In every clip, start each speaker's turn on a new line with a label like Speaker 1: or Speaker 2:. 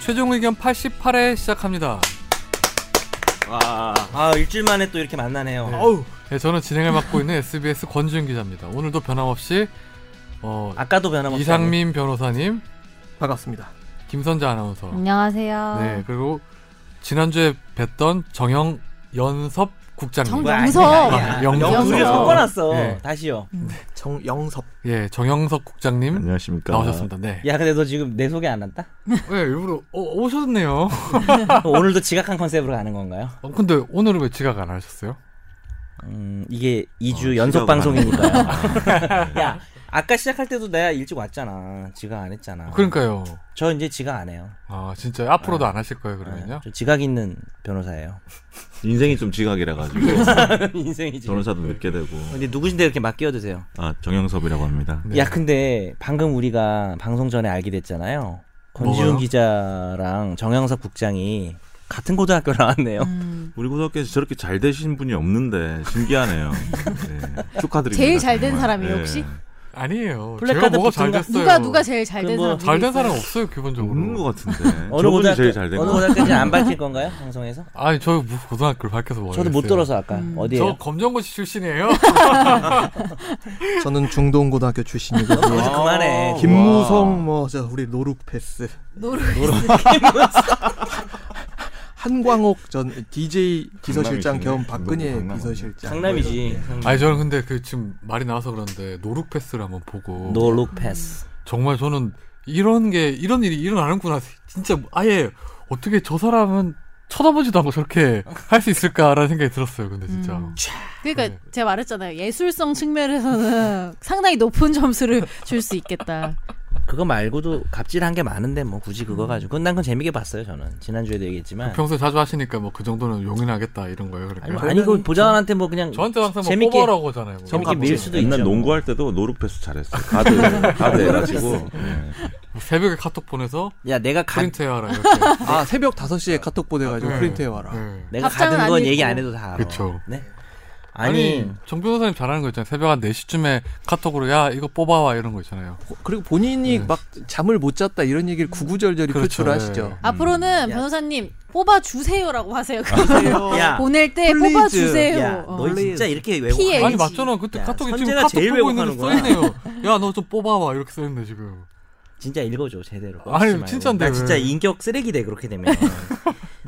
Speaker 1: 최종 의견 88회 시작합니다.
Speaker 2: 아, 아 일주일 만에 또 이렇게 만나네요.
Speaker 1: 네.
Speaker 2: 어우,
Speaker 1: 예, 저는 진행을 맡고 있는 SBS 권준 기자입니다. 오늘도 변함없이 어,
Speaker 2: 아까도 변함없이
Speaker 1: 이상민 변호사님,
Speaker 3: 반갑습니다.
Speaker 1: 김선재
Speaker 2: 어.
Speaker 1: 아나운서,
Speaker 4: 음. 안녕하세요.
Speaker 1: 네 그리고 지난주에 뵀던 정영 연섭 국장님,
Speaker 4: 정영-
Speaker 2: 아니야,
Speaker 4: 영섭.
Speaker 2: 아니야.
Speaker 1: 아, 영섭.
Speaker 2: 영섭. 둘이 섞어놨어.
Speaker 1: 네.
Speaker 2: 다시요.
Speaker 3: 정영섭.
Speaker 1: 예 정영섭 국장님
Speaker 5: 안녕하십니까.
Speaker 2: 아,
Speaker 5: 아,
Speaker 1: 나오셨습니다. 네,
Speaker 2: 야, 근데 너 지금 내 소개 안 한다?
Speaker 1: 예, 일부러 어, 오셨네요.
Speaker 2: 오늘도 지각한 컨셉으로 가는 건가요?
Speaker 1: 어, 근데 오늘은 왜 지각 안 하셨어요?
Speaker 2: 음, 이게 2주
Speaker 5: 어,
Speaker 2: 연속
Speaker 5: 지각을
Speaker 2: 방송이니까요. 야, 아까 시작할 때도 내가 일찍 왔잖아. 지각 안 했잖아.
Speaker 1: 그러니까요.
Speaker 2: 저 이제 지각 안 해요.
Speaker 1: 아 진짜 앞으로도 안 하실 거예요
Speaker 2: 네,
Speaker 1: 그러면요?
Speaker 2: 저 지각 있는 변호사예요.
Speaker 5: 인생이 좀 지각이라 가지고
Speaker 2: 네. 인생이 지금.
Speaker 5: 변호사도 늦게 되고.
Speaker 2: 근데 누구신데 이렇게 막 끼어드세요?
Speaker 5: 아 정영섭이라고 합니다.
Speaker 1: 네.
Speaker 2: 야, 근데 방금 우리가 방송 전에 알게 됐잖아요.
Speaker 1: 뭐가요?
Speaker 2: 권지훈 기자랑 정영석 국장이 같은 고등학교 나왔네요.
Speaker 4: 음,
Speaker 5: 우리 고등학교에서 저렇게 잘 되신 분이 없는데 신기하네요. 네, 축하드립니다.
Speaker 4: 제일 잘된
Speaker 5: 정말.
Speaker 4: 사람이에요,
Speaker 5: 네.
Speaker 4: 혹시?
Speaker 1: 아니에요. 제가
Speaker 2: 플래카드
Speaker 1: 뭐가 잘
Speaker 2: 붙은
Speaker 1: 됐어요?
Speaker 4: 누가 누가 제일 잘 된
Speaker 2: 그럼 뭐
Speaker 4: 사람?
Speaker 1: 잘된 사람 없어요 기본적으로.
Speaker 5: 없는 것 같은데.
Speaker 2: 어느
Speaker 5: 저분이
Speaker 2: 고등학교
Speaker 5: 제일
Speaker 2: 어느
Speaker 5: 잘된 것 같아요.
Speaker 2: 고등학교인지 안 밝힐 건가요? 방송에서? 음.
Speaker 1: 아니 저 무슨 고등학교를 밝혀서 모르겠어요.
Speaker 2: 저도 못 들어서 아까 어디에요?
Speaker 1: 저 검정고시 출신이에요.
Speaker 3: 저는 중동고등학교 출신이고
Speaker 2: 너 이제 그만해. 음.
Speaker 1: 어,
Speaker 3: 김무성 뭐저 우리 노룩패스
Speaker 4: 노르
Speaker 3: 한광옥 전 DJ 비서실장
Speaker 5: 강남이시네.
Speaker 3: 겸 박근혜
Speaker 5: 강남.
Speaker 3: 비서실장
Speaker 2: 강남이지.
Speaker 1: 아니 저는 근데 그 지금 말이 나와서 그런데 노룩 패스를 한번 보고
Speaker 2: 노룩 패스.
Speaker 1: 정말 저는 이런 게 이런 일이 일어나는구나 진짜 아예 어떻게 저 사람은 쳐다보지도 않고 저렇게 할 수 있을까라는 생각이 들었어요. 근데 진짜
Speaker 4: 음. 그러니까
Speaker 1: 네.
Speaker 4: 제가 말했잖아요. 예술성 측면에서는 상당히 높은 점수를 줄 수 있겠다.
Speaker 2: 그거 말고도 갑질한 게 많은데 뭐 굳이 그거 가지고. 그건 난 그건 재밌게 봤어요 저는. 지난주에도 얘기했지만.
Speaker 1: 아, 평소에 자주 하시니까 뭐 그 정도는 용인하겠다 이런 거예요.
Speaker 2: 아니,
Speaker 1: 그러니까
Speaker 2: 뭐, 아니 그 보좌관한테 뭐 그냥
Speaker 1: 저한테 항상 뭐
Speaker 2: 재밌게
Speaker 1: 뽑아라고 하잖아요. 뭐.
Speaker 2: 재밌게 밀 수도 있죠.
Speaker 5: 옛날 농구할 때도 노룩패스 잘했어. 가드 가드 해가지고. 네.
Speaker 1: 뭐 새벽에 카톡 보내서
Speaker 2: 야 내가 가,
Speaker 1: 프린트해라 이렇게.
Speaker 3: 아 새벽 5시에 카톡 보내가지고
Speaker 1: 네.
Speaker 3: 프린트해 와라
Speaker 1: 네.
Speaker 2: 내가
Speaker 4: 답장은
Speaker 2: 가든 건
Speaker 4: 안
Speaker 2: 얘기
Speaker 4: 읽고.
Speaker 2: 안 해도 다 알아.
Speaker 1: 그쵸.
Speaker 2: 네.
Speaker 1: 아니,
Speaker 2: 아니,
Speaker 1: 정 변호사님 잘하는 거 있잖아요. 새벽 한 4시쯤에 카톡으로 야 이거 뽑아와 이런 거 있잖아요.
Speaker 3: 고- 그리고 본인이 막 잠을 못 잤다 이런 얘기를 구구절절히
Speaker 1: 그렇죠.
Speaker 3: 표출하시죠
Speaker 4: 앞으로는
Speaker 2: 음. 야.
Speaker 4: 변호사님 뽑아 주세요라고 하세요. 그래서
Speaker 2: 야,
Speaker 4: 보낼 때
Speaker 3: 플리즈.
Speaker 4: 뽑아 주세요. 어.
Speaker 2: 야, 너 진짜 이렇게 외워.
Speaker 4: 피해.
Speaker 1: 아니
Speaker 4: LG.
Speaker 1: 맞잖아. 그때
Speaker 2: 야,
Speaker 1: 카톡에 지금
Speaker 2: 선재가
Speaker 1: 카톡
Speaker 2: 제일
Speaker 1: 보고 있는데
Speaker 2: 왜곡하는
Speaker 1: 써있네요. 야 너 좀 뽑아와 이렇게 써있네 지금.
Speaker 2: 진짜 읽어줘 제대로.
Speaker 1: 아니,
Speaker 2: 꺾지 말고.
Speaker 1: 진짜인데
Speaker 2: 나
Speaker 1: 왜.
Speaker 2: 진짜 인격 쓰레기 돼 그렇게 되면. 내가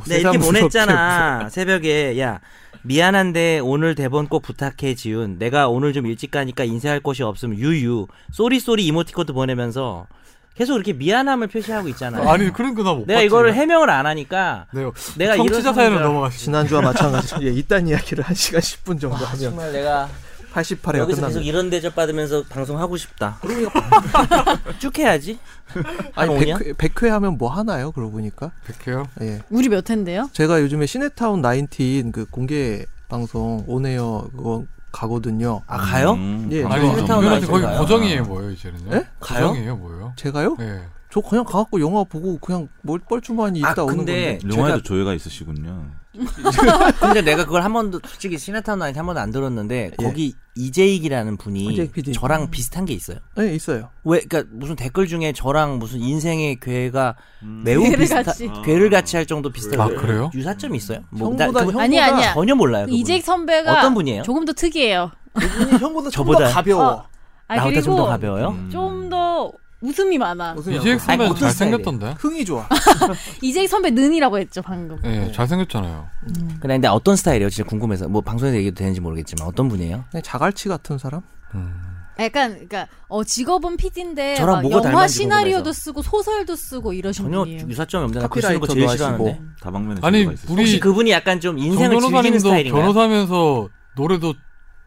Speaker 3: 세상
Speaker 2: 이렇게
Speaker 3: 무섭게
Speaker 2: 보냈잖아 새벽에 야 미안한데 오늘 대본 꼭 부탁해 지훈. 내가 오늘 좀 일찍 가니까 인쇄할 곳이 없음 유유. 쏘리 쏘리 이모티콘도 보내면서 계속 이렇게 미안함을 표시하고 있잖아.
Speaker 1: 아니 그런 거 나못 봤지.
Speaker 2: 내가 이거를 해명을 안 하니까
Speaker 1: 네,
Speaker 2: 내가 이런
Speaker 1: 청취자 사연을
Speaker 2: 사람이라-
Speaker 1: 넘어가시죠.
Speaker 3: 지난주와 마찬가지로 예, 이딴 이야기를 1시간 10분 정도 하면
Speaker 2: 정말 내가
Speaker 3: 88회가
Speaker 2: 여기서
Speaker 3: 끝납니다
Speaker 2: 계속 이런 대접 받으면서 방송 하고 싶다. 그러니까. 쭉 해야지. 한
Speaker 3: 아니
Speaker 2: 5년?
Speaker 3: 100회, 100회 하면 뭐 하나요 그러고 보니까
Speaker 1: 백해요.
Speaker 3: 예.
Speaker 4: 우리 몇 회인데요?
Speaker 3: 제가 요즘에 시네타운 19 그 공개 방송 온에어 그거 가거든요.
Speaker 2: 아 가요?
Speaker 5: 음,
Speaker 3: 예.
Speaker 1: 아니
Speaker 3: 저-
Speaker 1: 정
Speaker 2: 저-
Speaker 1: 변호사님
Speaker 2: 저-
Speaker 1: 거기
Speaker 2: 가요? 네?
Speaker 1: 고정이에요 뭐예요 이제는요?
Speaker 3: 예?
Speaker 2: 가요?
Speaker 1: 고정이에요 뭐예요?
Speaker 3: 제가요?
Speaker 1: 네.
Speaker 3: 저 그냥 가갖고 영화 보고 그냥 뭘 뻘쭘하니
Speaker 2: 아,
Speaker 3: 있다 오는
Speaker 2: 근데
Speaker 3: 건데.
Speaker 5: 영화에도 조예가 있으시군요.
Speaker 2: 근데 내가 그걸 한 번도 솔직히 시네타운 나이트 한 번도 안 들었는데
Speaker 3: 예.
Speaker 2: 거기 이재익이라는 분이
Speaker 3: 이재익 PD.
Speaker 4: 음.
Speaker 2: 저랑 비슷한 게 있어요.
Speaker 3: 네 있어요.
Speaker 2: 왜 그러니까 무슨 댓글 중에 저랑 무슨 인생의 괴가 매우
Speaker 4: 음. 괴를
Speaker 2: 비슷한 아.
Speaker 4: 같이.
Speaker 2: 괴를 같이 할 정도 비슷한
Speaker 1: 아,
Speaker 2: 그-
Speaker 1: 그래요?
Speaker 2: 유사점이 있어요?
Speaker 3: 형보다
Speaker 2: 뭐, 나 그거
Speaker 3: 형보다
Speaker 4: 아니, 아니야.
Speaker 2: 전혀 몰라요. 그분.
Speaker 4: 이재익 선배가
Speaker 2: 어떤 분이에요?
Speaker 4: 조금 더 특이해요.
Speaker 3: 형보다
Speaker 2: 저보다-
Speaker 3: 좀더 가벼워.
Speaker 4: 어, 아
Speaker 2: 나보다
Speaker 4: 그리고
Speaker 2: 좀 더 가벼워요?
Speaker 4: 좀 더 웃음이 많아.
Speaker 3: 무슨
Speaker 1: 이재익
Speaker 3: 약간-
Speaker 2: 아니,
Speaker 1: 선배는
Speaker 2: 어떤
Speaker 1: 잘 생겼던데.
Speaker 3: 흥이 좋아.
Speaker 4: 이재익 선배 는이라고 했죠 방금.
Speaker 1: 예,
Speaker 2: 네.
Speaker 1: 잘 생겼잖아요.
Speaker 2: 근데, 근데 어떤 스타일이에요? 진짜 궁금해서 뭐 방송에서 얘기도 되는지 모르겠지만 어떤 분이에요?
Speaker 3: 그냥 자갈치 같은 사람?
Speaker 4: 약간 그러니까 어 직업은 PD인데
Speaker 2: 저랑
Speaker 4: 막
Speaker 2: 뭐가
Speaker 4: 영화
Speaker 2: 닮았는지
Speaker 4: 시나리오도
Speaker 2: 궁금해서.
Speaker 4: 쓰고 소설도 쓰고 이러신
Speaker 2: 전혀
Speaker 4: 분이에요.
Speaker 2: 유사점이 없는데 글 쓰는 거 제일
Speaker 3: 카피라이터도 하시고.
Speaker 2: 싫어하는데
Speaker 5: 다방면에
Speaker 1: 아니,
Speaker 5: 조예가 있으시죠.
Speaker 1: 우리-
Speaker 4: 음.
Speaker 2: 혹시 그분이 약간 좀
Speaker 1: 정
Speaker 2: 인생을 즐기는
Speaker 1: 변호사님도
Speaker 2: 스타일인가요?
Speaker 1: 변호사면서 노래도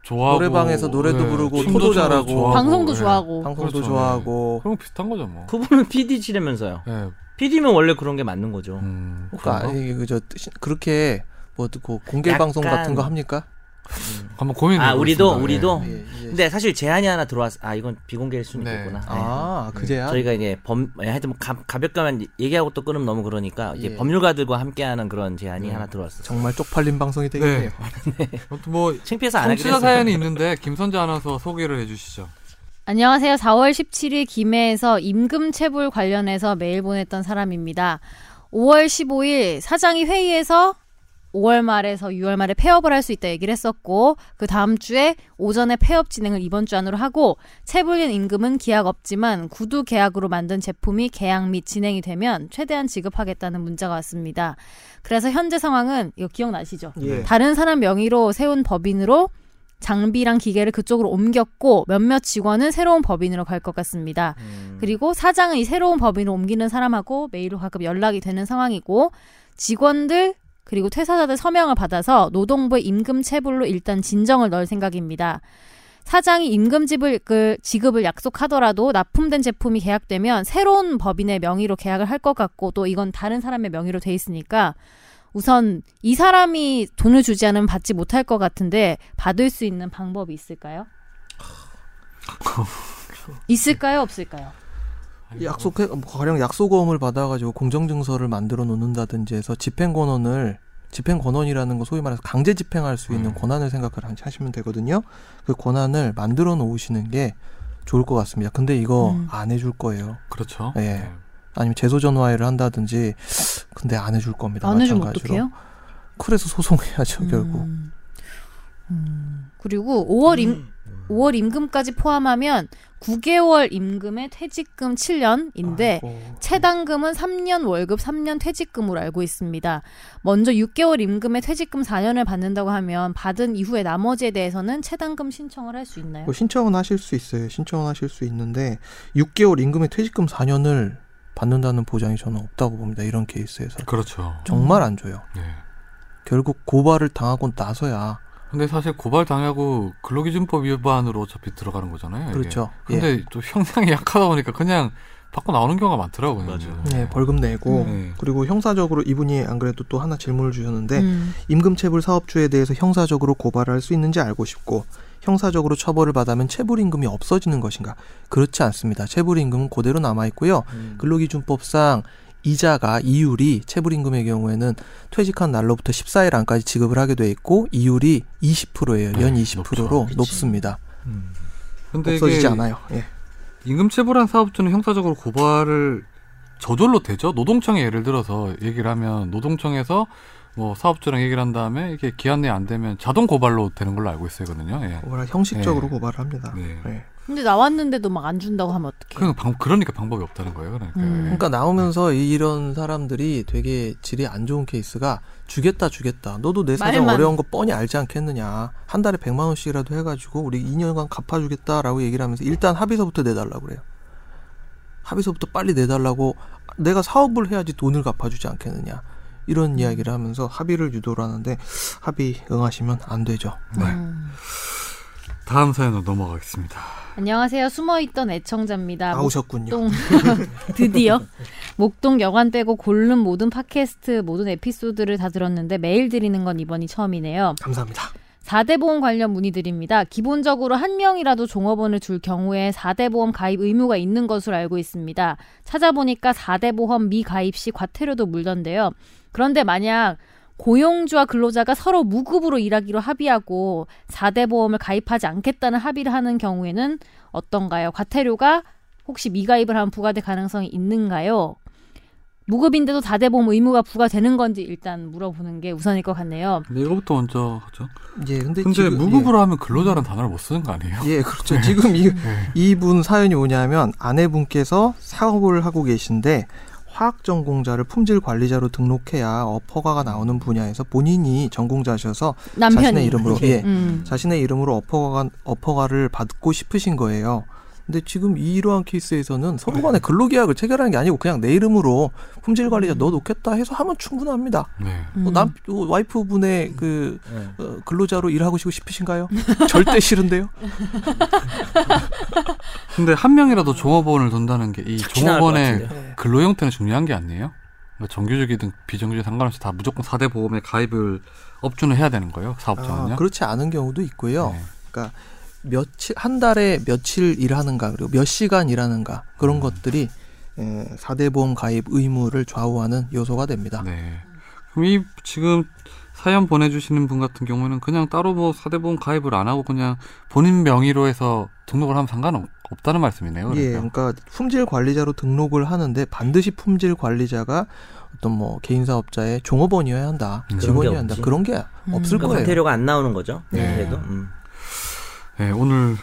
Speaker 1: 좋아하고 네,
Speaker 3: 노래방에서 노래도 부르고
Speaker 1: 춤도
Speaker 3: 토도
Speaker 1: 잘
Speaker 3: 잘하고
Speaker 1: 좋아하고,
Speaker 4: 방송도
Speaker 1: 예.
Speaker 4: 좋아하고
Speaker 3: 방송도
Speaker 1: 그렇죠.
Speaker 3: 좋아하고.
Speaker 1: 그럼 비슷한 거죠 뭐.
Speaker 2: 그분은 PD 치려면서요.
Speaker 1: 예.
Speaker 2: PD면 원래 그런 게 맞는 거죠.
Speaker 1: 음,
Speaker 3: 그러니까
Speaker 1: 그런가?
Speaker 3: 아니, 그저 뜻이- 그렇게 뭐 그 공개
Speaker 2: 약간-
Speaker 3: 방송 같은 거 합니까?
Speaker 1: 한번 고민해
Speaker 2: 아 우리도 우리도.
Speaker 3: 예, 예.
Speaker 2: 근데 사실 제안이 하나 들어왔. 아 이건 비공개일 수는
Speaker 1: 네.
Speaker 2: 있구나. 네.
Speaker 3: 아 그제야.
Speaker 2: 저희가 이제 범 예, 하여튼 뭐 가, 가볍게만 얘기하고 또 끊으면 너무 그러니까 이제
Speaker 3: 예.
Speaker 2: 법률가들과 함께하는 그런 제안이
Speaker 1: 네.
Speaker 2: 하나 들어왔어.
Speaker 3: 정말 쪽팔린 방송이 되겠네요.
Speaker 1: 아무튼 뭐
Speaker 2: 창피해서 안 하기로
Speaker 1: 청취자
Speaker 2: 했어.
Speaker 1: 사연이 있는데 김선재 아나운서 소개를 해주시죠.
Speaker 4: 안녕하세요. 4월 17일 김해에서 임금체불 관련해서 메일 보냈던 사람입니다. 5월 15일 사장이 회의에서 5월 말에서 6월 말에 폐업을 할 수 있다 얘기를 했었고 그 다음 주에 오전에 폐업 진행을 이번 주 안으로 하고 체불린 임금은 기약 없지만 구두 계약으로 만든 제품이 계약 및 진행이 되면 최대한 지급하겠다는 문자가 왔습니다. 그래서 현재 상황은 이거 기억나시죠?
Speaker 3: 예.
Speaker 4: 다른 사람 명의로 세운 법인으로 장비랑 기계를 그쪽으로 옮겼고 몇몇 직원은 새로운 법인으로 갈 것 같습니다. 그리고 사장은 이 새로운 법인으로 옮기는 사람하고 메일로 가끔 연락이 되는 상황이고 직원들 그리고 퇴사자들 서명을 받아서 노동부의 임금 체불로 일단 진정을 넣을 생각입니다. 사장이 임금 지불- 그 지급을 약속하더라도 납품된 제품이 계약되면 새로운 법인의 명의로 계약을 할 것 같고 또 이건 다른 사람의 명의로 돼 있으니까 우선 이 사람이 돈을 주지 않으면 받지 못할 것 같은데 받을 수 있는 방법이 있을까요? 있을까요? 없을까요?
Speaker 3: 약속해 뭐 가령 약속어음을 받아가지고 공정증서를 만들어 놓는다든지 해서 집행권원을 집행권원이라는 거 소위 말해서 강제 집행할 수 있는
Speaker 1: 음.
Speaker 3: 권한을 생각을 하- 하시면 되거든요. 그 권한을 만들어 놓으시는 게 좋을 것 같습니다. 근데 이거
Speaker 4: 음.
Speaker 3: 안 해줄 거예요.
Speaker 1: 그렇죠.
Speaker 3: 예.
Speaker 1: 네.
Speaker 3: 아니면 제소 전화회를 한다든지 근데 안 해줄 겁니다.
Speaker 4: 안 해주면
Speaker 3: 마찬가지로.
Speaker 4: 어떡해요?
Speaker 3: 그래서 소송해야죠 결국.
Speaker 4: 음. 음. 그리고 5월 임
Speaker 3: 음.
Speaker 4: 5월 임금까지 포함하면 9개월 임금에 퇴직금 7년인데
Speaker 3: 아이고.
Speaker 4: 체당금은 3년 월급 3년 퇴직금으로 알고 있습니다. 먼저 6개월 임금에 퇴직금 4년을 받는다고 하면 받은 이후에 나머지에 대해서는 체당금 신청을 할 수 있나요?
Speaker 3: 뭐 신청은 하실 수 있어요. 신청은 하실 수 있는데 6개월 임금에 퇴직금 4년을 받는다는 보장이 저는 없다고 봅니다. 이런 케이스에서
Speaker 1: 그렇죠.
Speaker 3: 정말 안 줘요.
Speaker 1: 네.
Speaker 3: 결국 고발을 당하고 나서야
Speaker 1: 근데 사실 고발 당하고 근로기준법 위반으로 어차피 들어가는 거잖아요. 이게.
Speaker 3: 그렇죠. 예.
Speaker 1: 근데 또 형량이 약하다 보니까 그냥 받고 나오는 경우가 많더라고요.
Speaker 5: 맞아요.
Speaker 1: 그냥.
Speaker 3: 네, 벌금 내고
Speaker 1: 네.
Speaker 3: 그리고 형사적으로 이분이 안 그래도 또 하나 질문을 주셨는데
Speaker 4: 음.
Speaker 3: 임금체불 사업주에 대해서 형사적으로 고발할 수 있는지 알고 싶고 형사적으로 처벌을 받으면 체불임금이 없어지는 것인가? 그렇지 않습니다. 체불임금은 그대로 남아 있고요.
Speaker 1: 음.
Speaker 3: 근로기준법상 이자가 이율이 체불임금의 경우에는 퇴직한 날로부터 14일 안까지 지급을 하게 돼 있고 이율이 20%예요. 연
Speaker 1: 네,
Speaker 3: 20%로 높습니다.
Speaker 1: 근데
Speaker 3: 없어지지
Speaker 1: 이게
Speaker 3: 않아요. 예.
Speaker 1: 임금체불한 사업주는 형사적으로 고발을 저절로 되죠. 노동청에 예를 들어서 얘기를 하면 노동청에서 뭐 사업주랑 얘기를 한 다음에 이게 기한 내에 안 되면 자동 고발로 되는 걸로 알고 있어요,거든요. 예.
Speaker 3: 고발 형식적으로
Speaker 1: 예.
Speaker 3: 고발을 합니다.
Speaker 1: 네.
Speaker 3: 예.
Speaker 4: 근데 나왔는데도 막 안 준다고 하면 어떡해?
Speaker 1: 그냥 방, 그러니까 방법이 없다는 거예요. 그러니까.
Speaker 4: 음.
Speaker 1: 예.
Speaker 3: 그러니까 나오면서 이- 이런 사람들이 되게 질이 안 좋은 케이스가 주겠다 주겠다 너도 내 사정
Speaker 4: 말만.
Speaker 3: 어려운 거 뻔히 알지 않겠느냐 한 달에 100만 원씩이라도 해가지고 우리 2년간 갚아주겠다라고 얘기를 하면서 일단 합의서부터 내달라고 그래요 합의서부터 빨리 내달라고 내가 사업을 해야지 돈을 갚아주지 않겠느냐 이런 이야기를 하면서 합의를 유도를 하는데 합의 응하시면 안 되죠
Speaker 1: 네.
Speaker 4: 음.
Speaker 1: 다음 사연으로 넘어가겠습니다.
Speaker 4: 안녕하세요. 숨어있던 애청자입니다.
Speaker 3: 아, 나오셨군요
Speaker 4: 목동 드디어 목동 여관 빼고 고른 모든 팟캐스트 모든 에피소드를 다 들었는데 메일 드리는 건 이번이 처음이네요.
Speaker 3: 감사합니다
Speaker 4: 4대 보험 관련 문의드립니다. 기본적으로 한 명이라도 종업원을 줄 경우에 4대 보험 가입 의무가 있는 것으로 알고 있습니다. 찾아보니까 4대 보험 미가입 시 과태료도 물던데요. 그런데 만약 고용주와 근로자가 서로 무급으로 일하기로 합의하고 4대 보험을 가입하지 않겠다는 합의를 하는 경우에는 어떤가요? 과태료가 혹시 미가입을 하면 부과될 가능성이 있는가요? 무급인데도 4대 보험 의무가 부과되는 건지 일단 물어보는 게 우선일 것 같네요.
Speaker 1: 근데 이거부터 먼저 하죠.
Speaker 3: 예 근데,
Speaker 1: 근데
Speaker 3: 지금- 예.
Speaker 1: 무급으로 하면 근로자라는 단어를 못 쓰는 거 아니에요?
Speaker 3: 예, 그렇죠. 지금 이, 이분 사연이 오냐면 아내분께서 사업을 하고 계신데 화학 전공자를 품질 관리자로 등록해야 업 허가가 나오는 분야에서 본인이 전공자셔서
Speaker 4: 남편이
Speaker 3: 자신의 이름으로 예,
Speaker 4: 음.
Speaker 3: 자신의 이름으로 업 허가 업 허가를 받고 싶으신 거예요. 근데 지금 이러한 케이스에서는 서로 간에 근로계약을 체결하는 게 아니고 그냥 내 이름으로 품질 관리자 넣어놓겠다 해서 하면 충분합니다.
Speaker 1: 네.
Speaker 4: 음.
Speaker 3: 어, 남 어, 와이프분의 그 어, 근로자로 일하고 싶으신가요? 절대 싫은데요.
Speaker 1: 근데 한 명이라도 종업원을 둔다는 게 이
Speaker 2: 착신할 것
Speaker 1: 종업원의
Speaker 2: 같은데요. 네.
Speaker 1: 근로 형태는 중요한 게 아니에요? 그러니까 정규직이든 비정규직 상관없이 다 무조건 4대 보험에 가입을 업주는 해야 되는 거예요? 사업자는요?
Speaker 3: 아, 그렇지 않은 경우도 있고요. 그러니까
Speaker 1: 네.
Speaker 3: 며칠 한 달에 며칠 일하는가 그리고 몇 시간 일하는가 그런
Speaker 1: 음.
Speaker 3: 것들이 예, 에, 4대 보험 가입 의무를 좌우하는 요소가 됩니다.
Speaker 1: 네. 그럼 이 지금 사연 보내주시는 분 같은 경우에는 그냥 따로 뭐 사대보험 가입을 안 하고 그냥 본인 명의로 해서 등록을 하면 상관없다는 말씀이네요.
Speaker 3: 예,
Speaker 1: 그러니까.
Speaker 3: 그러니까 품질 관리자로 등록을 하는데 반드시 품질 관리자가 어떤 뭐 개인 사업자의 종업원이어야 한다,
Speaker 1: 음.
Speaker 3: 직원이어야
Speaker 2: 그런 게
Speaker 3: 한다
Speaker 2: 없지.
Speaker 3: 그런 게 없을
Speaker 2: 그러니까
Speaker 3: 거예요.
Speaker 2: 과태료가 안 나오는 거죠.
Speaker 1: 네.
Speaker 2: 그래도 음.
Speaker 1: 네, 오늘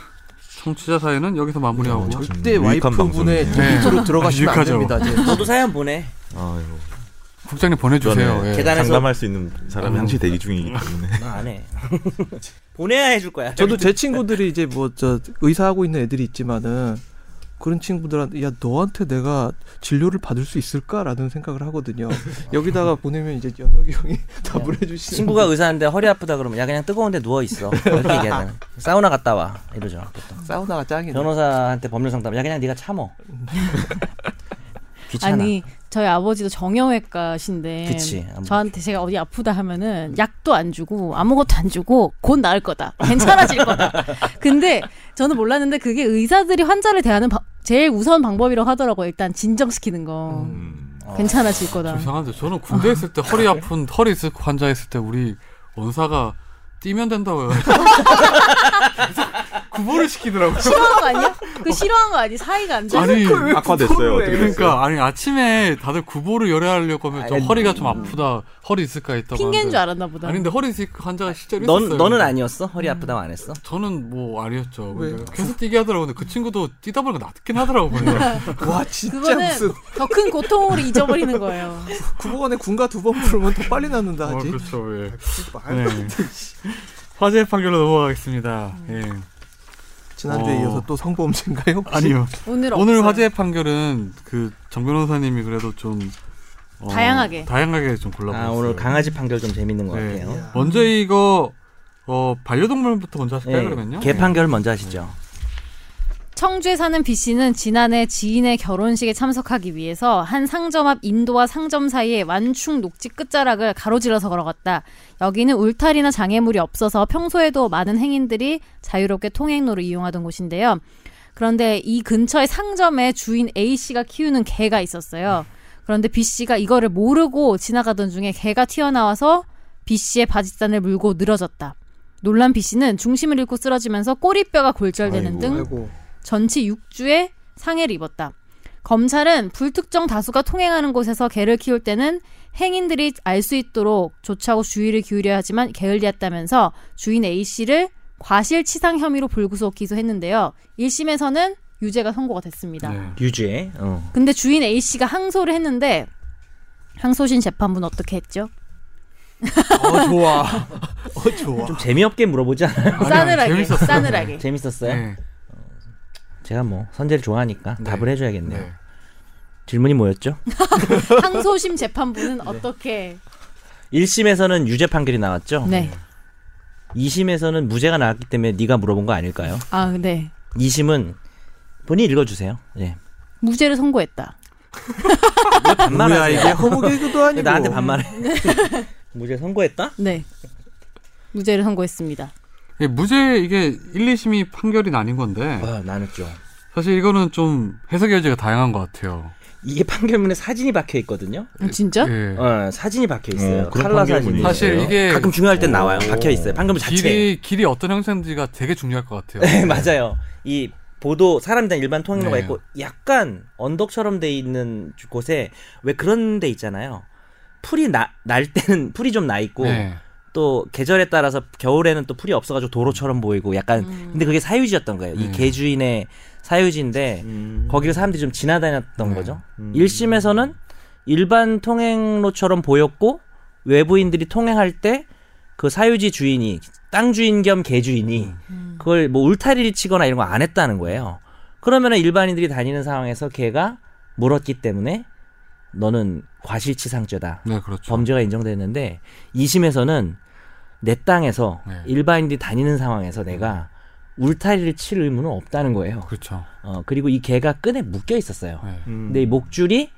Speaker 1: 청취자 사연은 여기서 마무리하고
Speaker 5: 저-
Speaker 3: 절대
Speaker 5: 음, 유익한
Speaker 3: 와이프분의
Speaker 1: 방송이네요.
Speaker 3: 디귿으로
Speaker 1: 네.
Speaker 3: 들어가시면 안
Speaker 1: 뭐 유익하죠.
Speaker 3: 됩니다. 이제.
Speaker 2: 저도 사연 보내.
Speaker 5: 아유,
Speaker 1: 국장님 보내주세요.
Speaker 5: 그러네.
Speaker 1: 예.
Speaker 2: 계단에서
Speaker 5: 상담할 수 있는 사람이
Speaker 1: 음.
Speaker 5: 항시 대기 중이기 때문에
Speaker 2: 나 안 해. 보내야 해줄 거야.
Speaker 3: 저도 제 친구들이 이제 뭐 저 의사하고 있는 애들이 있지만은 그런 친구들한테 야 너한테 내가 진료를 받을 수 있을까라는 생각을 하거든요. 여기다가 보내면 이제 연덕이 형이 답을 해주시는
Speaker 2: 친구가 의사인데 허리 아프다 그러면 야 그냥 뜨거운데 누워 있어. 이렇게 얘기하잖아. 사우나 갔다 와 이러죠. 보통.
Speaker 3: 사우나가 짱이네.
Speaker 2: 변호사한테 법률 상담 야 그냥 네가 참어. 귀찮아.
Speaker 4: 아니 저희 아버지도 정형외과신데
Speaker 2: 그치, 아무래도.
Speaker 4: 저한테 제가 어디 아프다 하면은 약도 안 주고 아무것도 안 주고 곧 나을 거다 괜찮아질 거다 근데 저는 몰랐는데 그게 의사들이 환자를 대하는 바- 제일 우선 방법이라고 하더라고요 일단 진정시키는 거
Speaker 5: 음.
Speaker 2: 어.
Speaker 4: 괜찮아질 거다
Speaker 1: 좀 이상한데 저는 군대 있을 때 허리 아픈 허리 있을 환자 있을 때 우리 원사가 뛰면 된다고 해서 구보를 시키더라고요.
Speaker 4: 싫어한 거 아니야? 그 싫어한 거 아니 사이가 안 좋아
Speaker 1: 아니
Speaker 5: 악화됐어요. 어떻게 됐어요?
Speaker 1: 그러니까 아니 아침에 다들 구보를 열애하려고 하면 저
Speaker 2: 아니, 음.
Speaker 1: 허리가 좀 아프다 허리 있을까 했다고
Speaker 4: 핑계인
Speaker 1: 하는데.
Speaker 4: 줄 알았나 보다
Speaker 1: 아니 근데 허리 있을 환자가 실제로
Speaker 2: 넌
Speaker 1: 있었어요.
Speaker 2: 너는 아니었어? 허리 아프다고 안 했어?
Speaker 1: 저는 뭐 아니었죠.
Speaker 3: 왜?
Speaker 1: 근데 계속 뛰게 하더라고. 근데 그 친구도 뛰다 보니까 낫긴 하더라고. 그냥.
Speaker 3: 와 진짜
Speaker 4: 그거는
Speaker 3: 무슨
Speaker 4: 더 큰 고통으로 잊어버리는 거예요
Speaker 3: 구보관에 군가 두 번 부르면 더 빨리 낫는다
Speaker 1: 어,
Speaker 3: 하지.
Speaker 1: 그렇죠.
Speaker 3: 아,
Speaker 1: 예.
Speaker 3: 말도
Speaker 1: 네. 화재 판결로 넘어가겠습니다.
Speaker 3: 음.
Speaker 1: 예.
Speaker 3: 지난주에
Speaker 1: 어.
Speaker 3: 이어서 또 성범죄인가요? 혹시?
Speaker 1: 아니요.
Speaker 4: 오늘
Speaker 1: 오늘
Speaker 4: 없어요.
Speaker 1: 화제의 판결은 그 정 변호사님이 그래도 좀 어,
Speaker 4: 다양하게.
Speaker 1: 다양하게 좀 골라보셨어요.
Speaker 2: 아 오늘 강아지 판결 좀 재밌는 것
Speaker 1: 음. 네.
Speaker 2: 같아요.
Speaker 3: 음.
Speaker 1: 먼저 이거 어 반려동물부터 먼저 하실까요
Speaker 2: 예,
Speaker 1: 그러면요? 네.
Speaker 2: 개 판결 먼저 하시죠.
Speaker 4: 청주에 사는 B 씨는 지난해 지인의 결혼식에 참석하기 위해서 한 상점 앞 인도와 상점 사이에 완충 녹지 끝자락을 가로질러서 걸어갔다. 여기는 울타리나 장애물이 없어서 평소에도 많은 행인들이 자유롭게 통행로를 이용하던 곳인데요. 그런데 이 근처의 상점에 주인 A 씨가 키우는 개가 있었어요. 그런데 B 씨가 이거를 모르고 지나가던 중에 개가 튀어나와서 B 씨의 바지단을 물고 늘어졌다. 놀란 B 씨는 중심을 잃고 쓰러지면서 꼬리뼈가 골절되는
Speaker 5: 아이고,
Speaker 4: 등
Speaker 3: 아이고
Speaker 4: 전치 6주의 상해를 입었다. 검찰은 불특정 다수가 통행하는 곳에서 개를 키울 때는 행인들이 알 수 있도록 조차고 주의를 기울여야 하지만 게을리했다면서 주인 A씨를 과실치상 혐의로 불구속 기소했는데요. 1심에서는 유죄가 선고가 됐습니다.
Speaker 1: 네.
Speaker 2: 유죄. 어.
Speaker 4: 근데 주인 A씨가 항소를 했는데 항소심 재판부는 어떻게 했죠?
Speaker 3: 어 좋아 어 좋아
Speaker 2: 좀 재미없게 물어보지 않아요?
Speaker 1: 아니,
Speaker 4: 싸늘하게,
Speaker 1: 재밌었어요.
Speaker 4: 싸늘하게.
Speaker 2: 재밌었어요?
Speaker 1: 네.
Speaker 2: 제가 뭐 선재를 좋아하니까
Speaker 1: 네.
Speaker 2: 답을
Speaker 1: 네.
Speaker 2: 해줘야겠네요. 질문이 뭐였죠?
Speaker 4: 항소심 재판부는 어떻게?
Speaker 2: 1심에서는 유죄 판결이
Speaker 1: 어,
Speaker 2: 나왔죠.
Speaker 4: 네.
Speaker 2: 2심에서는 무죄가 나왔기 때문에 네가 물어본 거 아닐까요?
Speaker 4: 아, 네.
Speaker 2: 2심은 본인 읽어주세요. 예.
Speaker 4: 무죄를 선고했다.
Speaker 3: 뭐야
Speaker 2: 반말하세요.
Speaker 3: 이게 허무개그도 아니고
Speaker 2: 왜 나한테 반말해. 무죄 선고했다?
Speaker 4: 네. 무죄를 선고했습니다.
Speaker 1: 예, 무죄 이게 1, 2심이 판결이 나뉜 건데
Speaker 2: 어, 나눴죠.
Speaker 1: 사실 이거는 좀 해석의 여지가 다양한 것 같아요.
Speaker 2: 이게 판결문에 사진이 박혀 있거든요.
Speaker 4: 아, 진짜?
Speaker 1: 예.
Speaker 2: 어, 사진이 박혀 있어요.
Speaker 5: 네. 어, 그런
Speaker 2: 칼라 사진.
Speaker 5: 판결문이
Speaker 1: 사실 이게
Speaker 2: 가끔 중요할 땐
Speaker 5: 오.
Speaker 2: 나와요. 박혀 있어요. 판결문 그 자체.
Speaker 1: 길이 길이 어떤 형태인지가 되게 중요할 것 같아요.
Speaker 2: 네, 맞아요. 이 보도 사람들이 일반 통행로가
Speaker 1: 네.
Speaker 2: 있고 약간 언덕처럼 돼 있는 주- 곳에 왜 그런 데 있잖아요. 풀이 나, 날 때는 풀이 좀 나 있고
Speaker 1: 네.
Speaker 2: 또 계절에 따라서 겨울에는 또 풀이 없어가지고 도로처럼 보이고 약간
Speaker 4: 음.
Speaker 2: 근데 그게 사유지였던 거예요.
Speaker 1: 네.
Speaker 2: 이 개주인의 사유지인데 거기를 사람들이 좀 지나다녔던
Speaker 1: 네.
Speaker 2: 거죠. 일심에서는 일반 통행로처럼 보였고 외부인들이 통행할 때 그 사유지 주인이 땅 주인 겸 개주인이 그걸 뭐 울타리를 치거나 이런 거 안 했다는 거예요. 그러면은 일반인들이 다니는 상황에서 개가 물었기 때문에 너는 과실치상죄다.
Speaker 1: 네, 그렇죠.
Speaker 2: 범죄가 인정됐는데 2심에서는 내 땅에서
Speaker 1: 네. 음.
Speaker 2: 일반인들이 다니는 상황에서 내가 울타리를 칠 의무는 없다는 거예요.
Speaker 1: 그렇죠.
Speaker 2: 어, 그리고 이 개가 끈에 묶여 있었어요.
Speaker 1: 네.
Speaker 2: 근데 이 목줄이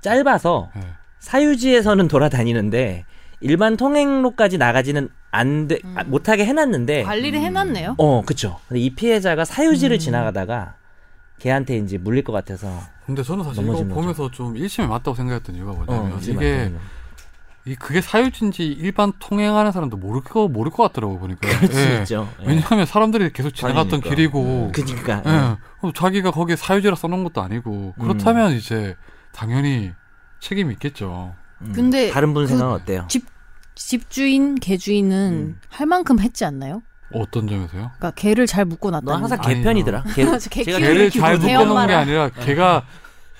Speaker 2: 짧아서
Speaker 1: 네.
Speaker 2: 사유지에서는 돌아다니는데 일반 통행로까지 나가지는 안 돼,
Speaker 1: 음.
Speaker 2: 아, 못하게 해놨는데
Speaker 4: 관리를 해놨네요.
Speaker 2: 어, 그쵸. 근데 이 피해자가
Speaker 1: 음.
Speaker 2: 사유지를 지나가다가 걔한테 이제 물릴 것 같아서
Speaker 1: 근데 저는 사실 이거
Speaker 2: 넘어진 거죠.
Speaker 1: 보면서 좀 1심에 맞다고 생각했던 이유가 뭐냐면
Speaker 2: 어,
Speaker 1: 이게
Speaker 2: 맞아요.
Speaker 1: 이 그게 사유지인지 일반 통행하는 사람도 모를 거 모를 것 같더라고 보니까.
Speaker 2: 그럴 수
Speaker 1: 예.
Speaker 2: 있죠. 예. 음.
Speaker 1: 왜냐하면 사람들이 계속 지나갔던
Speaker 5: 아니니까.
Speaker 1: 길이고,
Speaker 2: 그니까.
Speaker 1: 예. 어, 자기가 거기에 사유지라 써놓은 것도 아니고
Speaker 2: 음.
Speaker 1: 그렇다면 이제 당연히 책임이 있겠죠.
Speaker 2: 음.
Speaker 4: 근데
Speaker 2: 다른 분
Speaker 4: 그-
Speaker 2: 생각은 어때요?
Speaker 4: 집주인 개주인은
Speaker 2: 음.
Speaker 4: 할 만큼 했지 않나요?
Speaker 1: 어떤 점에서요?
Speaker 4: 그러니까 개를 잘 묶어
Speaker 2: 너
Speaker 4: 놨다는
Speaker 2: 항상
Speaker 4: 거.
Speaker 1: 아니요. 어.
Speaker 2: 개편이더라. 개,
Speaker 4: 맞아, 개
Speaker 2: 제가
Speaker 4: 키우는
Speaker 1: 개를
Speaker 4: 키우는
Speaker 1: 잘
Speaker 4: 개
Speaker 1: 묶어놓은 게
Speaker 4: 엄마라.
Speaker 1: 아니라 네. 개가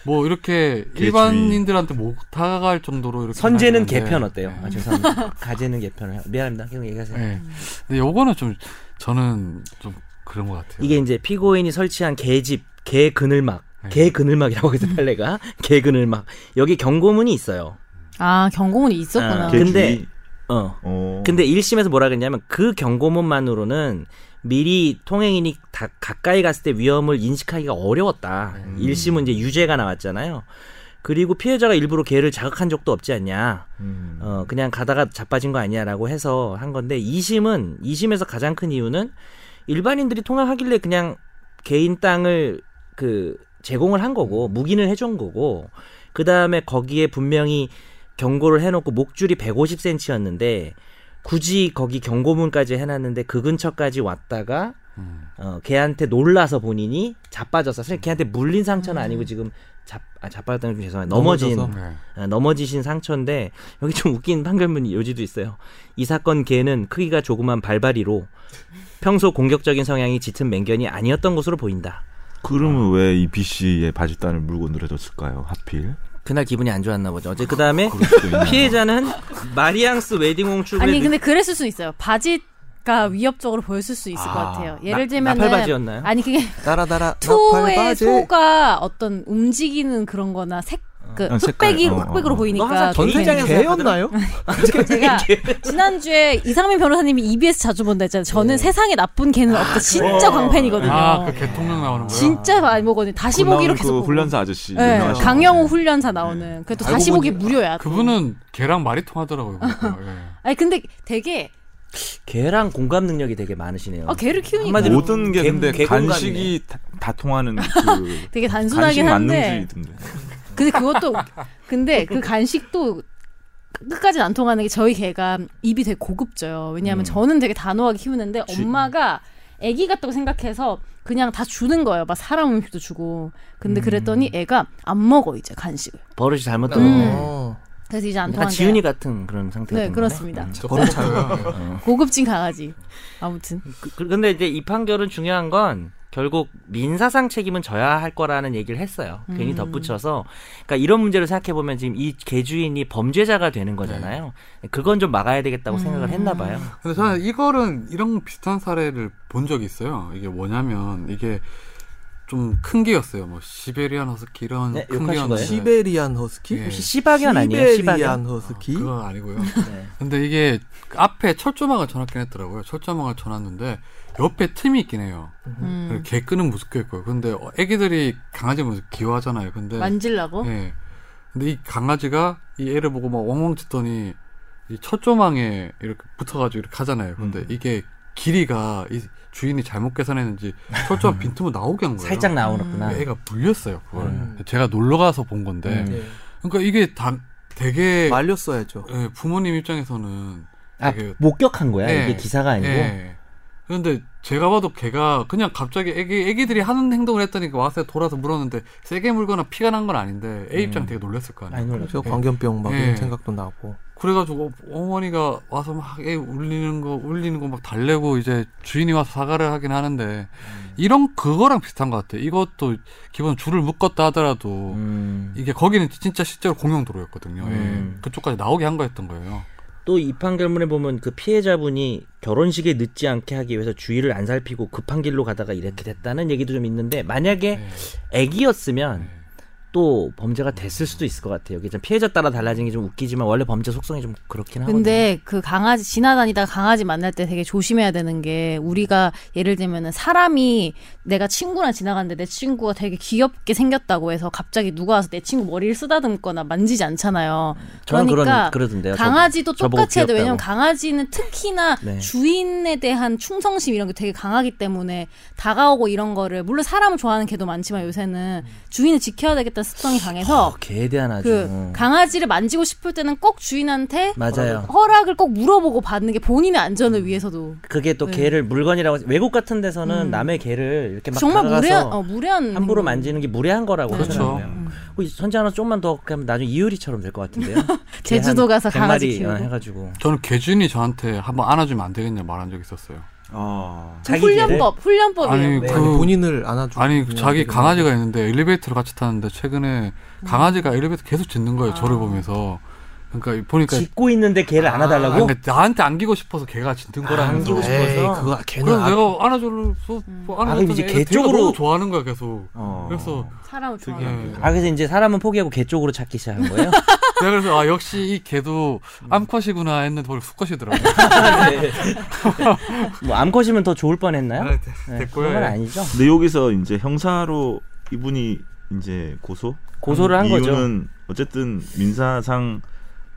Speaker 1: 뭐 이렇게
Speaker 5: 개
Speaker 1: 일반인들한테 못 다가갈 정도로 이렇게
Speaker 2: 선제는
Speaker 1: 하는데.
Speaker 2: 개편 어때요? 아,
Speaker 1: 네.
Speaker 2: 죄송합니다. 가제는 개편을. 해요. 미안합니다. 계속 얘기하세요.
Speaker 1: 예. 근데 요거는 좀 저는 좀 그런 것 같아요.
Speaker 2: 이게 이제 피고인이 설치한 개집, 개 그늘막,
Speaker 1: 네.
Speaker 2: 개 그늘막이라고 해서 달래가 개 그늘막 여기 경고문이 있어요.
Speaker 4: 아, 경고문이 있었구나.
Speaker 2: 아,
Speaker 5: 걔
Speaker 2: 개- 근데-
Speaker 5: 주위-
Speaker 2: 어.
Speaker 5: 어.
Speaker 2: 근데 1심에서 뭐라 그랬냐면 그 경고문만으로는 미리 통행인이 다 가까이 갔을 때 위험을 인식하기가 어려웠다.
Speaker 1: 음.
Speaker 2: 1심은 이제 유죄가 나왔잖아요. 그리고 피해자가 일부러 개를 자극한 적도 없지 않냐.
Speaker 5: 음.
Speaker 2: 어, 그냥 가다가 자빠진 거 아니야라고 해서 한 건데 2심은 2심에서 가장 큰 이유는 일반인들이 통행하길래 그냥 개인 땅을 그 제공을 한 거고 묵인을 해준 거고 그 다음에 거기에 분명히 경고를 해놓고 목줄이 150cm였는데 굳이 거기 경고문까지 해놨는데 그 근처까지 왔다가
Speaker 1: 음.
Speaker 2: 어, 걔한테 놀라서 본인이 자빠졌어. 사실 걔한테 물린 상처는 아니고 지금 자, 아, 자빠졌다는 좀 죄송해요. 넘어진
Speaker 3: 넘어져서.
Speaker 1: 네.
Speaker 2: 아, 넘어지신 상처인데 여기 좀 웃긴 판결문 요지도 있어요. 이 사건 개는 크기가 조그만 발발이로 평소 공격적인 성향이 짙은 맹견이 아니었던 것으로 보인다.
Speaker 5: 그러면 왜 이 B 씨의 바짓단을 물고 늘어졌을까요? 하필
Speaker 2: 그날 기분이 안 좋았나 보죠. 어제 그 다음에
Speaker 5: 그럴 수도 있나요?
Speaker 2: 피해자는 마리앙스 웨딩홍 출근에
Speaker 4: 아니, 근데 그랬을 수 있어요. 바지가 위협적으로 보였을 수 있을
Speaker 5: 아,
Speaker 4: 것 같아요.
Speaker 2: 나-
Speaker 4: 예를 들면은
Speaker 2: 나팔바지였나요?
Speaker 4: 아니 그게
Speaker 3: 따라따라
Speaker 4: 투의
Speaker 3: 나팔바지.
Speaker 4: 소가 어떤 움직이는 그런 거나 색, 그,
Speaker 5: 아, 색깔.
Speaker 4: 흑백이,
Speaker 5: 어, 어.
Speaker 4: 흑백으로
Speaker 2: 너 항상
Speaker 4: 보이니까.
Speaker 2: 전
Speaker 4: 되게
Speaker 2: 세상에서
Speaker 3: 개였나요?
Speaker 4: 그러니까 제가 지난주에 이상민 변호사님이 EBS 자주 본다 했잖아요. 저는
Speaker 2: 어.
Speaker 4: 세상에 나쁜 개는 없다. 진짜 광팬이거든요.
Speaker 1: 아, 그 개통령 나오는 거요
Speaker 4: 진짜 많이 보거든요. 다시
Speaker 5: 그
Speaker 4: 보기로
Speaker 5: 나오는
Speaker 4: 계속.
Speaker 5: 그
Speaker 4: 보고.
Speaker 5: 훈련사 아저씨
Speaker 4: 네,
Speaker 5: 유명하신
Speaker 4: 강영호
Speaker 5: 분.
Speaker 4: 훈련사
Speaker 5: 네.
Speaker 4: 나오는. 그래도
Speaker 3: 알고
Speaker 4: 다시 보기
Speaker 3: 보니-
Speaker 4: 무료야. 또.
Speaker 1: 그분은 개랑 말이 통하더라고요. 보니까. 예.
Speaker 4: 아니 근데 되게
Speaker 2: 개랑 공감 능력이 되게 많으시네요.
Speaker 4: 아, 개를 키우니까
Speaker 2: 한마디로
Speaker 5: 모든 게
Speaker 2: 개-
Speaker 5: 근데
Speaker 2: 개공감이네.
Speaker 5: 간식이 다, 다 통하는 그
Speaker 4: 되게
Speaker 5: 간식
Speaker 4: 단순하긴 한데.
Speaker 5: 만능주의던데.
Speaker 4: 근데 그것도 근데 그 간식도 끝까지는 안 통하는 게 저희 개가 입이 되게 고급져요. 왜냐하면
Speaker 5: 음.
Speaker 4: 저는 되게 단호하게 키우는데
Speaker 2: 주-
Speaker 4: 엄마가 애기 같다고 생각해서 그냥 다 주는 거예요. 막 사람 음식도 주고. 근데 그랬더니 애가 안 먹어 이제 간식을.
Speaker 2: 버릇이 잘못된
Speaker 4: 음.
Speaker 2: 거네.
Speaker 4: 그래서 이제 안
Speaker 2: 약간
Speaker 4: 통한대.
Speaker 2: 지훈이 같은 그런 상태
Speaker 4: 네
Speaker 2: 같은 거네.
Speaker 4: 그렇습니다.
Speaker 2: 음.
Speaker 1: 저
Speaker 3: 버릇
Speaker 1: 똑같아요.
Speaker 4: 고급진 강아지. 아무튼
Speaker 2: 그- 그- 근데 이제 이 판결은 중요한 건 결국 민사상 책임은 져야 할 거라는 얘기를 했어요. 괜히
Speaker 4: 음.
Speaker 2: 덧붙여서. 그러니까 이런 문제를 생각해 보면 지금 이 개주인이 범죄자가 되는 거잖아요. 그건 좀 막아야 되겠다고 생각을 했나 봐요.
Speaker 1: 근데 저는 이거는 이런 비슷한 사례를 본 적이 있어요. 이게 뭐냐면 이게 좀 큰 개였어요. 뭐 시베리안 허스키 이런
Speaker 2: 네,
Speaker 1: 큰
Speaker 2: 욕하신 거예요?
Speaker 1: 개였는데
Speaker 3: 시베리안 허스키?
Speaker 1: 예.
Speaker 2: 혹시 시바견 아니에요? 시바견.
Speaker 3: 시베리안 허스키?
Speaker 1: 어, 그건 아니고요.
Speaker 2: 네.
Speaker 1: 근데 이게 그 앞에 철조망을 쳐놨긴 했더라고요. 철조망을 쳐놨는데 옆에 틈이 있긴 해요.
Speaker 4: 음,
Speaker 1: 개 끄는 모습도 있고요. 근데 어, 애기들이 강아지 모습 귀여워하잖아요. 근데
Speaker 4: 만질라고.
Speaker 2: 어?
Speaker 1: 예. 근데 이 강아지가 이 애를 보고 막 엉엉 짖더니 이 첫조망에 이렇게 붙어가지고 이렇게 하잖아요. 근데
Speaker 5: 음.
Speaker 1: 이게 길이가 이 주인이 잘못 계산했는지 첫조망 빈틈으로 나오게 한 거예요. 네.
Speaker 2: 음. 살짝 나오는구나.
Speaker 1: 애가 물렸어요. 그걸.
Speaker 3: 음.
Speaker 1: 제가 놀러 가서 본 건데.
Speaker 2: 음.
Speaker 1: 그러니까 이게 다
Speaker 3: 네.
Speaker 1: 되게
Speaker 3: 말렸어야죠.
Speaker 1: 예, 부모님 입장에서는
Speaker 2: 아,
Speaker 1: 되게-
Speaker 2: 목격한 거야.
Speaker 1: 네.
Speaker 2: 이게 기사가 아니고.
Speaker 1: 예. 그런데 제가 봐도 걔가 그냥 갑자기 애기 애기들이 하는 행동을 했더니 와서 돌아서 물었는데 세게 물거나 피가 난 건 아닌데 애
Speaker 2: 음.
Speaker 1: 입장 되게 놀랐을 거 아니에요.
Speaker 2: 많이 놀랐어.
Speaker 3: 저 광견병 막
Speaker 1: 예.
Speaker 3: 이런 생각도 나고.
Speaker 1: 그래가지고 어머니가 와서 막 애 울리는 거 울리는 거 막 달래고 이제 주인이 와서 사과를 하긴 하는데 이런 그거랑 비슷한 것 같아요. 이것도 기본 줄을 묶었다 하더라도
Speaker 2: 음.
Speaker 1: 이게 거기는 진짜 실제로 공용 도로였거든요. 예.
Speaker 2: 음.
Speaker 1: 그쪽까지 나오게 한 거였던 거예요.
Speaker 2: 또 이 판결문에 보면 그 피해자분이 결혼식에 늦지 않게 하기 위해서 주의를 안 살피고 급한 길로 가다가 이렇게 됐다는 얘기도 좀 있는데 만약에
Speaker 4: 네.
Speaker 1: 예.
Speaker 2: 애기였으면 또 범죄가 됐을 수도 있을 것 같아요. 이게 좀 피해자 따라 달라진 게 좀 웃기지만 원래 범죄 속성이 좀 그렇긴 하거든요.
Speaker 4: 근데 그 강아지 지나다니다가 강아지 만날 때 되게 조심해야 되는 게 우리가 예를 들면은 사람이 내가 친구랑 지나갔는데 내 친구가 되게 귀엽게 생겼다고 해서 갑자기 누가 와서 내 친구 머리를 쓰다듬거나 만지지 않잖아요.
Speaker 2: 저는 그런-
Speaker 4: 그러니까
Speaker 2: 그러던데요. 저보-
Speaker 4: 강아지도
Speaker 2: 저보고
Speaker 4: 똑같이 해야 돼. 왜냐면
Speaker 2: 귀엽다고.
Speaker 4: 강아지는 특히나
Speaker 2: 네.
Speaker 4: 주인에 대한 충성심 이런 게 되게 강하기 때문에 다가오고 이런 거를 물론 사람을 좋아하는 개도 많지만 요새는 주인을 지켜야 되겠다는 습성이 강해서
Speaker 2: 개대한 음. 아주. 음.
Speaker 4: 그 강아지를 만지고 싶을 때는 꼭 주인한테
Speaker 2: 맞아요. 음.
Speaker 4: 허락을 꼭 물어보고 받는 게 본인의 안전을 위해서도
Speaker 2: 그게 또
Speaker 4: 네.
Speaker 2: 개를 물건이라고 외국 같은 데서는
Speaker 4: 음.
Speaker 2: 남의 개를 이렇게 막
Speaker 4: 정말 무례한
Speaker 2: 다가가서
Speaker 4: 어, 무례한
Speaker 2: 함부로
Speaker 4: 행동.
Speaker 2: 만지는 게 무례한 거라고
Speaker 4: 그렇죠.
Speaker 2: 하잖아요. 어, 선지 하나 좀만 더 하면 나중에 이효리처럼 될 것 같은데요. 걔
Speaker 4: 제주도
Speaker 2: 한
Speaker 4: 가서
Speaker 2: 100
Speaker 4: 강아지
Speaker 2: 마리,
Speaker 4: 키우고.
Speaker 2: 어, 해가지고
Speaker 1: 저는 개준이 저한테 한번 안아주면 안 되겠냐 말한 적 있었어요.
Speaker 5: 아.
Speaker 4: 그
Speaker 2: 자기
Speaker 4: 훈련법 훈련법이에요.
Speaker 1: 아니
Speaker 2: 네.
Speaker 3: 아니,
Speaker 1: 그
Speaker 3: 본인을 안아주고
Speaker 1: 아니
Speaker 3: 그냥
Speaker 1: 자기
Speaker 3: 그냥
Speaker 1: 강아지가 있는데 엘리베이터를 같이 타는데 최근에
Speaker 2: 음.
Speaker 1: 강아지가 엘리베이터 계속 짖는 거예요 저를
Speaker 4: 아.
Speaker 1: 보면서 그러니까 보니까
Speaker 2: 짖고 있는데 개를
Speaker 1: 아,
Speaker 2: 안아달라고?
Speaker 1: 그러니까 나한테 안기고 싶어서 걔가 짖는 거라면서
Speaker 2: 안기고 싶어서.
Speaker 3: 에이 그거 걔는
Speaker 1: 그래서
Speaker 3: 안-
Speaker 1: 내가 안아줄로 뭐
Speaker 2: 아,
Speaker 1: 안아줬더니
Speaker 2: 그럼 이제
Speaker 1: 애가
Speaker 2: 걔
Speaker 1: 되게
Speaker 2: 쪽으로-
Speaker 1: 너무 좋아하는 거야 계속
Speaker 5: 어.
Speaker 1: 그래서
Speaker 4: 사람을
Speaker 1: 되게
Speaker 4: 좋아하는 거.
Speaker 2: 아 그래서 이제 사람은 포기하고 개 쪽으로 찾기 시작한 거예요?
Speaker 1: 내가 그래서 아 역시 이 개도 암컷이구나 했는데 원래 수컷이더라고
Speaker 2: 네. 뭐 암컷이면 더 좋을 뻔했나요?
Speaker 1: 네,
Speaker 2: 네,
Speaker 1: 됐고요
Speaker 2: 그런 건
Speaker 1: 예.
Speaker 2: 아니죠.
Speaker 5: 근데 여기서 이제 형사로 이분이 이제 고소?
Speaker 2: 고소를
Speaker 1: 음,
Speaker 2: 한 거죠.
Speaker 5: 이유는 어쨌든 민사상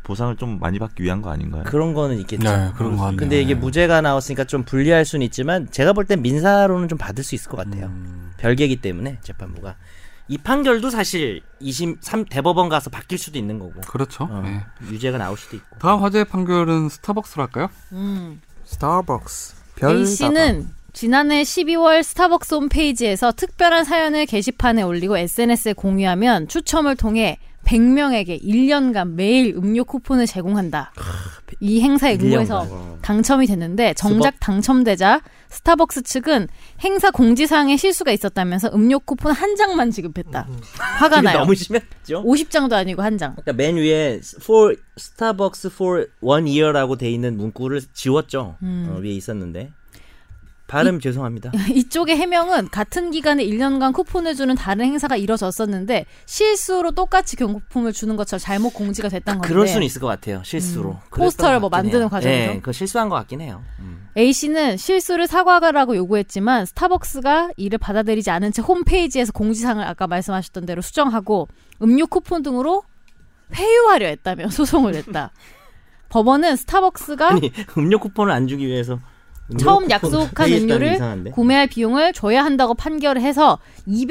Speaker 5: 보상을 좀 많이 받기 위한 거 아닌가요?
Speaker 2: 그런 거는 있겠죠.
Speaker 1: 네 그런 거 같네요
Speaker 2: 근데 이게 무죄가 나왔으니까 좀 불리할 수는 있지만 제가 볼 땐 민사로는 좀 받을 수 있을 것 같아요.
Speaker 1: 음.
Speaker 2: 별개이기 때문에 재판부가 이 판결도 사실 23 대법원 가서 바뀔 수도 있는 거고
Speaker 1: 그렇죠
Speaker 2: 어,
Speaker 1: 예.
Speaker 2: 유죄가 나올 수도 있고.
Speaker 1: 다음 화제 판결은 스타벅스로 할까요?
Speaker 4: 음.
Speaker 3: 아, 스타벅스 별
Speaker 4: A 씨는 지난해 12월 스타벅스 홈페이지에서 특별한 사연을 게시판에 올리고 SNS에 공유하면 추첨을 통해 100명에게 1년간 매일 음료 쿠폰을 제공한다. 이 행사에 응모해서
Speaker 2: 어.
Speaker 4: 당첨이 됐는데 정작 당첨되자 스타벅스 측은 행사 공지사항에 실수가 있었다면서 음료 쿠폰 한 장만 지급했다. 화가
Speaker 2: 음. 이게
Speaker 4: 나요.
Speaker 2: 너무 심했죠.
Speaker 4: 50장도 아니고 한 장.
Speaker 2: 그러니까 맨 위에 for 스타벅스 for one year라고 돼 있는 문구를 지웠죠.
Speaker 4: 음.
Speaker 2: 어, 위에 있었는데 발음 죄송합니다.
Speaker 4: 이쪽의 해명은 같은 기간에 1년간 쿠폰을 주는 다른 행사가 이뤄졌었는데 실수로 똑같이 경품을 주는 것처럼 잘못 공지가 됐던 건데
Speaker 2: 아, 그럴 수는 있을 것 같아요. 실수로 그랬던
Speaker 4: 포스터를
Speaker 2: 것
Speaker 4: 뭐
Speaker 2: 같긴
Speaker 4: 만드는
Speaker 2: 해요.
Speaker 4: 과정에서?
Speaker 2: 네, 그거 실수한 것 같긴 해요. 음.
Speaker 4: A 씨는 실수를 사과하라고 요구했지만 스타벅스가 이를 받아들이지 않은 채 홈페이지에서 공지사항을 아까 말씀하셨던 대로 수정하고 음료 쿠폰 등으로 회유하려 했다며 소송을 냈다. 법원은 스타벅스가
Speaker 2: 아니 음료 쿠폰을 안 주기 위해서 음료
Speaker 4: 처음
Speaker 2: 쿠폰을
Speaker 4: 약속한
Speaker 2: 회의했다는 게
Speaker 4: 음료를
Speaker 2: 이상한데?
Speaker 4: 구매할 비용을 줘야 한다고 판결을 해서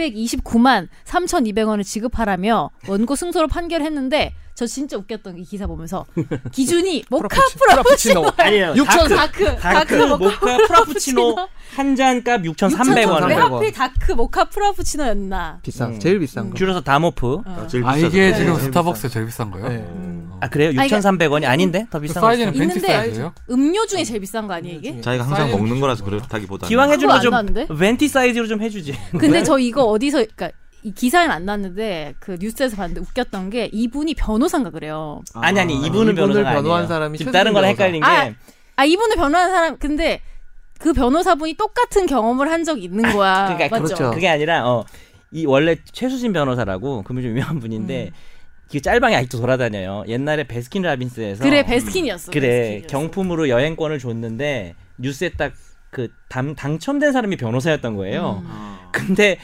Speaker 4: 229만 3,200원을 지급하라며 원고 승소로 판결했는데 저 진짜 웃겼던 게 기사 보면서 기준이 모카 프라푸치노
Speaker 2: 아니에요.
Speaker 4: 육천
Speaker 2: 다크,
Speaker 4: 다크
Speaker 2: 다크 모카 프라푸치노 한 잔값
Speaker 4: 6,300원 왜
Speaker 2: 6,300원.
Speaker 3: 원.
Speaker 4: 하필 다크 모카 프라푸치노였나
Speaker 3: 비싼
Speaker 2: 음.
Speaker 3: 제일 비싼 거
Speaker 2: 줄여서 다모프.
Speaker 4: 어.
Speaker 5: 제일
Speaker 1: 아
Speaker 5: 비싸죠.
Speaker 1: 이게
Speaker 3: 네,
Speaker 1: 지금
Speaker 3: 제일
Speaker 1: 스타벅스 제일 비싼 거예요?
Speaker 3: 네.
Speaker 2: 아 그래요?
Speaker 4: 아니,
Speaker 2: 6,300원이 아닌데 더
Speaker 1: 그
Speaker 2: 비싼 거. 있어요?
Speaker 1: 사이즈는 벤치
Speaker 4: 있는데
Speaker 1: 사이즈예요?
Speaker 4: 음료 중에 제일 비싼 거 아니에요 이게?
Speaker 5: 자기가 항상
Speaker 1: 사이즈는
Speaker 5: 먹는 거라서
Speaker 1: 좋죠.
Speaker 5: 그렇다기보다는
Speaker 2: 기왕 해준
Speaker 4: 그거 안
Speaker 2: 거 좀 음. 네.
Speaker 4: 나왔는데?
Speaker 2: 벤티 사이즈로 좀 해주지.
Speaker 4: 네? 근데 저 이거 어디서 그러니까 이 기사에는 안 났는데 그 뉴스에서 봤는데 웃겼던 게 이분이 변호사인가 그래요.
Speaker 2: 아니 아니 이분은
Speaker 3: 이분을
Speaker 2: 변호사 아니에요.
Speaker 3: 변호한 사람이
Speaker 2: 지금 다른 거랑
Speaker 3: 최순실
Speaker 2: 헷갈린 게
Speaker 4: 변호사. 아 이분을 변호하는 사람 근데 그 변호사분이 똑같은 경험을 한 적이 있는 거야.
Speaker 2: 그러니까
Speaker 4: 맞죠?
Speaker 3: 그렇죠.
Speaker 2: 그게 아니라 어 이 원래 최수진 변호사라고 그분 좀 유명한 분인데 그 짤방이 아직도 돌아다녀요. 옛날에 베스킨 라빈스에서
Speaker 4: 그래 베스킨이었어.
Speaker 2: 그래
Speaker 4: 베스킨이었어.
Speaker 2: 경품으로 여행권을 줬는데 뉴스에 딱 그 당첨된 사람이 변호사였던 거예요. 근데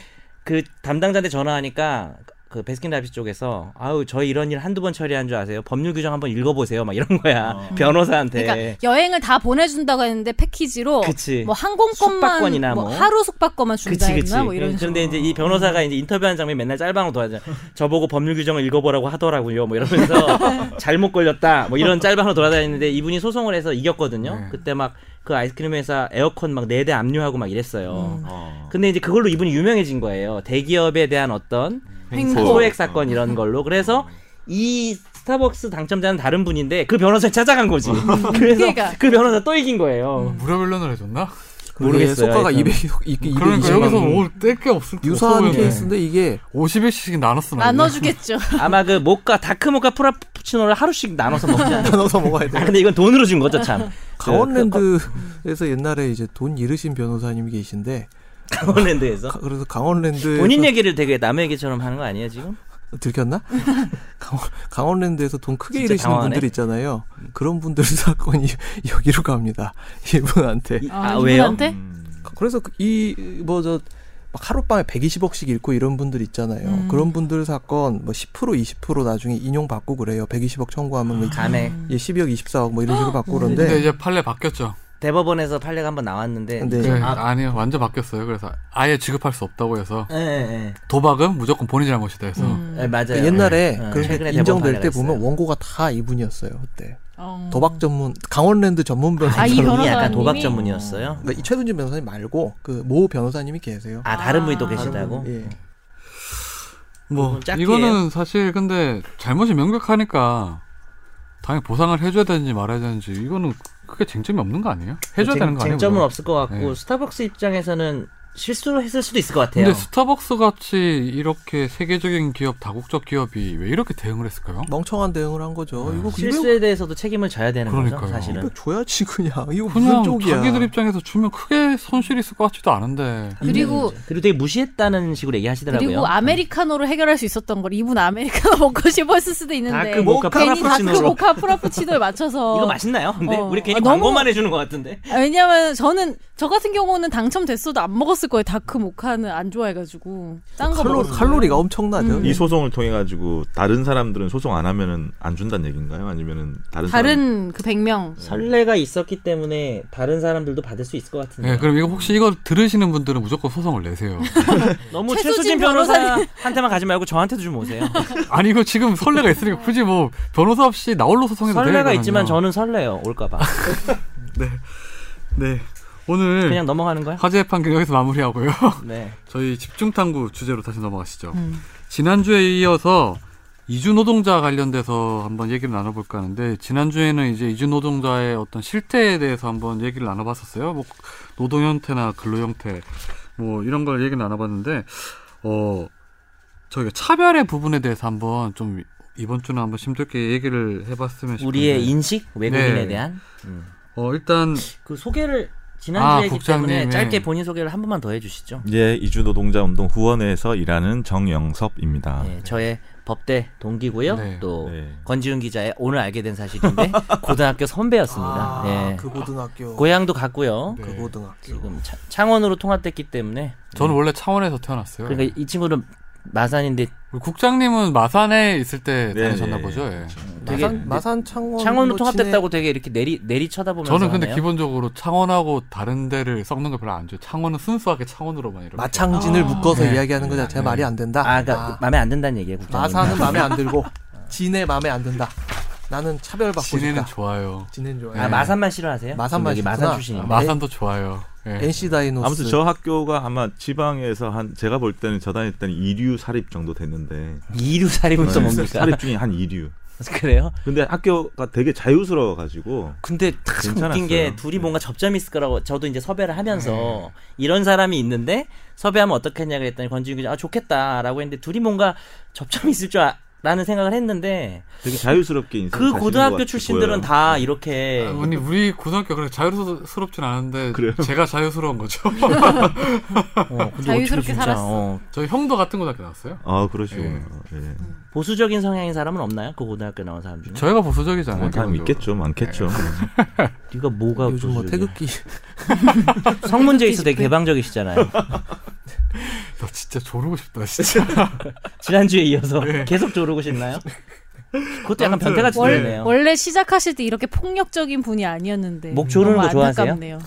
Speaker 2: 그 담당자한테 전화하니까 그 베스킨라빈스 쪽에서 아우 저희 이런 일 한두 번 처리한 줄 아세요? 법률 규정 한번 읽어보세요. 막 이런 거야 변호사한테.
Speaker 4: 그러니까 여행을 다 보내준다고 했는데 패키지로
Speaker 2: 네. 그치.
Speaker 4: 뭐 항공권만
Speaker 2: 숙박권이나
Speaker 4: 뭐
Speaker 2: 뭐.
Speaker 4: 하루 숙박권만 준다
Speaker 2: 그치 그치.
Speaker 4: 했나 뭐 이런 식으로
Speaker 2: 그런데 이제 이 변호사가 이제 인터뷰한 장면 이 맨날 짤방으로 돌아다녀. 저보고 법률 규정을 읽어보라고 하더라고요. 뭐 이러면서 잘못 걸렸다. 뭐 이런 짤방으로 돌아다녔는데 이분이 소송을 해서 이겼거든요.
Speaker 1: 네.
Speaker 2: 그때 막 그 아이스크림 회사 에어컨 막 네 대 압류하고 막 이랬어요.
Speaker 4: 음.
Speaker 5: 어.
Speaker 2: 근데 이제 그걸로 이분이 유명해진 거예요. 대기업에 대한 어떤
Speaker 1: 음. 뭐
Speaker 2: 소액 사건 이런 걸로. 그래서 이 스타벅스 당첨자는 다른 분인데 그 변호사 찾아간 거지. 그래서
Speaker 4: 그러니까.
Speaker 2: 그 변호사 또 이긴 거예요.
Speaker 1: 무료 변론을 해줬나?
Speaker 3: 그게 속가가
Speaker 2: 일단.
Speaker 3: 200 2
Speaker 1: 그러니까
Speaker 3: 220만
Speaker 1: 여기서
Speaker 3: 원.
Speaker 1: 뭘뗄게 없을 때
Speaker 3: 유사한 케이스인데 이게
Speaker 1: 51씩 나눴어
Speaker 4: 나눠주겠죠.
Speaker 2: 아마 그 모카 다크 모카 프라푸치노를 하루씩 나눠서 먹지 않나.
Speaker 3: 나눠서 먹어야 돼.
Speaker 2: 아, 근데 이건 돈으로 준 거죠 참.
Speaker 3: 강원랜드에서 옛날에 이제 돈 잃으신 변호사님이 계신데
Speaker 2: 그 강원랜드에서
Speaker 3: 가- 그래서 강원랜드
Speaker 2: 본인 얘기를 되게 남의 얘기처럼 하는 거 아니에요 지금?
Speaker 3: 들켰나? 강원, 강원랜드에서 돈 크게
Speaker 2: 진짜
Speaker 3: 잃으시는
Speaker 2: 당황하네.
Speaker 3: 분들 있잖아요. 그런 분들 사건이 여기로 갑니다. 이분한테.
Speaker 2: 이-
Speaker 4: 아,
Speaker 2: 아, 왜요?
Speaker 4: 이분한테?
Speaker 5: 음.
Speaker 3: 그래서 이뭐저 하룻밤에 120억씩 잃고 이런 분들 있잖아요.
Speaker 4: 음.
Speaker 3: 그런 분들 사건 뭐 10% 20% 나중에 인용 받고 그래요. 120억 청구하면
Speaker 2: 감액.
Speaker 3: 예, 12억 24억 뭐 이런 식으로 받고
Speaker 2: 음.
Speaker 1: 근데
Speaker 2: 네,
Speaker 3: 그런데
Speaker 1: 이제 판례 바뀌었죠.
Speaker 2: 대법원에서 판례가 한번 나왔는데
Speaker 3: 네.
Speaker 1: 네,
Speaker 2: 아.
Speaker 1: 아니요 완전 바뀌었어요. 그래서 아예 지급할 수 없다고 해서
Speaker 2: 예, 예,
Speaker 1: 도박은 무조건 본인 잘못이다 해서
Speaker 2: 예. 예, 맞아요.
Speaker 3: 그 옛날에
Speaker 2: 예, 예.
Speaker 3: 그렇게
Speaker 2: 최근에 대법원
Speaker 3: 인정될 때
Speaker 2: 판례가
Speaker 3: 보면
Speaker 2: 있어요. 음.
Speaker 3: 원고가 다 이분이었어요. 그때 도박 전문 강원랜드 전문
Speaker 4: 아,
Speaker 3: 변호사님.
Speaker 4: 이
Speaker 2: 이분이 약간 도박
Speaker 4: 변호사님이?
Speaker 2: 전문이었어요.
Speaker 3: 그러니까 이 최순진 변호사님 말고 그 모 변호사님이 계세요.
Speaker 2: 아 다른 분이 또
Speaker 4: 아.
Speaker 2: 계시다고.
Speaker 3: 예.
Speaker 1: 뭐
Speaker 2: 그건 짝이에요.
Speaker 1: 이거는 사실 근데 잘못이 명백하니까 당연히 보상을 해줘야 되는지 말아야 되는지 이거는 크게 쟁점이 없는 거 아니에요? 해줘야
Speaker 2: 쟁-
Speaker 1: 되는 거 아니에요?
Speaker 2: 쟁점은
Speaker 1: 물론?
Speaker 2: 없을 것 같고
Speaker 1: 예.
Speaker 2: 스타벅스 입장에서는 실수를 했을 수도 있을 것 같아요.
Speaker 1: 근데 스타벅스 같이 이렇게 세계적인 기업, 다국적 기업이 왜 이렇게 대응을 했을까요?
Speaker 3: 멍청한 대응을 한 거죠. 이거 200,
Speaker 2: 아, 실수에 대해서도 책임을 져야 되는 거죠,
Speaker 1: 그러니까요.
Speaker 2: 사실은.
Speaker 3: 200 줘야지 그냥. 이거 무슨
Speaker 1: 그냥
Speaker 3: 쪽이야.
Speaker 1: 자기들 입장에서 주면 크게 손실이 있을 것 같지도 않은데
Speaker 4: 그리고
Speaker 2: 그리고 되게 무시했다는 식으로 음, 얘기하시더라고요. 음.
Speaker 4: 그리고 아메리카노로 해결할 수 있었던 걸 이분 아메리카노 먹고 싶었을 수도 있는데
Speaker 2: 다크 모카
Speaker 4: 괜히 다크
Speaker 2: 프라푸치노로.
Speaker 4: 모카 프라푸치노에 맞춰서
Speaker 2: 이거 맛있나요? 근데
Speaker 4: 어.
Speaker 2: 우리 괜히
Speaker 4: 아, 너무-
Speaker 2: 광고만 해주는 것 같은데.
Speaker 4: 아, 왜냐면 저는 저 같은 경우는 당첨됐어도 안 먹었을 거예요. 다크 모카는 안 좋아해가지고 딴 거
Speaker 3: 칼로,
Speaker 4: 먹었어요.
Speaker 3: 칼로리가 엄청나죠.
Speaker 4: 음.
Speaker 5: 이 소송을 통해 가지고 다른 사람들은 소송 안 하면은 안 준다는 얘기인가요? 아니면은 다른
Speaker 4: 다른 그 100명
Speaker 2: 설레가 있었기 때문에 다른 사람들도 받을 수 있을 것 같은데.
Speaker 1: 네, 그럼 이거 혹시 이거 들으시는 분들은 무조건 소송을 내세요.
Speaker 2: 너무 최수진
Speaker 4: 최수진
Speaker 2: 변호사한테만 가지 말고 저한테도 좀 오세요.
Speaker 1: 아니 이거 지금 설레가 있으니까 굳이 뭐 변호사 없이 나홀로 소송해도
Speaker 2: 설레가
Speaker 1: 되거든요. 아,
Speaker 2: 있지만 저는 설레요. 올까봐.
Speaker 1: 네 오늘
Speaker 2: 그냥 넘어가는 거야?
Speaker 1: 화재 판결 여기서 마무리하고요.
Speaker 2: 네.
Speaker 1: 저희 집중 탐구 주제로 다시 넘어가시죠.
Speaker 4: 음.
Speaker 1: 지난주에 이어서 이주 노동자 관련돼서 한번 얘기를 나눠볼까 하는데 지난주에는 이제 이주 노동자의 어떤 실태에 대해서 한번 얘기를 나눠봤었어요. 뭐 노동 형태나 근로 형태 뭐 이런 걸 얘기를 나눠봤는데 어 저희가 차별의 부분에 대해서 한번 좀 이번 주는 한번 심도있게 얘기를 해봤으면 싶은데
Speaker 2: 우리의 인식? 외국인에
Speaker 1: 네.
Speaker 2: 대한? 음.
Speaker 1: 어 일단
Speaker 2: 그 소개를 지난주에
Speaker 1: 아,
Speaker 2: 했기
Speaker 1: 국장님,
Speaker 2: 때문에
Speaker 1: 네.
Speaker 2: 짧게 본인 소개를 한 번만 더 해주시죠.
Speaker 5: 예, 이주노동자 운동 후원에서 일하는 정영섭입니다.
Speaker 2: 네, 저의 법대 동기고요.
Speaker 1: 아, 네.
Speaker 2: 또
Speaker 5: 네.
Speaker 2: 권지훈 기자의 오늘 알게 된 사실인데 고등학교 선배였습니다.
Speaker 3: 아,
Speaker 2: 네.
Speaker 3: 그 고등학교.
Speaker 2: 고향도 같고요.
Speaker 1: 네.
Speaker 3: 그 고등학교.
Speaker 2: 지금 차- 창원으로 통합됐기 때문에
Speaker 1: 저는 원래 창원에서 태어났어요.
Speaker 2: 그러니까 이 친구는 마산인데
Speaker 1: 우리 국장님은 마산에 있을 때
Speaker 5: 네,
Speaker 1: 다니셨나
Speaker 5: 네.
Speaker 1: 보죠. 예.
Speaker 2: 되게
Speaker 3: 마산, 마산 창원.
Speaker 2: 창원으로 통합됐다고 되게 이렇게 내리 내리 쳐다보면서
Speaker 1: 저는 근데
Speaker 2: 하네요.
Speaker 1: 기본적으로 창원하고 다른 데를 섞는 걸 별로 안 좋아해요. 창원은 순수하게 창원으로만 이렇게.
Speaker 3: 마창진을 묶어서
Speaker 1: 네.
Speaker 3: 이야기하는 거 자체가
Speaker 1: 네.
Speaker 3: 말이 안 된다.
Speaker 2: 아, 그러니까
Speaker 3: 아,
Speaker 2: 마음에 아. 안 든다는 얘기예요, 국장님.
Speaker 3: 마산은 마음에 안 들고 진해 마음에 안 든다. 나는 차별받고
Speaker 1: 진해는
Speaker 3: 싶다.
Speaker 1: 좋아요.
Speaker 3: 진해는 좋아.
Speaker 2: 아, 마산만 싫어하세요?
Speaker 3: 네.
Speaker 2: 저는
Speaker 3: 마산만
Speaker 2: 여기
Speaker 3: 싫구나.
Speaker 2: 마산 출신이에요.
Speaker 3: 네.
Speaker 1: 마산도 좋아요. 예.
Speaker 3: NC 다이노스.
Speaker 5: 아무튼 저 학교가 아마 지방에서 한 제가 볼 때는 저 다닐 때는 이류 사립 정도 됐는데 네.
Speaker 2: 이류 사립은
Speaker 3: 네.
Speaker 2: 또 뭡니까?
Speaker 5: 사립 중에 한 이류.
Speaker 2: 그래요?
Speaker 5: 근데 학교가 되게 자유스러워 가지고
Speaker 2: 근데 참 웃긴
Speaker 5: 괜찮았어요.
Speaker 2: 게
Speaker 3: 네.
Speaker 2: 둘이 뭔가 접점이 있을 거라고 저도 이제 섭외를 하면서 이런 사람이 있는데 섭외하면 어떻겠냐 그랬더니 권지윤 기자 아 좋겠다라고 했는데 둘이 뭔가 접점이 있을 줄 아, 라는 생각을 했는데
Speaker 5: 되게 자유스럽게 인생
Speaker 2: 그 고등학교 출신들은 다
Speaker 3: 네.
Speaker 1: 아,
Speaker 2: 이렇게
Speaker 1: 아니 우리 고등학교 그래 자유스럽진 않은데
Speaker 5: 네. 그래요?
Speaker 1: 제가 자유스러운 거죠.
Speaker 2: 어, 근데
Speaker 4: 자유스럽게
Speaker 2: 어떻게 진짜,
Speaker 4: 살았어.
Speaker 2: 어,
Speaker 1: 저 형도 같은 고등학교 나왔어요.
Speaker 5: 아 그러시군요. 예.
Speaker 2: 보수적인 성향인 사람은 없나요? 그 고등학교 나온 사람 중에
Speaker 1: 저희가 보수적이잖아요.
Speaker 5: 네. 뭐 다음
Speaker 1: 기본적으로.
Speaker 5: 있겠죠, 많겠죠. 뭐.
Speaker 2: 네가 뭐가
Speaker 3: 요즘 뭐
Speaker 2: 보수적이야?
Speaker 3: 태극기
Speaker 2: 성문제 있어
Speaker 4: 그
Speaker 2: 되게 개방적이시잖아요
Speaker 1: 나 진짜 조르고 싶다 진짜.
Speaker 2: 지난주에 이어서 계속 조르고 싶나요? 그것도 약간 변태같이
Speaker 4: 월-
Speaker 2: 들리네요
Speaker 4: 원래 시작하실 때 이렇게 폭력적인 분이 아니었는데
Speaker 2: 목 조르는
Speaker 4: 너무
Speaker 2: 거 좋아하세요?
Speaker 4: 안타깝네요.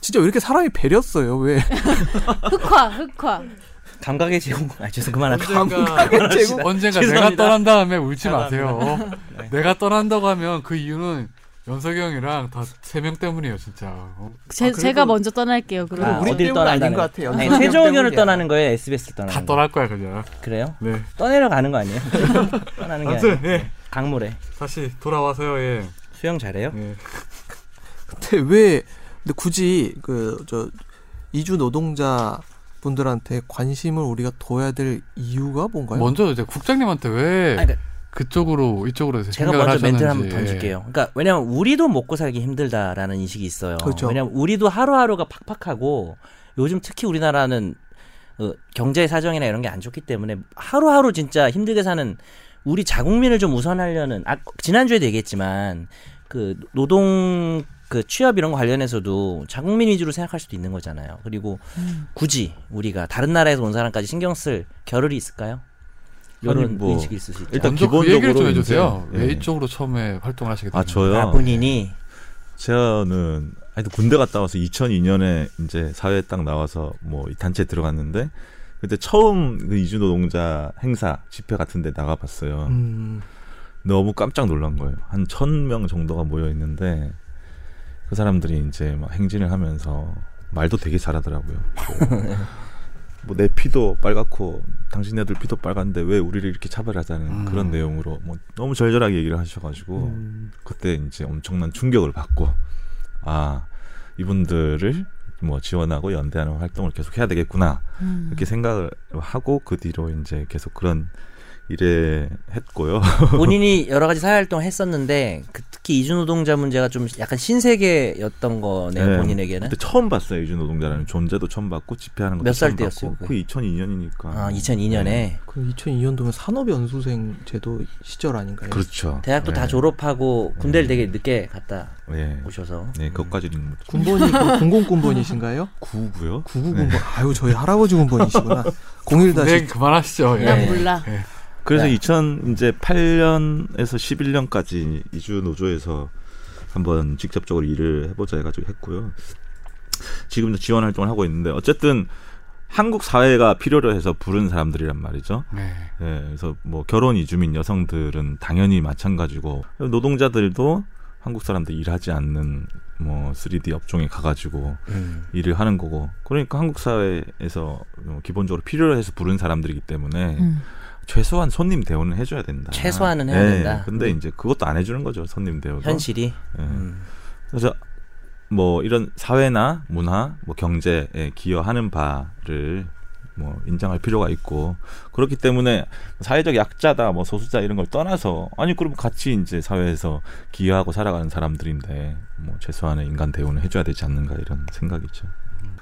Speaker 3: 진짜 왜 이렇게 사람이 배렸어요? 왜?
Speaker 4: 흑화 흑화
Speaker 2: 감각의 제공 아 죄송 그만합시다
Speaker 1: 언젠가
Speaker 3: 제국?
Speaker 1: 언젠가 내가
Speaker 2: 죄송합니다. 네.
Speaker 1: 떠난 다음에 울지 마세요. 내가 떠난다고 하면 그 이유는 연석이 형이랑 다 세 명 때문이에요 진짜. 어.
Speaker 4: 제,
Speaker 3: 그래도-
Speaker 4: 제가 먼저 떠날게요. 그리고
Speaker 2: 아,
Speaker 3: 우리
Speaker 2: 어딜
Speaker 3: 때문은
Speaker 2: 떠난다는
Speaker 3: 아닌 것
Speaker 2: 거야?
Speaker 3: 같아요.
Speaker 2: 아니,
Speaker 3: 연습생
Speaker 2: 최종 의견을
Speaker 3: 때문이야.
Speaker 2: 떠나는 거예요? SBS를 떠나는
Speaker 1: 다
Speaker 2: 거예요?
Speaker 1: 떠날 거야 그냥.
Speaker 2: 그래요?
Speaker 1: 네.
Speaker 2: 떠내려 가는 거 아니에요? 떠나는 게 아니에요
Speaker 1: 아무튼
Speaker 3: 네.
Speaker 1: 예.
Speaker 2: 강물에
Speaker 1: 다시 돌아와서요. 예.
Speaker 2: 수영 잘해요?
Speaker 1: 예.
Speaker 3: 근데 왜 근데 굳이 그 저 이주 노동자 분들한테 관심을 우리가 둬야 될 이유가 뭔가요?
Speaker 1: 먼저 이제 국장님한테 왜
Speaker 2: 아니, 그러니까
Speaker 1: 그쪽으로 이쪽으로
Speaker 2: 제가
Speaker 1: 생각을
Speaker 2: 먼저
Speaker 1: 하셨는지 예.
Speaker 2: 멘트를 한번 던질게요. 그러니까 왜냐면 우리도 먹고 살기 힘들다라는 인식이 있어요.
Speaker 3: 그렇죠.
Speaker 2: 왜냐면 우리도 하루하루가 팍팍하고 요즘 특히 우리나라는 어, 경제 사정이나 이런 게 안 좋기 때문에 하루하루 진짜 힘들게 사는 우리 자국민을 좀 우선하려는 아, 지난주에도 얘기했지만 그 노동 그 취업 이런 거 관련해서도 자국민 위주로 생각할 수도 있는 거잖아요. 그리고
Speaker 3: 음.
Speaker 2: 굳이 우리가 다른 나라에서 온 사람까지 신경 쓸 겨를이 있을까요? 이런
Speaker 5: 아니, 뭐
Speaker 2: 인식이 있을 수 있죠.
Speaker 5: 일단
Speaker 1: 먼저 그
Speaker 5: 기본적으로
Speaker 1: 얘기를 좀
Speaker 2: 네.
Speaker 1: 해주세요.
Speaker 5: 이제,
Speaker 1: 왜
Speaker 5: 예.
Speaker 3: 아,
Speaker 1: 이쪽으로 처음에 활동을 하시게 됐는지.
Speaker 5: 아 저요.
Speaker 2: 아 본인이
Speaker 5: 저는 하여튼 군대 갔다 와서 2002년에 이제 사회에 딱 나와서 뭐 이 단체에 들어갔는데 그때 처음 그 이주 노동자 행사 집회 같은 데 나가봤어요.
Speaker 3: 음.
Speaker 5: 너무 깜짝 놀란 거예요. 한 천 명 정도가 모여 있는데 그 사람들이 이제 막 행진을 하면서 말도 되게 잘하더라고요. 뭐 내 피도 빨갛고 당신네들 피도 빨간데 왜 우리를 이렇게 차별하자는
Speaker 1: 음.
Speaker 5: 그런 내용으로 뭐 너무 절절하게 얘기를 하셔가지고
Speaker 3: 음.
Speaker 5: 그때 이제 엄청난 충격을 받고 아 이분들을 뭐 지원하고 연대하는 활동을 계속 해야 되겠구나
Speaker 4: 음.
Speaker 5: 이렇게 생각을 하고 그 뒤로 이제 계속 그런 일에 했고요.
Speaker 2: 본인이 여러 가지 사회 활동을 했었는데 그 특히 이주노동자 문제가 좀 약간 신세계였던 거네요
Speaker 5: 네.
Speaker 2: 본인에게는
Speaker 5: 그때 처음 봤어요 이주 노동자라는 존재도 처음 봤고 집회하는 것도
Speaker 2: 몇살
Speaker 5: 처음
Speaker 2: 때였어요,
Speaker 5: 봤고 그
Speaker 2: 그게?
Speaker 5: 2002년이니까
Speaker 2: 아 2002년에
Speaker 5: 네.
Speaker 3: 그 2002년도면 산업연수생 제도 시절 아닌가요?
Speaker 5: 그렇죠
Speaker 2: 대학도
Speaker 5: 예.
Speaker 2: 다 졸업하고 군대를 되게 늦게 갔다
Speaker 5: 예
Speaker 2: 오셔서
Speaker 5: 네 그것까지는
Speaker 3: 군번이 그 공공군번이신가요?
Speaker 5: 구고요
Speaker 3: 구구군번. 아유 저희 할아버지 군번이시구나. 01
Speaker 1: 네,
Speaker 3: 다시
Speaker 1: 그만하시죠. 예.
Speaker 4: 난
Speaker 2: 네.
Speaker 4: 몰라.
Speaker 5: 그래서
Speaker 2: 네.
Speaker 5: 2000 이제 8년에서 11년까지 이주 노조에서 한번 직접적으로 일을 해보자 해가지고 했고요. 지금도 지원 활동을 하고 있는데 어쨌든 한국 사회가 필요로 해서 부른 사람들이란 말이죠.
Speaker 1: 네.
Speaker 5: 예, 그래서 뭐 결혼 이주민 여성들은 당연히 마찬가지고 노동자들도 한국 사람들 일하지 않는 뭐 3D 업종에 가가지고
Speaker 2: 음.
Speaker 5: 일을 하는 거고 그러니까 한국 사회에서 어, 기본적으로 필요로 해서 부른 사람들이기 때문에
Speaker 4: 음.
Speaker 5: 최소한 손님 대우는 해줘야 된다. 네,
Speaker 2: 최소한은 해야 된다.
Speaker 5: 근데 이제 그것도 안 해주는 거죠 손님 대우도.
Speaker 2: 현실이
Speaker 5: 예.
Speaker 2: 음.
Speaker 5: 그래서 뭐 이런 사회나 문화, 뭐 경제에 기여하는 바를 뭐 인정할 필요가 있고 그렇기 때문에 사회적 약자다, 뭐 소수자 이런 걸 떠나서 아니 그럼 같이 이제 사회에서 기여하고 살아가는 사람들인데 뭐 최소한의 인간 대우는 해줘야 되지 않는가 이런 생각이죠.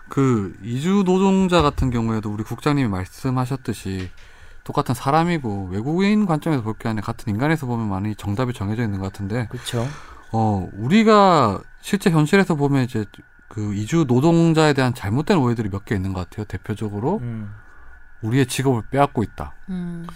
Speaker 1: 그 이주 노동자 같은 경우에도 우리 국장님이 말씀하셨듯이 똑같은 사람이고 외국인 관점에서 볼 게 아니라 같은 인간에서 보면 많이 정답이 정해져 있는 것 같은데
Speaker 2: 그렇죠
Speaker 1: 어 우리가 실제 현실에서 보면 이제 그 이주 노동자에 대한 잘못된 오해들이 몇 개 있는 것 같아요. 대표적으로
Speaker 2: 음.
Speaker 1: 우리의 직업을 빼앗고 있다.
Speaker 4: 음.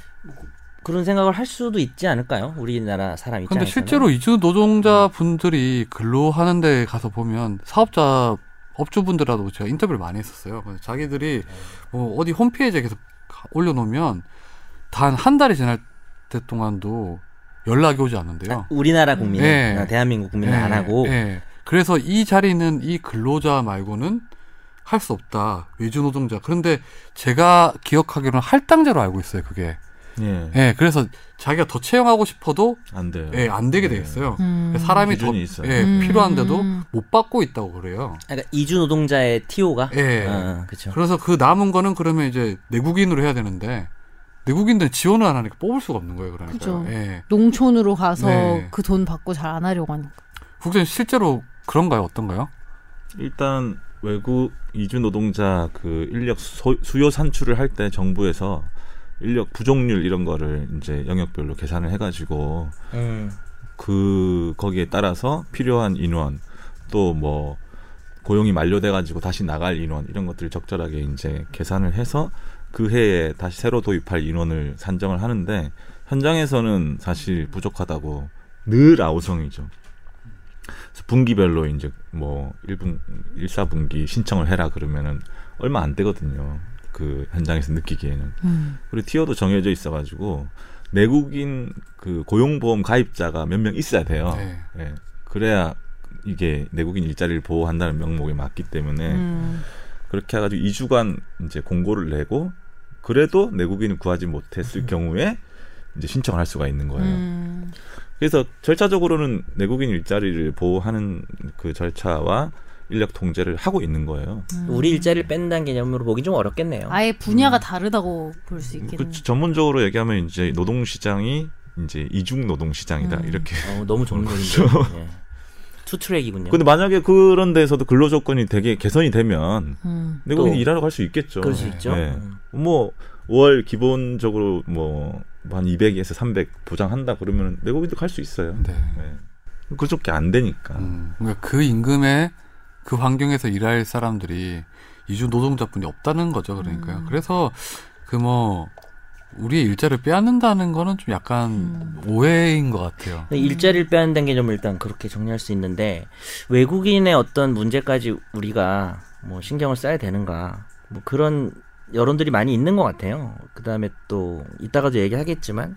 Speaker 2: 그런 생각을 할 수도 있지 않을까요 우리나라 사람 아, 입장에서
Speaker 1: 근데 실제로 이주 노동자
Speaker 2: 네.
Speaker 1: 분들이 근로하는 데 가서 보면 사업자 업주분들하고 제가 인터뷰를 많이 했었어요. 근데 자기들이
Speaker 2: 네.
Speaker 1: 뭐 어디 홈페이지에 계속 가- 올려놓으면 단 한 달이 지날 때 동안도 연락이 오지 않는데요.
Speaker 2: 우리나라 국민은
Speaker 1: 네.
Speaker 2: 아, 대한민국 국민은
Speaker 1: 예,
Speaker 2: 안 하고
Speaker 1: 예. 그래서 이 자리는 이 근로자 말고는 할 수 없다. 외주 노동자. 그런데 제가 기억하기로는 할당제로 알고 있어요. 그게.
Speaker 2: 네.
Speaker 5: 예,
Speaker 1: 예. 그래서 자기가 더 채용하고 싶어도
Speaker 5: 안 돼요.
Speaker 1: 예, 안 되게
Speaker 2: 네.
Speaker 1: 돼
Speaker 5: 예.
Speaker 1: 있어요.
Speaker 4: 음.
Speaker 1: 사람이 더
Speaker 5: 기준이 있어요.
Speaker 1: 예,
Speaker 4: 음.
Speaker 1: 필요한데도 못 받고 있다고 그래요.
Speaker 2: 그러니까 이주 노동자의 티오가
Speaker 1: 예.
Speaker 5: 네.
Speaker 2: 그렇죠
Speaker 1: 그래서 그 남은 거는 그러면 이제 내국인으로 해야 되는데 내국인들은 지원을 안 하니까 뽑을 수가 없는 거예요. 그러니까.
Speaker 4: 그죠.
Speaker 1: 예.
Speaker 4: 농촌으로 가서
Speaker 1: 네.
Speaker 4: 그 돈 받고 잘 안 하려고 하니까.
Speaker 1: 국장님 실제로 그런가요? 어떤가요?
Speaker 5: 일단 외국 이주 노동자 그 인력 소- 수요 산출을 할 때 정부에서 인력 부족률 이런 거를 이제 영역별로 계산을 해가지고
Speaker 2: 음.
Speaker 5: 그 거기에 따라서 필요한 인원 또 뭐 고용이 만료돼가지고 다시 나갈 인원 이런 것들을 적절하게 이제 계산을 해서 그 해에 다시 새로 도입할 인원을 산정을 하는데 현장에서는 사실 부족하다고 늘 아우성이죠. 그래서 분기별로 이제 뭐 1분 1사분기 신청을 해라 그러면은 얼마 안 되거든요. 그 현장에서 느끼기에는
Speaker 4: 음.
Speaker 5: 그리고 티어도 정해져 있어가지고 내국인 그 고용보험 가입자가 몇 명 있어야 돼요.
Speaker 1: 네.
Speaker 5: 예. 그래야 이게 내국인 일자리를 보호한다는 명목에 맞기 때문에
Speaker 4: 음.
Speaker 5: 그렇게 해가지고 2주간 이제 공고를 내고 그래도 내국인을 구하지 못했을 경우에 이제 신청을 할 수가 있는 거예요.
Speaker 4: 음.
Speaker 5: 그래서 절차적으로는 내국인 일자리를 보호하는 그 절차와 인력 통제를 하고 있는 거예요.
Speaker 2: 음. 우리 일자리를 뺀다는 개념으로 보기 좀 어렵겠네요
Speaker 4: 아예 분야가 다르다고 볼 수
Speaker 5: 그
Speaker 4: 있겠네요.
Speaker 5: 전문적으로 얘기하면 이제 노동 시장이 이제 이중 노동 시장이다
Speaker 4: 음.
Speaker 5: 이렇게
Speaker 2: 어, 너무 좋은
Speaker 5: 그렇죠.
Speaker 2: 거죠 예. 투트랙이군요
Speaker 5: 근데 만약에 그런 데에서도 근로 조건이 되게 개선이 되면
Speaker 4: 음.
Speaker 5: 내가 거기
Speaker 2: 또.
Speaker 5: 일하러 갈 수 있겠죠.
Speaker 2: 그럴 수 있죠
Speaker 5: 네.
Speaker 2: 음.
Speaker 5: 뭐 월 기본적으로 뭐한 200에서 300 보장한다 그러면 내국인도 갈 수 있어요.
Speaker 1: 네.
Speaker 5: 네. 그저께 안 되니까.
Speaker 1: 음, 그러니까 그 임금에 그 환경에서 일할 사람들이 이주 노동자뿐이 없다는 거죠. 그러니까. 그러니까요.
Speaker 4: 음.
Speaker 1: 그래서 그 뭐 우리의 일자를 빼앗는다는 거는 좀 약간
Speaker 4: 음.
Speaker 1: 오해인 것 같아요.
Speaker 2: 일자리를 빼앗는 개념을 일단 그렇게 정리할 수 있는데 외국인의 어떤 문제까지 우리가 뭐 신경을 써야 되는가 뭐 그런 여론들이 많이 있는 것 같아요. 그 다음에 또 이따가도 얘기하겠지만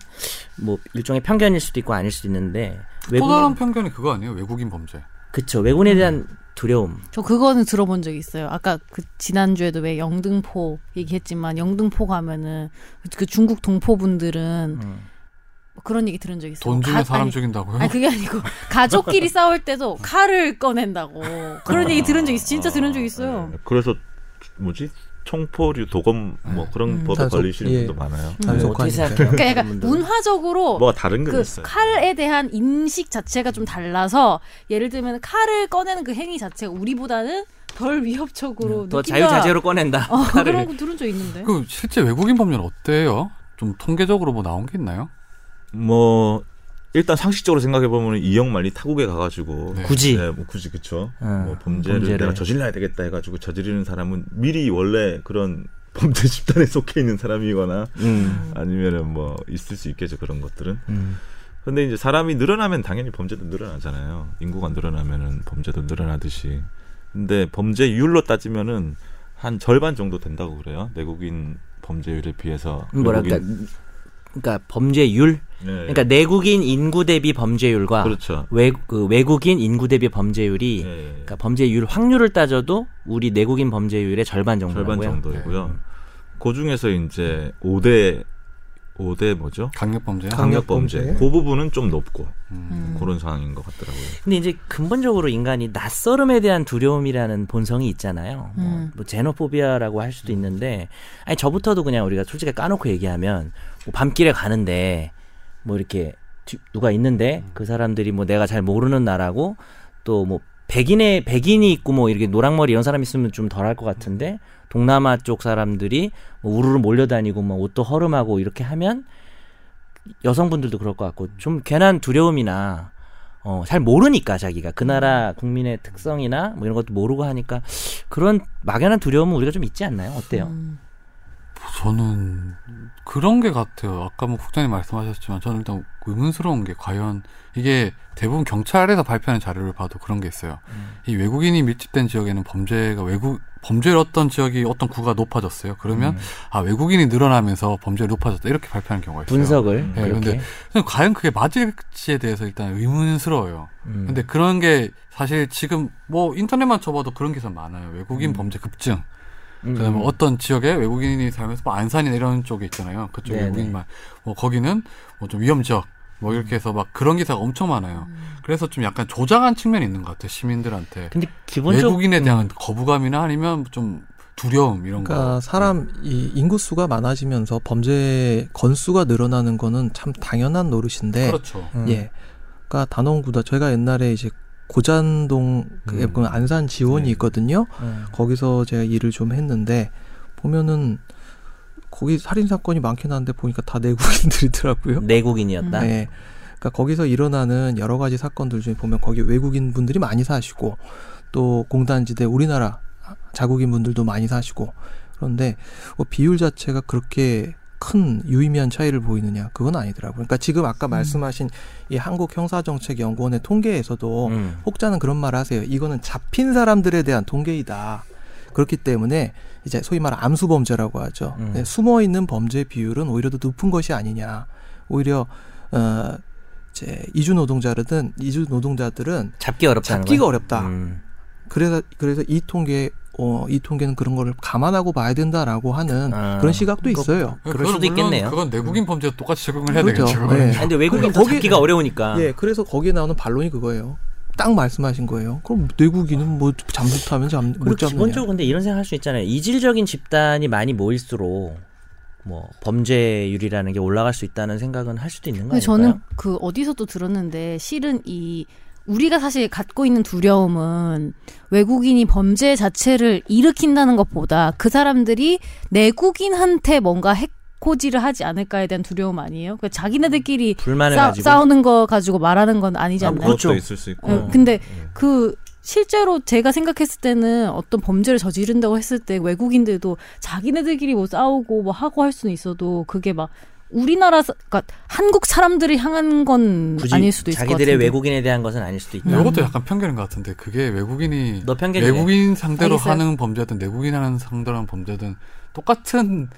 Speaker 2: 뭐 일종의 편견일 수도 있고 아닐 수도 있는데
Speaker 1: 또 다른
Speaker 2: 외국인
Speaker 1: 편견이 그거 아니에요? 외국인 범죄.
Speaker 2: 그쵸 외국인에 대한 두려움
Speaker 4: 저 그거는 들어본 적 있어요. 아까 그 지난주에도 왜 영등포 얘기했지만 영등포 가면은 그 중국 동포분들은 뭐
Speaker 2: 음.
Speaker 4: 그런 얘기 들은 적 있어요.
Speaker 1: 돈 주면
Speaker 4: 가-
Speaker 1: 사람
Speaker 4: 아니,
Speaker 1: 죽인다고요?
Speaker 4: 아니 그게 아니고 가족끼리 싸울 때도 칼을 꺼낸다고 그런 얘기 들은 적 있어. 진짜 들은 적 있어요.
Speaker 5: 네. 그래서 뭐지 청포류 도검 뭐 그런
Speaker 4: 음.
Speaker 5: 법에
Speaker 3: 단속,
Speaker 5: 걸리시는
Speaker 3: 예.
Speaker 5: 분도 많아요.
Speaker 3: 단속.
Speaker 2: 네, 어떻게
Speaker 3: 속하니까요.
Speaker 2: 생각해요?
Speaker 4: 그러니까 약간
Speaker 2: 여러분들은?
Speaker 4: 문화적으로
Speaker 5: 뭐가 다른 게
Speaker 4: 그
Speaker 5: 있어요.
Speaker 4: 칼에 대한 인식 자체가 좀 달라서 예를 들면 칼을 꺼내는 그 행위 자체가 우리보다는 덜 위협적으로
Speaker 2: 음, 더
Speaker 4: 느끼가
Speaker 2: 자유자재로 꺼낸다.
Speaker 4: 어,
Speaker 2: 칼을.
Speaker 4: 그런 거 들은 적 있는데.
Speaker 1: 그 실제 외국인 법률 어때요? 좀 통계적으로 뭐 나온 게 있나요?
Speaker 5: 뭐 일단 상식적으로 생각해 보면 이영 만이 타국에 가가지고
Speaker 1: 네.
Speaker 2: 굳이
Speaker 5: 네, 뭐 굳이 그쵸.
Speaker 2: 어,
Speaker 5: 뭐 범죄를,
Speaker 2: 범죄를.
Speaker 5: 내가 저질러야 되겠다 해가지고 저지르는 사람은 미리 원래 그런 범죄 집단에 속해 있는 사람이거나
Speaker 2: 음.
Speaker 5: 아니면은 뭐 있을 수 있겠죠 그런 것들은.
Speaker 2: 음.
Speaker 5: 근데 이제 사람이 늘어나면 당연히 범죄도 늘어나잖아요. 인구가 늘어나면은 범죄도 늘어나듯이. 근데 범죄율로 따지면은 한 절반 정도 된다고 그래요. 내국인 범죄율에 비해서.
Speaker 2: 음, 뭐랄까
Speaker 5: 외국인-
Speaker 2: 그러니까 범죄율
Speaker 5: 네.
Speaker 2: 그러니까 내국인 인구 대비 범죄율과
Speaker 5: 그렇죠.
Speaker 2: 외, 그 외국인 인구 대비 범죄율이
Speaker 5: 예, 예.
Speaker 2: 그러니까 범죄율 확률을 따져도 우리 내국인 범죄율의 절반
Speaker 5: 절반
Speaker 2: 정도라고요.
Speaker 5: 정도이고요.
Speaker 2: 네.
Speaker 5: 그 중에서 이제 5대 5대 뭐죠?
Speaker 1: 강력 범죄야?
Speaker 3: 강-
Speaker 5: 강력 범죄.
Speaker 3: 강력범죄.
Speaker 5: 그 부분은 좀 높고
Speaker 1: 음.
Speaker 5: 그런 상황인 것 같더라고요.
Speaker 2: 근데 이제 근본적으로 인간이 낯설음에 대한 두려움이라는 본성이 있잖아요. 뭐,
Speaker 4: 음.
Speaker 2: 뭐 제노포비아라고 할 수도 있는데 아니 저부터도 그냥 우리가 솔직히 까놓고 얘기하면 뭐 밤길에 가는데 뭐 이렇게 뒤- 누가 있는데 그 사람들이 뭐 내가 잘 모르는 나라고 또 뭐 백인의 백인이 있고 뭐 이렇게 노랑머리 이런 사람 있으면 좀 덜 할 것 같은데 동남아 쪽 사람들이 뭐 우르르 몰려다니고 뭐 옷도 허름하고 이렇게 하면 여성분들도 그럴 것 같고 좀 괜한 두려움이나 어, 잘 모르니까 자기가 그 나라 국민의 특성이나 뭐 이런 것도 모르고 하니까 그런 막연한 두려움은 우리가 좀 있지 않나요? 어때요?
Speaker 4: 음.
Speaker 1: 뭐 저는 그런 게 같아요. 아까 뭐 국장님 말씀하셨지만 저는 일단 의문스러운 게 과연 이게 대부분 경찰에서 발표하는 자료를 봐도 그런 게 있어요.
Speaker 4: 음.
Speaker 1: 이 외국인이 밀집된 지역에는 범죄가 외국 범죄를 어떤 지역이 어떤 구가 높아졌어요. 그러면
Speaker 4: 음.
Speaker 1: 아 외국인이 늘어나면서 범죄가 높아졌다 이렇게 발표하는 경우가 있어요.
Speaker 2: 분석을
Speaker 1: 네,
Speaker 2: 이렇게
Speaker 1: 근데- 근데 과연 그게 맞을지에 대해서 일단 의문스러워요.
Speaker 2: 음.
Speaker 1: 근데 그런 게 사실 지금 뭐 인터넷만 쳐봐도 그런 기사 많아요. 외국인
Speaker 2: 음.
Speaker 1: 범죄 급증.
Speaker 2: 음.
Speaker 1: 그다음에 어떤 지역에 외국인이 살면서 뭐 안산이나 이런 쪽에 있잖아요. 그쪽
Speaker 2: 네네.
Speaker 1: 외국인만. 뭐 거기는 뭐 좀 위험 지역. 뭐 이렇게 해서 막 그런 기사가 엄청 많아요. 그래서 좀 약간 조장한 측면이 있는 것 같아요. 시민들한테.
Speaker 2: 근데 기본적으로 음.
Speaker 1: 외국인에 대한 거부감이나 아니면 좀 두려움 이런
Speaker 3: 그러니까
Speaker 1: 거.
Speaker 3: 사람 이 인구 수가 많아지면서 범죄 건수가 늘어나는 거는 참 당연한 노릇인데
Speaker 1: 그렇죠.
Speaker 2: 음.
Speaker 3: 예. 그러니까 단원구다. 저희가 옛날에 이제 고잔동 그에
Speaker 5: 음.
Speaker 3: 보면 안산 지원이
Speaker 5: 네.
Speaker 3: 있거든요.
Speaker 2: 음.
Speaker 3: 거기서 제가 일을 좀 했는데 보면은 거기 살인 사건이 많긴 한데 보니까 다 내국인들이더라고요.
Speaker 2: 내국인이었다.
Speaker 4: 음.
Speaker 3: 네. 그러니까 거기서 일어나는 여러 가지 사건들 중에 보면 거기 외국인 분들이 많이 사시고 또 공단지대 우리나라 자국인 분들도 많이 사시고 그런데 뭐 비율 자체가 그렇게 큰 유의미한 차이를 보이느냐 그건 아니더라고요. 그러니까 지금 아까 말씀하신 이 한국 형사정책연구원의 통계에서도
Speaker 2: 음.
Speaker 3: 혹자는 그런 말을 하세요. 이거는 잡힌 사람들에 대한 통계이다. 그렇기 때문에 이제 소위 말하는 암수 범죄라고 하죠.
Speaker 2: 음.
Speaker 3: 네, 숨어 있는 범죄 비율은 오히려 더 높은 것이 아니냐. 오히려 어 이제 이주 노동자들은 이주 노동자들은
Speaker 2: 잡기 어렵다는
Speaker 3: 잡기가
Speaker 2: 거야?
Speaker 3: 어렵다.
Speaker 2: 음.
Speaker 3: 그래서 그래서 이 통계 어, 이 통계는 그런 거를 감안하고 봐야 된다라고 하는
Speaker 2: 아.
Speaker 3: 그런 시각도
Speaker 2: 그거-
Speaker 3: 있어요.
Speaker 2: 그럴
Speaker 1: 그건
Speaker 2: 수도
Speaker 1: 물론
Speaker 2: 있겠네요. 음.
Speaker 1: 그건 내국인 범죄 똑같이 적용을 해야
Speaker 3: 그렇죠.
Speaker 1: 되겠죠. 그거는.
Speaker 3: 네.
Speaker 2: 아니, 근데 외국인
Speaker 3: 그러니까
Speaker 2: 도
Speaker 3: 거기-
Speaker 2: 잡기가 어려우니까.
Speaker 3: 예, 그래서 거기에 나오는 반론이 그거예요. 딱 말씀하신 거예요. 그럼 내국인은 뭐 잠수 타면 잠
Speaker 2: 그리고
Speaker 3: 못
Speaker 5: 그렇죠.
Speaker 3: 잡느냐.
Speaker 2: 기본적으로 근데 이런 생각 할 수 있잖아요. 이질적인 집단이 많이 모일수록 뭐 범죄율이라는 게 올라갈 수 있다는 생각은 할 수도 있는 거아요
Speaker 4: 근데 저는 그 어디서 또 들었는데 실은 이 우리가 사실 갖고 있는 두려움은 외국인이 범죄 자체를 일으킨다는 것보다 그 사람들이 내국인한테 뭔가 해코지를 하지 않을까에 대한 두려움 아니에요? 그러니까 자기네들끼리
Speaker 2: 불만을
Speaker 4: 싸,
Speaker 2: 음. 가지고
Speaker 4: 싸우는 거 가지고 말하는 건 아니지
Speaker 5: 아,
Speaker 4: 않나요? 어,
Speaker 5: 그것도
Speaker 2: 그렇죠.
Speaker 5: 있을 수 있고.
Speaker 4: 예, 근데 예, 그 실제로 제가 생각했을 때는 어떤 범죄를 저지른다고 했을 때 외국인들도 자기네들끼리 뭐 싸우고 뭐 하고 할 수는 있어도 그게 막 우리나라 사- 그러니까 한국 사람들을 향한 건
Speaker 2: 굳이
Speaker 4: 아닐 수도 있을 것 같아요.
Speaker 2: 자기들의 외국인에 대한 것은 아닐 수도 있다.
Speaker 4: 음.
Speaker 1: 이것도 약간 편견인 것 같은데 그게 외국인이
Speaker 2: 너 편견이
Speaker 1: 외국인 상대로
Speaker 4: 네. 알겠어요.
Speaker 1: 하는 범죄든 내국인 하는 상대로 하는 범죄든 똑같은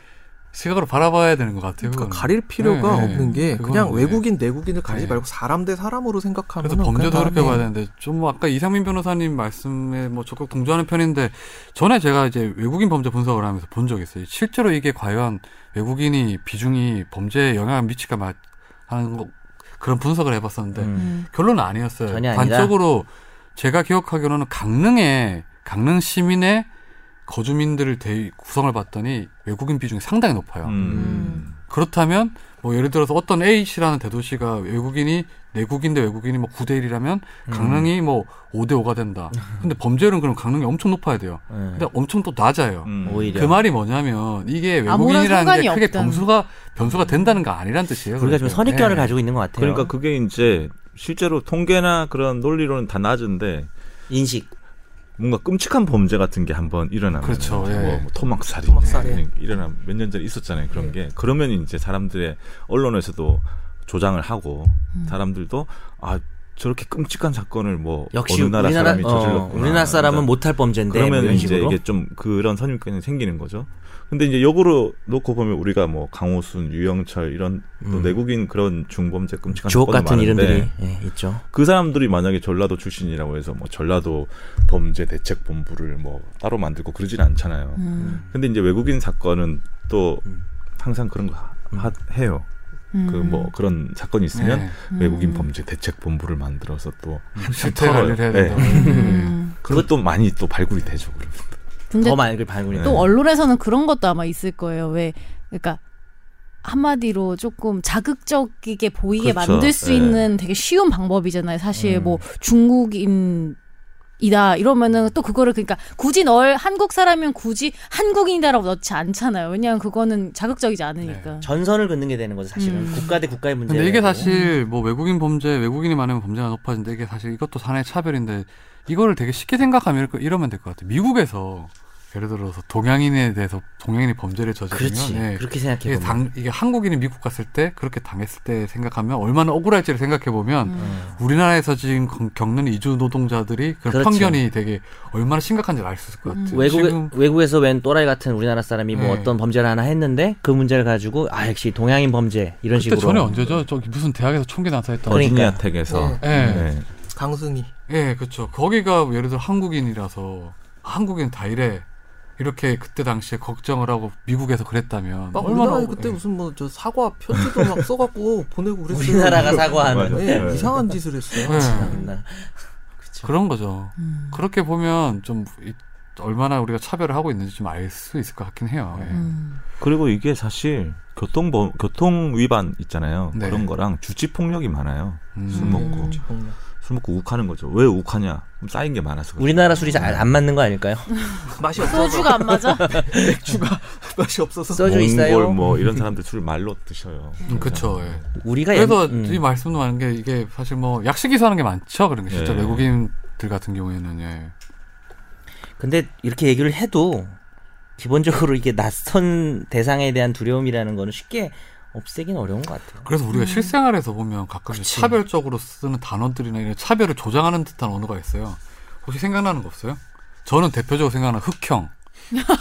Speaker 1: 시각으로 바라봐야 되는 것 같아요.
Speaker 3: 그러니까
Speaker 1: 그거는.
Speaker 3: 가릴 필요가
Speaker 1: 네,
Speaker 3: 없는 게
Speaker 1: 그거는
Speaker 3: 그냥
Speaker 1: 네.
Speaker 3: 외국인 내국인을 가리지
Speaker 1: 네.
Speaker 3: 말고 사람 대 사람으로 생각하면
Speaker 1: 그래서 범죄도 그렇게 봐야 되는데 좀뭐 아까 이상민 변호사님 말씀에 뭐 적극 동조하는 편인데 전에 제가 이제 외국인 범죄 분석을 하면서 본 적이 있어요. 실제로 이게 과연 외국인이 비중이 범죄에 영향을 미칠까 말 하는 거 그런 분석을 해봤었는데
Speaker 2: 음.
Speaker 1: 결론은 아니었어요.
Speaker 2: 전혀 아니다.
Speaker 1: 관적으로 제가 기억하기로는 강릉에 강릉 시민의 거주민들을 대 구성을 봤더니 외국인 비중이 상당히 높아요.
Speaker 5: 음.
Speaker 1: 그렇다면 뭐 예를 들어서 어떤 A 씨라는 대도시가 외국인이 내국인 대 외국인이 뭐 9대 1이라면
Speaker 2: 음.
Speaker 1: 강릉이 뭐 5대 5가 된다. 근데 범죄율은 그럼 강릉이 엄청 높아야 돼요.
Speaker 2: 네.
Speaker 1: 근데 엄청 또 낮아요.
Speaker 5: 음.
Speaker 2: 오히려
Speaker 1: 그 말이 뭐냐면 이게
Speaker 4: 아무런
Speaker 1: 외국인이라는 게
Speaker 4: 상관이
Speaker 1: 크게
Speaker 4: 없다는.
Speaker 1: 변수가 변수가 된다는 거 아니란 뜻이에요.
Speaker 2: 우리가 좀
Speaker 1: 그러니까.
Speaker 2: 선입견을
Speaker 1: 예.
Speaker 2: 가지고 있는 것 같아요.
Speaker 5: 그러니까 그게 이제 실제로 통계나 그런 논리로는 다 낮은데
Speaker 2: 인식.
Speaker 5: 뭔가 끔찍한 범죄 같은 게 한번 일어나면
Speaker 1: 그렇죠,
Speaker 5: 뭐,
Speaker 1: 예.
Speaker 5: 뭐 토막살인,
Speaker 3: 토막살인.
Speaker 5: 일어나 몇 년 전에 있었잖아요 그런 게 그러면 이제 사람들의 언론에서도 조장을 하고 사람들도 아 저렇게 끔찍한 사건을 뭐
Speaker 2: 역시
Speaker 5: 어느 나라
Speaker 2: 우리나라
Speaker 5: 사람이
Speaker 2: 어,
Speaker 5: 저질렀구나
Speaker 2: 우리나라 사람은
Speaker 5: 그러니까
Speaker 2: 못할 범죄인데 뭐
Speaker 5: 그러면
Speaker 2: 이런
Speaker 5: 이제
Speaker 2: 식으로.
Speaker 5: 이게 좀 그런 선입견이 생기는 거죠. 근데 이제 역으로 놓고 보면 우리가 뭐 강호순, 유영철 이런 또
Speaker 2: 음.
Speaker 5: 내국인 그런 중범죄 끔찍한
Speaker 2: 주옥
Speaker 5: 사건도
Speaker 2: 같은
Speaker 5: 많은데
Speaker 2: 이름들이 예, 있죠.
Speaker 5: 그 사람들이 만약에 전라도 출신이라고 해서 뭐 전라도 범죄 대책 본부를 뭐 따로 만들고 그러진 않잖아요.
Speaker 4: 음,
Speaker 5: 근데 이제 외국인 사건은 또
Speaker 2: 음.
Speaker 5: 항상 그런 거 하- 하- 해요.
Speaker 4: 음. 네.
Speaker 5: 그 뭐 그런 사건이 있으면
Speaker 1: 예.
Speaker 5: 외국인 범죄 대책 본부를 만들어서 또 한참
Speaker 1: 실태 관리를 해야
Speaker 5: 털어요.
Speaker 2: 네.
Speaker 1: 된다.
Speaker 5: 예.
Speaker 4: 음.
Speaker 5: 그것도 많이 또 발굴이 되죠. 그러면.
Speaker 4: 근데
Speaker 2: 더 많이 발굴이.
Speaker 4: 또 언론에서는 그런 것도 아마 있을 거예요. 왜 그러니까 한마디로 조금 자극적이게 보이게
Speaker 5: 그렇죠.
Speaker 4: 만들 수
Speaker 5: 예.
Speaker 4: 있는 되게 쉬운 방법이잖아요. 사실
Speaker 2: 네. 음.
Speaker 4: 뭐 중국인 이다 이러면은 또 그거를 그러니까 굳이 널 한국 사람이면 굳이 한국인이다라고 넣지 않잖아요. 왜냐하면 그거는 자극적이지 않으니까.
Speaker 2: 전선을 긋는 게 되는 거죠 사실은
Speaker 4: 음.
Speaker 2: 국가 대 국가의 문제.
Speaker 1: 근데 이게 사실 뭐 외국인 범죄, 외국인이 많으면 범죄가 높아진다. 이게 사실 이것도 사나의 차별인데 이거를 되게 쉽게 생각하면 이렇게- 이러면 될 것 같아요. 미국에서 예를 들어서 동양인에 대해서 동양인이 범죄를 저지르면
Speaker 2: 그렇지
Speaker 1: 예,
Speaker 2: 그렇죠.
Speaker 1: 이게,
Speaker 2: 그렇게 생각해 보면
Speaker 1: 당- 이게 한국인이 미국 갔을 때 그렇게 당했을 때 생각하면 얼마나 억울할지를 생각해 보면 우리나라에서 지금 겪- 겪는 이주 노동자들이 그런
Speaker 2: 음. 그렇죠. 음.
Speaker 1: 편견이 되게 얼마나 심각한지 를 알 수 있을 것 같아요.
Speaker 2: 외국
Speaker 1: 지금
Speaker 2: 외국에서 웬 또라이 같은 우리나라 사람이 뭐
Speaker 1: 네.
Speaker 2: 어떤 범죄를 하나 했는데 그 문제를 가지고 아 역시 동양인 범죄 이런
Speaker 1: 그때
Speaker 2: 식으로.
Speaker 1: 전에 언제죠? 저기 무슨 대학에서 총기 난사했던
Speaker 2: 그러니까.
Speaker 5: 버지니아 텍에서
Speaker 1: 예.
Speaker 2: 음.
Speaker 5: 네.
Speaker 3: 강승희
Speaker 1: 예, 그렇죠. 거기가 예를 들어 한국인이라서 한국인 다 이래 이렇게 그때 당시에 걱정을 하고 미국에서 그랬다면
Speaker 3: 아,
Speaker 1: 얼마나
Speaker 3: 우리나라에
Speaker 1: 억울-
Speaker 3: 그때
Speaker 1: 예.
Speaker 3: 무슨 뭐 저 사과 편지도 막 써갖고 보내고 그랬어요.
Speaker 2: 우리나라가 사과하는.
Speaker 5: 맞아요.
Speaker 3: 네, 이상한 짓을 했어요.
Speaker 1: 예,
Speaker 2: 나-
Speaker 1: 그런 거죠.
Speaker 3: 음.
Speaker 1: 그렇게 보면 좀 이- 얼마나 우리가 차별을 하고 있는지 좀 알 수 있을 것 같긴 해요. 예.
Speaker 3: 음.
Speaker 4: 음.
Speaker 5: 그리고 이게 사실 교통 범 교통 위반 있잖아요.
Speaker 1: 네.
Speaker 5: 그런 거랑 주치 폭력이 많아요.
Speaker 1: 음.
Speaker 5: 술 먹고 술 먹고 욱하는 거죠. 왜 욱하냐? 그럼 쌓인 게 많아서. 그렇죠. 그래요.
Speaker 2: 우리나라 술이 잘 안 맞는 거 아닐까요?
Speaker 3: 맛이 없어서
Speaker 4: 소주가 안 맞아?
Speaker 3: 맛이 없어서
Speaker 2: 소주 있어요.
Speaker 5: 몽골 뭐 이런 사람들 술을 말로 드셔요.
Speaker 1: 음, 그쵸. 예.
Speaker 3: 네,
Speaker 2: 우리가
Speaker 1: 그래서
Speaker 2: 옛- 음.
Speaker 1: 이 말씀도 많은 게 이게 사실 뭐 약식이서 하는 게 많죠. 그런 게 진짜
Speaker 5: 예.
Speaker 1: 외국인들 같은 경우에는 예.
Speaker 2: 근데 이렇게 얘기를 해도 기본적으로 이게 낯선 대상에 대한 두려움이라는 거는 쉽게 없애긴 어려운 것 같아요.
Speaker 1: 그래서 우리가 실생활에서 보면 가끔 차별적으로 쓰는 단어들이나 이런 차별을 조장하는 듯한 언어가 있어요. 혹시 생각나는 거 없어요? 저는 대표적으로 생각하는 흑형. 그렇죠.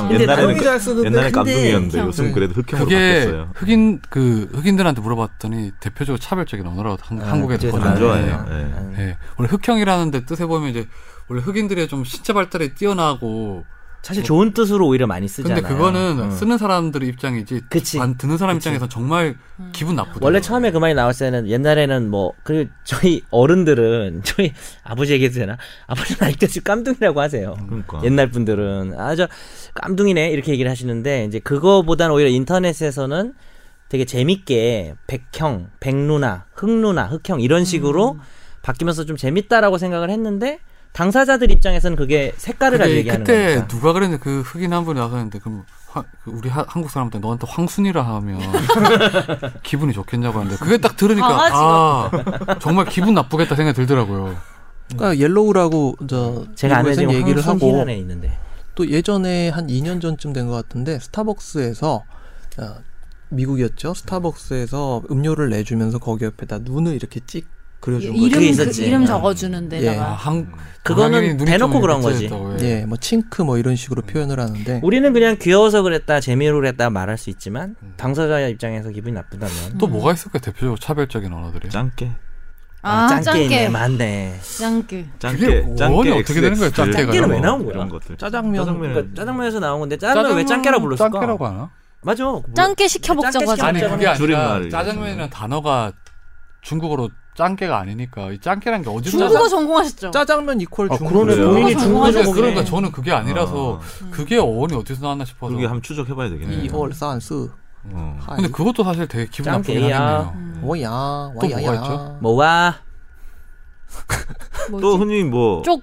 Speaker 5: 흑형.
Speaker 4: 근데
Speaker 5: 옛날에는 그
Speaker 3: 잘
Speaker 1: 그
Speaker 3: 쓰는데
Speaker 5: 옛날에
Speaker 3: 근데
Speaker 5: 깜둥이였는데
Speaker 4: 흑형.
Speaker 5: 요즘 그래도 흑형으로
Speaker 1: 네. 그게
Speaker 5: 바뀌었어요. 음.
Speaker 1: 흑인 그 흑인들한테 물어봤더니 대표적으로 차별적인 언어라고 한, 한국에도
Speaker 2: 아, 그쪽에서
Speaker 5: 안
Speaker 1: 거론을
Speaker 5: 좋아해요.
Speaker 1: 해요.
Speaker 2: 음.
Speaker 5: 예.
Speaker 1: 예. 원래 흑형이라는 데 뜻에 보면 이제 원래 흑인들이 좀 신체 발달이 뛰어나고
Speaker 2: 사실 좋은 뜻으로 오히려 많이 쓰잖아요.
Speaker 1: 근데 그거는
Speaker 2: 음.
Speaker 1: 쓰는 사람들의 입장이지
Speaker 2: 그치. 음.
Speaker 1: 안 듣는 사람 입장에서 정말 기분 나쁘다.
Speaker 2: 원래 처음에 그 말이 나왔을 때는 옛날에는 뭐, 그, 저희 어른들은, 저희 아버지 얘기해도 되나? 아버지는 아직도 깜둥이라고 하세요.
Speaker 5: 그러니까.
Speaker 2: 옛날 분들은. 아, 저, 깜둥이네. 이렇게 얘기를 하시는데, 이제 그거보단 오히려 인터넷에서는 되게 재밌게 백형, 백누나, 흑누나, 흑형 이런
Speaker 3: 음.
Speaker 2: 식으로 바뀌면서 좀 재밌다라고 생각을 했는데, 당사자들 입장에서는 그게 색깔을 가지고
Speaker 1: 그때,
Speaker 2: 얘기하는
Speaker 1: 그때
Speaker 2: 거니까.
Speaker 1: 누가 그랬는데 그 흑인 한 분이 나서는데 그럼 화- 그 우리 하- 한국 사람한테 너한테 황순이라 하면 아, 기분이 좋겠냐고 하는데 그게 딱 들으니까 아 정말 기분 나쁘겠다 생각이 들더라고요.
Speaker 3: 그러니까 옐로우라고 저
Speaker 2: 제가 아는
Speaker 3: 미국에서는
Speaker 2: 지금
Speaker 3: 얘기를 하고
Speaker 2: 안에 있는데
Speaker 3: 또 예전에 한 2년 전쯤 된 것 같은데 스타벅스에서 어, 미국이었죠. 스타벅스에서 음료를 내주면서 거기 옆에다 눈을 이렇게 찍 그려준 거죠.
Speaker 4: 이름
Speaker 2: 그게
Speaker 4: 그,
Speaker 2: 있었지.
Speaker 4: 이름
Speaker 2: 어.
Speaker 4: 적어주는
Speaker 1: 아,
Speaker 4: 데다가
Speaker 1: 한
Speaker 2: 그거는
Speaker 1: 당연히 눈이
Speaker 2: 대놓고
Speaker 1: 좀
Speaker 2: 그런 거지.
Speaker 1: 미쳐있다고, 예.
Speaker 3: 예, 뭐 칭크 뭐 이런 식으로 표현을 하는데
Speaker 2: 네. 우리는 그냥 귀여워서 그랬다 재미로 그랬다 말할 수 있지만 당사자 입장에서 기분이 나쁘다면
Speaker 1: 또 뭐가 있을까 대표적으로 차별적인 언어들이.
Speaker 5: 짱깨.
Speaker 4: 아,
Speaker 2: 짱깨 있네
Speaker 4: 짱깨
Speaker 2: 맞네
Speaker 4: 짱깨
Speaker 1: 그게
Speaker 5: 짱깨.
Speaker 1: 원이 어떻게 되는 거예요,
Speaker 5: XX 들
Speaker 1: 짱깨가?
Speaker 2: 짱깨는 왜
Speaker 5: 뭐
Speaker 2: 나온 거야?
Speaker 5: 이런 것들.
Speaker 3: 짜장면.
Speaker 2: 그러니까 짜장면에서 나온 건데 짜장면 왜 짱깨라 불렀을까
Speaker 1: 짱깨라고 하나?
Speaker 2: 맞아 몰라.
Speaker 4: 짱깨 시켜 먹자고
Speaker 2: 짱깨
Speaker 4: 하잖아.
Speaker 1: 아니
Speaker 2: 시켜
Speaker 1: 그게 아니라
Speaker 5: 줄임말이죠.
Speaker 1: 짜장면이라는 단어가 중국어로 짱깨가 아니니까 이 짱깨란 게 어디서
Speaker 4: 중국어 전공하셨죠?
Speaker 3: 짜장면 이퀄
Speaker 2: 뭐
Speaker 5: 아,
Speaker 3: 중국.
Speaker 5: 그러네.
Speaker 1: 짜장-
Speaker 5: 본인이
Speaker 1: 그러니까
Speaker 4: 중국어 전공이네.
Speaker 1: 그러니까 저는 그게 아니라서 그게 어원이 어디서 나왔나 싶어서.
Speaker 5: 그게 한번 추적해봐야 되겠네.
Speaker 3: 이월 산스
Speaker 5: 어.
Speaker 3: 하이.
Speaker 1: 근데 그것도 사실 되게 기분 나쁘긴
Speaker 2: 짱깨야.
Speaker 1: 하겠네요.
Speaker 4: 그 음.
Speaker 3: 뭐야?
Speaker 1: 또
Speaker 3: 와야야.
Speaker 1: 뭐가 있죠?
Speaker 2: 뭐와
Speaker 4: 뭐지?
Speaker 5: 또 흔히 뭐
Speaker 4: 쪽,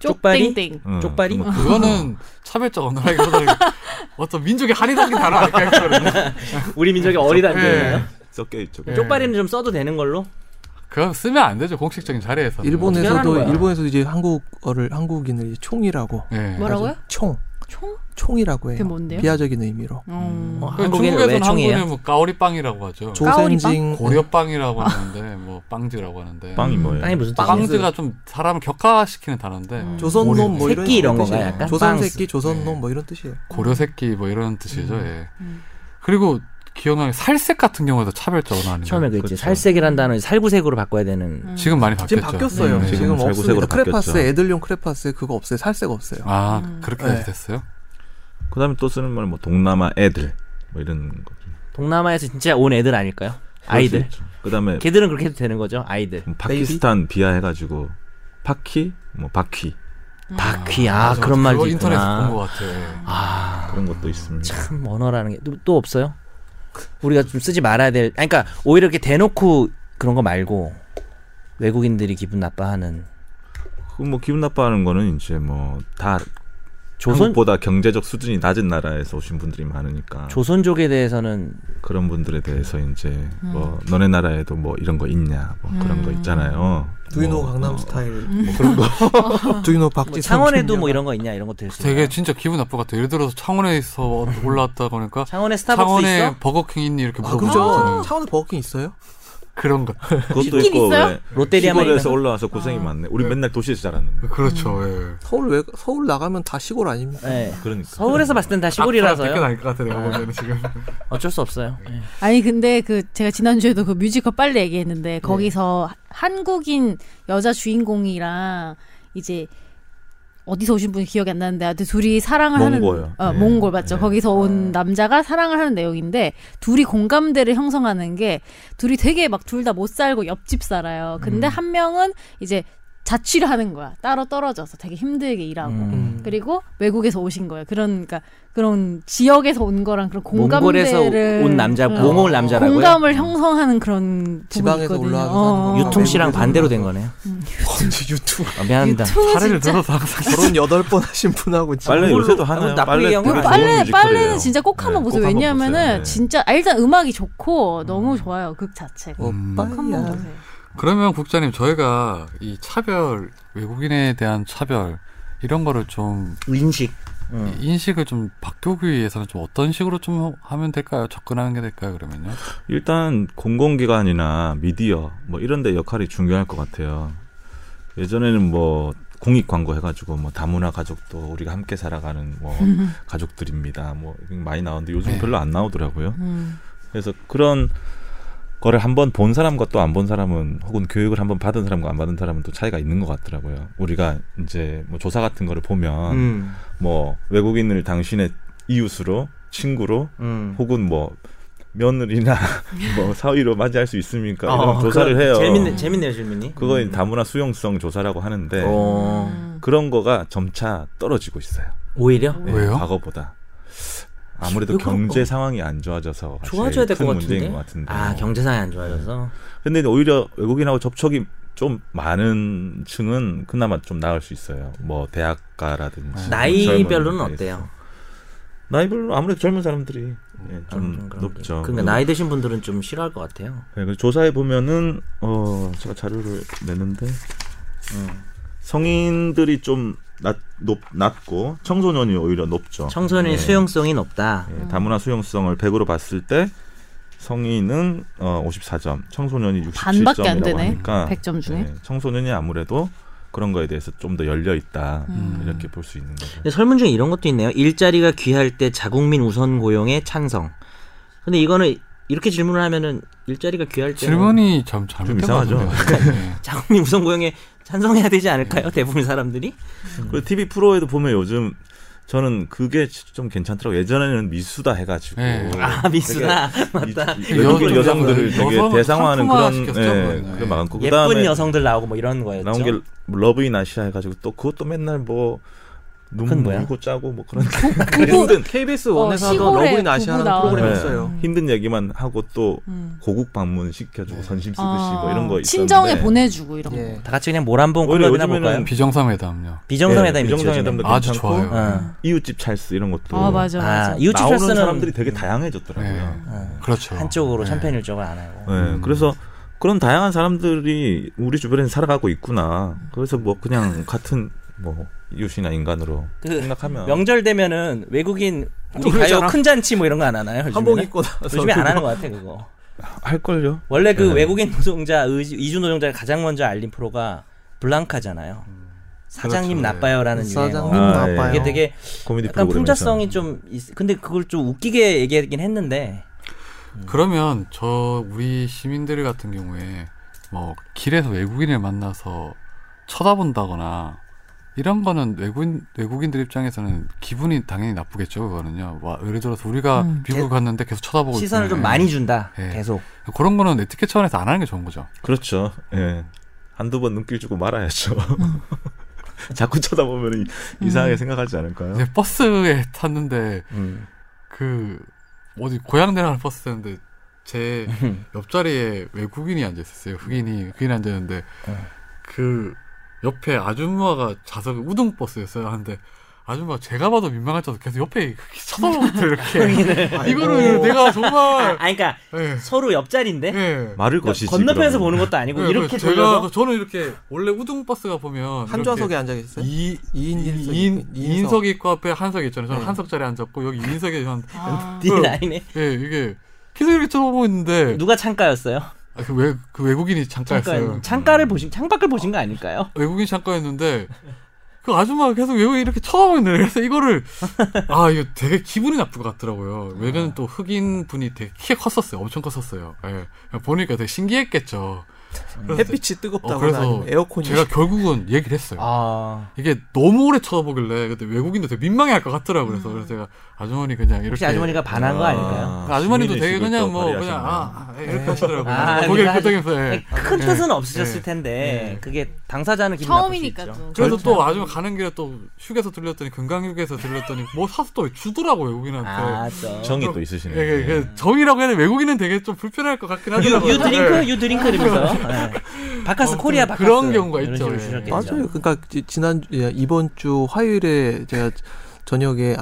Speaker 4: 쪽
Speaker 2: 쪽발이?
Speaker 4: 땡땡.
Speaker 5: 어,
Speaker 2: 쪽발이?
Speaker 5: 뭐 그거-
Speaker 1: 그거는 차별적 언어라기보다는 어떤 민족의 한이라는 단어 아닐까 싶어요.
Speaker 2: 우리 민족이 어리다는
Speaker 1: 예.
Speaker 5: 섞여 있죠.
Speaker 1: 예.
Speaker 2: 음. 네. 쪽발이는 좀 써도 되는 걸로
Speaker 1: 그건 쓰면 안 되죠 공식적인 자리에서.
Speaker 2: 어떻게
Speaker 3: 일본에서도
Speaker 2: 하는 거야?
Speaker 3: 일본에서도 이제 한국어를 한국인을 이제 총이라고
Speaker 1: 예.
Speaker 4: 뭐라고요?
Speaker 3: 아주 총
Speaker 4: 총?
Speaker 3: 총이라고 해요.
Speaker 4: 그게 뭔데요?
Speaker 3: 비하적인 의미로.
Speaker 4: 음.
Speaker 2: 어,
Speaker 1: 그
Speaker 2: 한국에는 왜
Speaker 1: 중국에서는
Speaker 2: 총이에요?
Speaker 1: 한국에는 뭐 까오리빵이라고 하죠.
Speaker 3: 조센징
Speaker 1: 고려빵이라고 하는데 뭐 빵지라고 하는데
Speaker 5: 빵이 뭐예요?
Speaker 2: 땅이 무슨
Speaker 3: 빵.
Speaker 2: 뜻이야
Speaker 1: 빵지가 좀 사람을 격화시키는 단어인데
Speaker 4: 음.
Speaker 3: 조선놈 뭐 이런
Speaker 2: 새끼 이런
Speaker 3: 뜻이에요.
Speaker 2: 건가요, 약간?
Speaker 3: 조선
Speaker 2: 빵스.
Speaker 3: 새끼 조선놈 뭐 이런 뜻이에요.
Speaker 1: 고려 새끼 뭐 이런 뜻이죠. 예.
Speaker 4: 음.
Speaker 1: 그리고 기억나는 게 살색 같은 경우에도 차별적 언어 아닌가요?
Speaker 2: 처음에 그랬지
Speaker 5: 그렇죠.
Speaker 2: 살색이란 단어는 살구색으로 바꿔야
Speaker 4: 음.
Speaker 2: 되는
Speaker 1: 지금 많이 바뀌었죠.
Speaker 3: 지금 바뀌었어요.
Speaker 1: 네.
Speaker 5: 지금
Speaker 3: 지금
Speaker 5: 살구색으로
Speaker 3: 없습니다. 크레파스
Speaker 5: 바뀌었죠.
Speaker 3: 애들용 크레파스 그거 없어요. 살색 없어요.
Speaker 1: 아
Speaker 4: 음.
Speaker 1: 그렇게까지
Speaker 3: 네.
Speaker 1: 됐어요?
Speaker 5: 그다음에 또 쓰는 말은 뭐 동남아 애들 뭐 이런 거.
Speaker 2: 동남아에서 진짜 온 애들 아닐까요? 아이들
Speaker 5: 그다음에
Speaker 2: 걔들은 그렇게 해도 되는 거죠 아이들
Speaker 5: 뭐 파키스탄 비하해가지고 파키 뭐 바퀴
Speaker 2: 바퀴 아,
Speaker 1: 맞아,
Speaker 2: 그런
Speaker 1: 맞아.
Speaker 2: 말도
Speaker 1: 그거 인터넷에서
Speaker 2: 있구나
Speaker 1: 본 것 같아요.
Speaker 2: 아
Speaker 5: 그런 것도 있습니다.
Speaker 2: 참 언어라는 게 또 없어요? 우리가 좀 쓰지 말아야 될 아니, 그러니까 오히려 이렇게 대놓고 그런 거 말고 외국인들이 기분 나빠하는
Speaker 5: 그뭐 기분 나빠하는 거는 이제 뭐 다
Speaker 2: 조선
Speaker 5: 한국보다 경제적 수준이 낮은 나라에서 오신 분들이 많으니까
Speaker 2: 조선족에 대해서는
Speaker 5: 그런 분들에 대해서 이제
Speaker 2: 음.
Speaker 5: 뭐 너네 나라에도 뭐 이런 거 있냐 뭐 그런 거 있잖아요.
Speaker 3: 두이노
Speaker 5: 뭐,
Speaker 3: 강남
Speaker 5: 어,
Speaker 3: 스타일.
Speaker 5: 뭐 그런 거
Speaker 3: 두이노
Speaker 2: 뭐
Speaker 3: 박지성.
Speaker 2: 창원에도 뭐
Speaker 3: 김연아.
Speaker 2: 이런 거 있냐 이런 거 들을 수
Speaker 1: 되게
Speaker 2: 있어요.
Speaker 1: 진짜 기분 나쁠 것 같아요. 예를 들어서 창원에서 올라왔다 그러니까
Speaker 2: 창원에 스타벅스
Speaker 1: 창원에
Speaker 2: 있어?
Speaker 1: 버거킹 있니 이렇게
Speaker 3: 아
Speaker 1: 물어보죠.
Speaker 3: 그죠. 창원에 버거킹 있어요?
Speaker 1: 그런 거.
Speaker 5: 그것도
Speaker 4: 있긴
Speaker 5: 있고
Speaker 4: 있어요?
Speaker 5: 왜
Speaker 2: 네, 롯데리아만
Speaker 5: 시골에서
Speaker 2: 있는
Speaker 5: 올라와서 고생이 많네. 우리 맨날 도시에서 자랐는데.
Speaker 1: 그렇죠. 예.
Speaker 2: 음.
Speaker 3: 서울 외 서울 나가면 다 시골 아닙니까?
Speaker 2: 네.
Speaker 5: 그러니까
Speaker 2: 서울에서 봤을 땐 다 시골이라서요.
Speaker 1: 날것 같아 내가 보기에는 지금.
Speaker 2: 어쩔 수 없어요. 예.
Speaker 4: 아니 근데 그 제가 지난주에도 그 뮤지컬 빨래 얘기했는데 거기서 한국인 여자 주인공이랑 이제 어디서 오신 분이 기억이 안 나는데 하여튼 둘이 사랑을
Speaker 5: 몽골요.
Speaker 4: 하는 어,
Speaker 5: 예.
Speaker 4: 몽골 맞죠.
Speaker 5: 예.
Speaker 4: 거기서 온 남자가 사랑을 하는 내용인데 둘이 공감대를 형성하는 게 둘이 되게 막 둘 다 못 살고 옆집 살아요. 근데 한 명은 이제 자취를 하는 거야. 따로 떨어져서 되게 힘들게 일하고.
Speaker 3: 음.
Speaker 4: 그리고 외국에서 오신 거예요. 그러니까 그런 지역에서 온 거랑 그런 공감대를
Speaker 2: 몽골에서 온 남자,
Speaker 4: 응.
Speaker 2: 몽골 남자라고요? 음.
Speaker 4: 공감을 형성하는 그런
Speaker 3: 지방에서
Speaker 4: 부분이 있거든요. 어,
Speaker 3: 올라와서 사는 거구나.
Speaker 2: 유통 씨랑
Speaker 3: 외국에서
Speaker 2: 반대로
Speaker 3: 올라와서.
Speaker 2: 된 거네요.
Speaker 3: 언제 유튜브
Speaker 2: 아, 미안합니다.
Speaker 1: 사례를 들어서 항상
Speaker 3: 결혼 여덟 번 하신 분하고 지금
Speaker 5: 빨래
Speaker 2: 정말로
Speaker 5: 요새 도
Speaker 2: 너무
Speaker 5: 하나요?
Speaker 2: 아, 나쁘게
Speaker 5: 빨래
Speaker 2: 얘기한 거
Speaker 5: 되게
Speaker 2: 아니야?
Speaker 5: 좋은
Speaker 4: 빨래
Speaker 5: 뮤지컬이에요.
Speaker 4: 빨래는 진짜 꼭 한번
Speaker 5: 네,
Speaker 4: 보세요.
Speaker 5: 꼭 한번
Speaker 4: 왜냐하면은
Speaker 5: 보세요. 네.
Speaker 4: 진짜 아, 일단 음악이 좋고 너무 좋아요. 극 자체가.
Speaker 3: 어,
Speaker 4: 한번
Speaker 3: 음. 오빠야.
Speaker 4: 보세요.
Speaker 1: 그러면 국장님 저희가 이 차별 외국인에 대한 차별 이런 거를 좀
Speaker 2: 인식. 음.
Speaker 1: 인식을 좀 바꾸기 위해서는 좀 어떤 식으로 좀 하면 될까요? 접근하는 게 될까요? 그러면요.
Speaker 5: 일단 공공기관이나 미디어 뭐 이런데 역할이 중요할 것 같아요. 예전에는 뭐 공익 광고 해가지고 뭐 다문화 가족도 우리가 함께 살아가는 뭐 가족들입니다. 뭐 이런 게 많이 나오는데 요즘
Speaker 1: 네.
Speaker 5: 별로 안 나오더라고요.
Speaker 4: 음.
Speaker 5: 그래서 그런 거를 한번 본 사람과 또 안 본 사람은 혹은 교육을 한번 받은 사람과 안 받은 사람은 또 차이가 있는 것 같더라고요. 우리가 이제 뭐 조사 같은 거를 보면
Speaker 2: 음.
Speaker 5: 뭐 외국인을 당신의 이웃으로 친구로
Speaker 2: 음.
Speaker 5: 혹은 뭐 며느리나 뭐 사위로 맞이할 수 있습니까? 이런
Speaker 2: 어,
Speaker 5: 음. 조사를
Speaker 2: 그런-
Speaker 5: 해요.
Speaker 2: 재밌네, 재밌네요 질문이. 음.
Speaker 5: 그거 다문화 수용성 조사라고 하는데
Speaker 2: 어.
Speaker 5: 그런 거가 점차 떨어지고 있어요.
Speaker 2: 오히려
Speaker 5: 예,
Speaker 1: 왜요?
Speaker 5: 과거보다 아무래도
Speaker 2: 왜 그럴까?
Speaker 5: 경제 상황이 안 좋아져서
Speaker 2: 좋아져야 될
Speaker 5: 될
Speaker 2: 것 같은데.
Speaker 5: 인것 같은데.
Speaker 2: 아 경제상이 안 좋아져서.
Speaker 5: 근데 이제 오히려 외국인하고 접촉이 좀 많은 층은 그나마 좀 나을 수 있어요. 뭐 대학가라든지
Speaker 2: 나이별로는
Speaker 5: 젊은
Speaker 2: 어때요?
Speaker 5: 나이별로 아무래도 젊은 사람들이 예,
Speaker 2: 아, 좀, 그런
Speaker 5: 좀
Speaker 2: 게.
Speaker 5: 높죠.
Speaker 2: 그러니까 나이 드신 분들은 좀 싫어할 것 같아요.
Speaker 5: 네, 그 조사해 보면은 어 제가 자료를 냈는데 성인들이 좀 낮, 높, 낮고 청소년이 오히려 높죠.
Speaker 2: 청소년 의
Speaker 5: 네.
Speaker 2: 수용성이 높다.
Speaker 5: 예, 다문화 수용성을 100으로 봤을 때 성인은 어, 54점, 청소년이 67점이라고
Speaker 4: 반밖에 안 되네.
Speaker 5: 하니까
Speaker 4: 100점 중에.
Speaker 5: 네, 청소년이 아무래도 그런 거에 대해서 좀 더 열려 있다
Speaker 4: 음.
Speaker 5: 이렇게 볼 수 있는 거죠.
Speaker 2: 근데 설문 중에 이런 것도 있네요. 일자리가 귀할 때 자국민 우선 고용에 찬성. 근데 이거는 이렇게 질문을 하면은 일자리가 귀할 때
Speaker 1: 질문이 참 잘못된
Speaker 5: 좀 이상하죠.
Speaker 1: 것 같은데요. 네.
Speaker 2: 자국민 우선 고용에 찬성해야 되지 않을까요? 대부분 사람들이.
Speaker 5: 음. 그러니까 그리고 TV 프로에도 보면 요즘 저는 그게 좀 괜찮더라고요. 예전에는 미수다 해가지고
Speaker 1: 네.
Speaker 2: 아 미수나
Speaker 5: 이- 이-
Speaker 1: 여성-
Speaker 5: 외국인 여성들을
Speaker 1: 여성-
Speaker 5: 되게
Speaker 1: 여성
Speaker 5: 대상화하는 그런
Speaker 1: 상품화시켰죠, 뭐. 네.
Speaker 5: 예,
Speaker 1: 그거는.
Speaker 5: 그런 많고
Speaker 2: 예쁜
Speaker 5: 그다음에
Speaker 2: 여성들 나오고 뭐 이런 거였죠.
Speaker 5: 나온 게 러브 인 아시아 해가지고 또 그것도 맨날 뭐
Speaker 2: 그건
Speaker 5: 눈물
Speaker 2: 뭐야? 아,
Speaker 5: 울고 짜고 뭐 그런
Speaker 4: 부부
Speaker 5: 힘든
Speaker 3: KBS
Speaker 4: 어,
Speaker 3: 원에서 하던
Speaker 4: 시골에
Speaker 3: 러브인 아시아라는
Speaker 4: 부부
Speaker 3: 프로그램
Speaker 5: 나오는
Speaker 3: 있어요.
Speaker 1: 음.
Speaker 5: 힘든 얘기만 하고 또
Speaker 4: 음.
Speaker 5: 고국 방문
Speaker 2: 네.
Speaker 5: 시켜주고 선심 쓰듯이
Speaker 4: 아,
Speaker 5: 뭐 이런 거 있었는데
Speaker 4: 친정에 보내주고 이런
Speaker 3: 예.
Speaker 2: 다 같이 그냥 뭘 한번
Speaker 5: 오히려
Speaker 2: 콜라비나
Speaker 5: 요즘에는
Speaker 2: 볼까요?
Speaker 1: 네. 비정상회담요.
Speaker 2: 비정상회담
Speaker 5: 예,
Speaker 2: 있죠.
Speaker 5: 비정상회담도 음.
Speaker 1: 요즘에. 아주
Speaker 5: 괜찮고,
Speaker 1: 좋아요.
Speaker 2: 요즘에. 어.
Speaker 5: 이웃집 찰스 이런 것도
Speaker 4: 거. 아 맞아 맞아.
Speaker 2: 아 이웃집
Speaker 5: 나오는
Speaker 2: 찰스는
Speaker 5: 사람들이 되게 다양해졌더라고요.
Speaker 1: 네.
Speaker 2: 어.
Speaker 1: 그렇죠.
Speaker 2: 한쪽으로
Speaker 1: 네.
Speaker 2: 참패 일적을 안 하고.
Speaker 5: 예,
Speaker 1: 음.
Speaker 5: 그래서 그런 다양한 사람들이 우리 주변에 살아가고 있구나. 그래서 뭐 그냥 같은 뭐 이웃이나 인간으로
Speaker 2: 그
Speaker 5: 생각하면
Speaker 2: 명절 되면은 외국인 우리
Speaker 3: 노래
Speaker 2: 가요
Speaker 3: 잘하-
Speaker 2: 큰 잔치 뭐 이런 거 안 하나요? 요즘에는?
Speaker 3: 한복 입고 나서
Speaker 2: 요즘에 안
Speaker 3: 그거.
Speaker 2: 하는 것 같아 그거.
Speaker 5: 할 걸요.
Speaker 2: 원래 그
Speaker 5: 네.
Speaker 2: 외국인 노동자 의지- 이주 노동자를 가장 먼저 알린 프로가 블랑카잖아요. 사장님
Speaker 1: 그렇죠.
Speaker 2: 나빠요라는
Speaker 3: 네. 사장님
Speaker 2: 유행어.
Speaker 5: 아, 예.
Speaker 3: 나빠요.
Speaker 2: 이게 되게
Speaker 5: 코미디
Speaker 2: 약간
Speaker 5: 프로그램에서
Speaker 2: 풍자성이 좀 있, 근데 그걸 좀 웃기게 얘기하긴 했는데
Speaker 1: 그러면 저 우리 시민들 같은 경우에 뭐 길에서 외국인을 만나서 쳐다본다거나 이런 거는 외국인 외국인들 입장에서는 기분이 당연히 나쁘겠죠 그거는요. 와 예를 들어서 우리가
Speaker 4: 음.
Speaker 1: 미국 갔는데 계속 쳐다보고
Speaker 2: 시선을
Speaker 1: 있으면,
Speaker 2: 좀
Speaker 1: 예.
Speaker 2: 많이 준다.
Speaker 1: 네.
Speaker 2: 계속.
Speaker 1: 그런 거는 에티켓 차원에서 안 하는 게 좋은 거죠.
Speaker 5: 그렇죠. 예. 한두 번 눈길 주고 말아야죠.
Speaker 2: 음.
Speaker 5: 자꾸 쳐다보면 이상하게 생각하지
Speaker 2: 네.
Speaker 5: 않을까요?
Speaker 1: 이제 버스에 탔는데
Speaker 5: 음.
Speaker 1: 그 어디 고향 내려가는 버스 탔는데 제 옆자리에 외국인이 앉아 있었어요. 흑인이 흑인이 앉아 있는데
Speaker 3: 네.
Speaker 1: 그 옆에 아줌마가 좌석 우등 버스였어요. 하는데 아줌마 제가 봐도 민망할 정도 로 계속 옆에 이렇게 쳐다보고 이렇게 이거를
Speaker 3: 아이고. 네.
Speaker 1: 내가
Speaker 2: 아,
Speaker 1: 정말
Speaker 2: 아니, 그러니까
Speaker 1: 예
Speaker 2: 서로 옆자리인데
Speaker 1: 예.
Speaker 5: 말을 것이지.
Speaker 2: 그러니까 건너편에서
Speaker 5: 그러면.
Speaker 2: 보는 것도
Speaker 3: 뭐
Speaker 2: 아니고
Speaker 1: 예,
Speaker 2: 이렇게
Speaker 1: 그래서 제가
Speaker 2: 돌려서
Speaker 1: 그- 저는 이렇게 원래 우등 버스가 보면
Speaker 3: 한
Speaker 1: 이렇게
Speaker 3: 좌석에 앉아 계셨어요?
Speaker 1: 이
Speaker 3: 이인 일석이-
Speaker 1: 이인
Speaker 3: 이인석.
Speaker 1: 이인석이 있고 앞에 한석 있잖아요. 저는
Speaker 3: 네.
Speaker 1: 한석 자리에 앉았고 여기 이인석이 한
Speaker 4: 아.
Speaker 2: 네
Speaker 1: 그-
Speaker 2: 라인에
Speaker 1: 예, 이게 계속 이렇게 쳐다보고 있는데
Speaker 2: 누가 창가였어요?
Speaker 1: 아, 그, 외, 그 외국인이 잠깐였어요.
Speaker 2: 창가 창가를 보신 창밖을 보신 거 아닐까요?
Speaker 1: 외국인 잠깐였는데 그 아줌마가 계속 외국인 이렇게 쳐다보는데 그래서 이거를 아 이거 되게 기분이 나쁠 것 같더라고요.
Speaker 3: 아.
Speaker 1: 왜냐면 또 흑인 분이 되게 키가 컸었어요. 엄청 컸었어요. 예. 보니까 되게 신기했겠죠. 그래서
Speaker 3: 햇빛이
Speaker 1: 어,
Speaker 3: 뜨겁다거나
Speaker 1: 그래서
Speaker 3: 아니면 에어컨이
Speaker 1: 제가 결국은 얘기를 했어요.
Speaker 2: 아
Speaker 1: 이게 너무 오래 쳐다보길래 그때 외국인도 되게 민망해할 것 같더라고요.
Speaker 3: 음.
Speaker 1: 그래서, 그래서 제가 아주머니 그냥 이렇게
Speaker 2: 혹시 아주머니가 반한 거 아닐까요?
Speaker 1: 그 아주머니도 되게
Speaker 5: 시민의식을 또
Speaker 1: 그냥 뭐
Speaker 5: 네. 발휘하시는
Speaker 1: 그냥 아, 아, 이렇게 하시더라고요.
Speaker 2: 아,
Speaker 1: 고개를
Speaker 2: 그러니까
Speaker 1: 끄덕이면서 예.
Speaker 2: 큰
Speaker 1: 예.
Speaker 2: 뜻은 없으셨을
Speaker 1: 예.
Speaker 2: 텐데
Speaker 1: 예.
Speaker 2: 그게 당사자는 기분
Speaker 4: 처음이니까
Speaker 2: 나쁠 수 있죠.
Speaker 4: 또.
Speaker 1: 그래서 또 아주 가는 길에 또 휴게소 들렸더니 금강휴게소 들렸더니 뭐 사서 또 주더라고요 외국인한테.
Speaker 2: 아, 저.
Speaker 5: 정이 또 있으시네.
Speaker 1: 예, 예, 예. 정이라고 해야 돼. 외국인은 되게 좀 불편할 것 같긴 하더라고요.
Speaker 2: 유
Speaker 1: 예.
Speaker 2: 드링크 유 드링크 이러면서 네. 바카스
Speaker 1: 아무튼
Speaker 2: 코리아 바카스
Speaker 1: 그런 경우가 있죠. 예.
Speaker 3: 맞아요. 그러니까 지- 지난 예, 이번 주 화요일에 제가 저녁에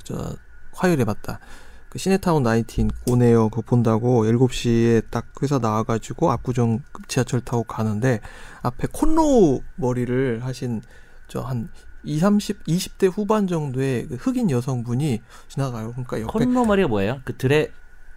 Speaker 3: 아저 화요일에 맞다. 그 시네타운 19 오네요. 그거 본다고 7시에 딱 회사 나와가지고 압구정 지하철 타고 가는데 앞에 콘로우 머리를 하신 저 한 20, 30, 20대 후반 정도의 그 흑인 여성분이 지나가요. 그러니까 옆에
Speaker 2: 콧노머리가 뭐예요? 그 드레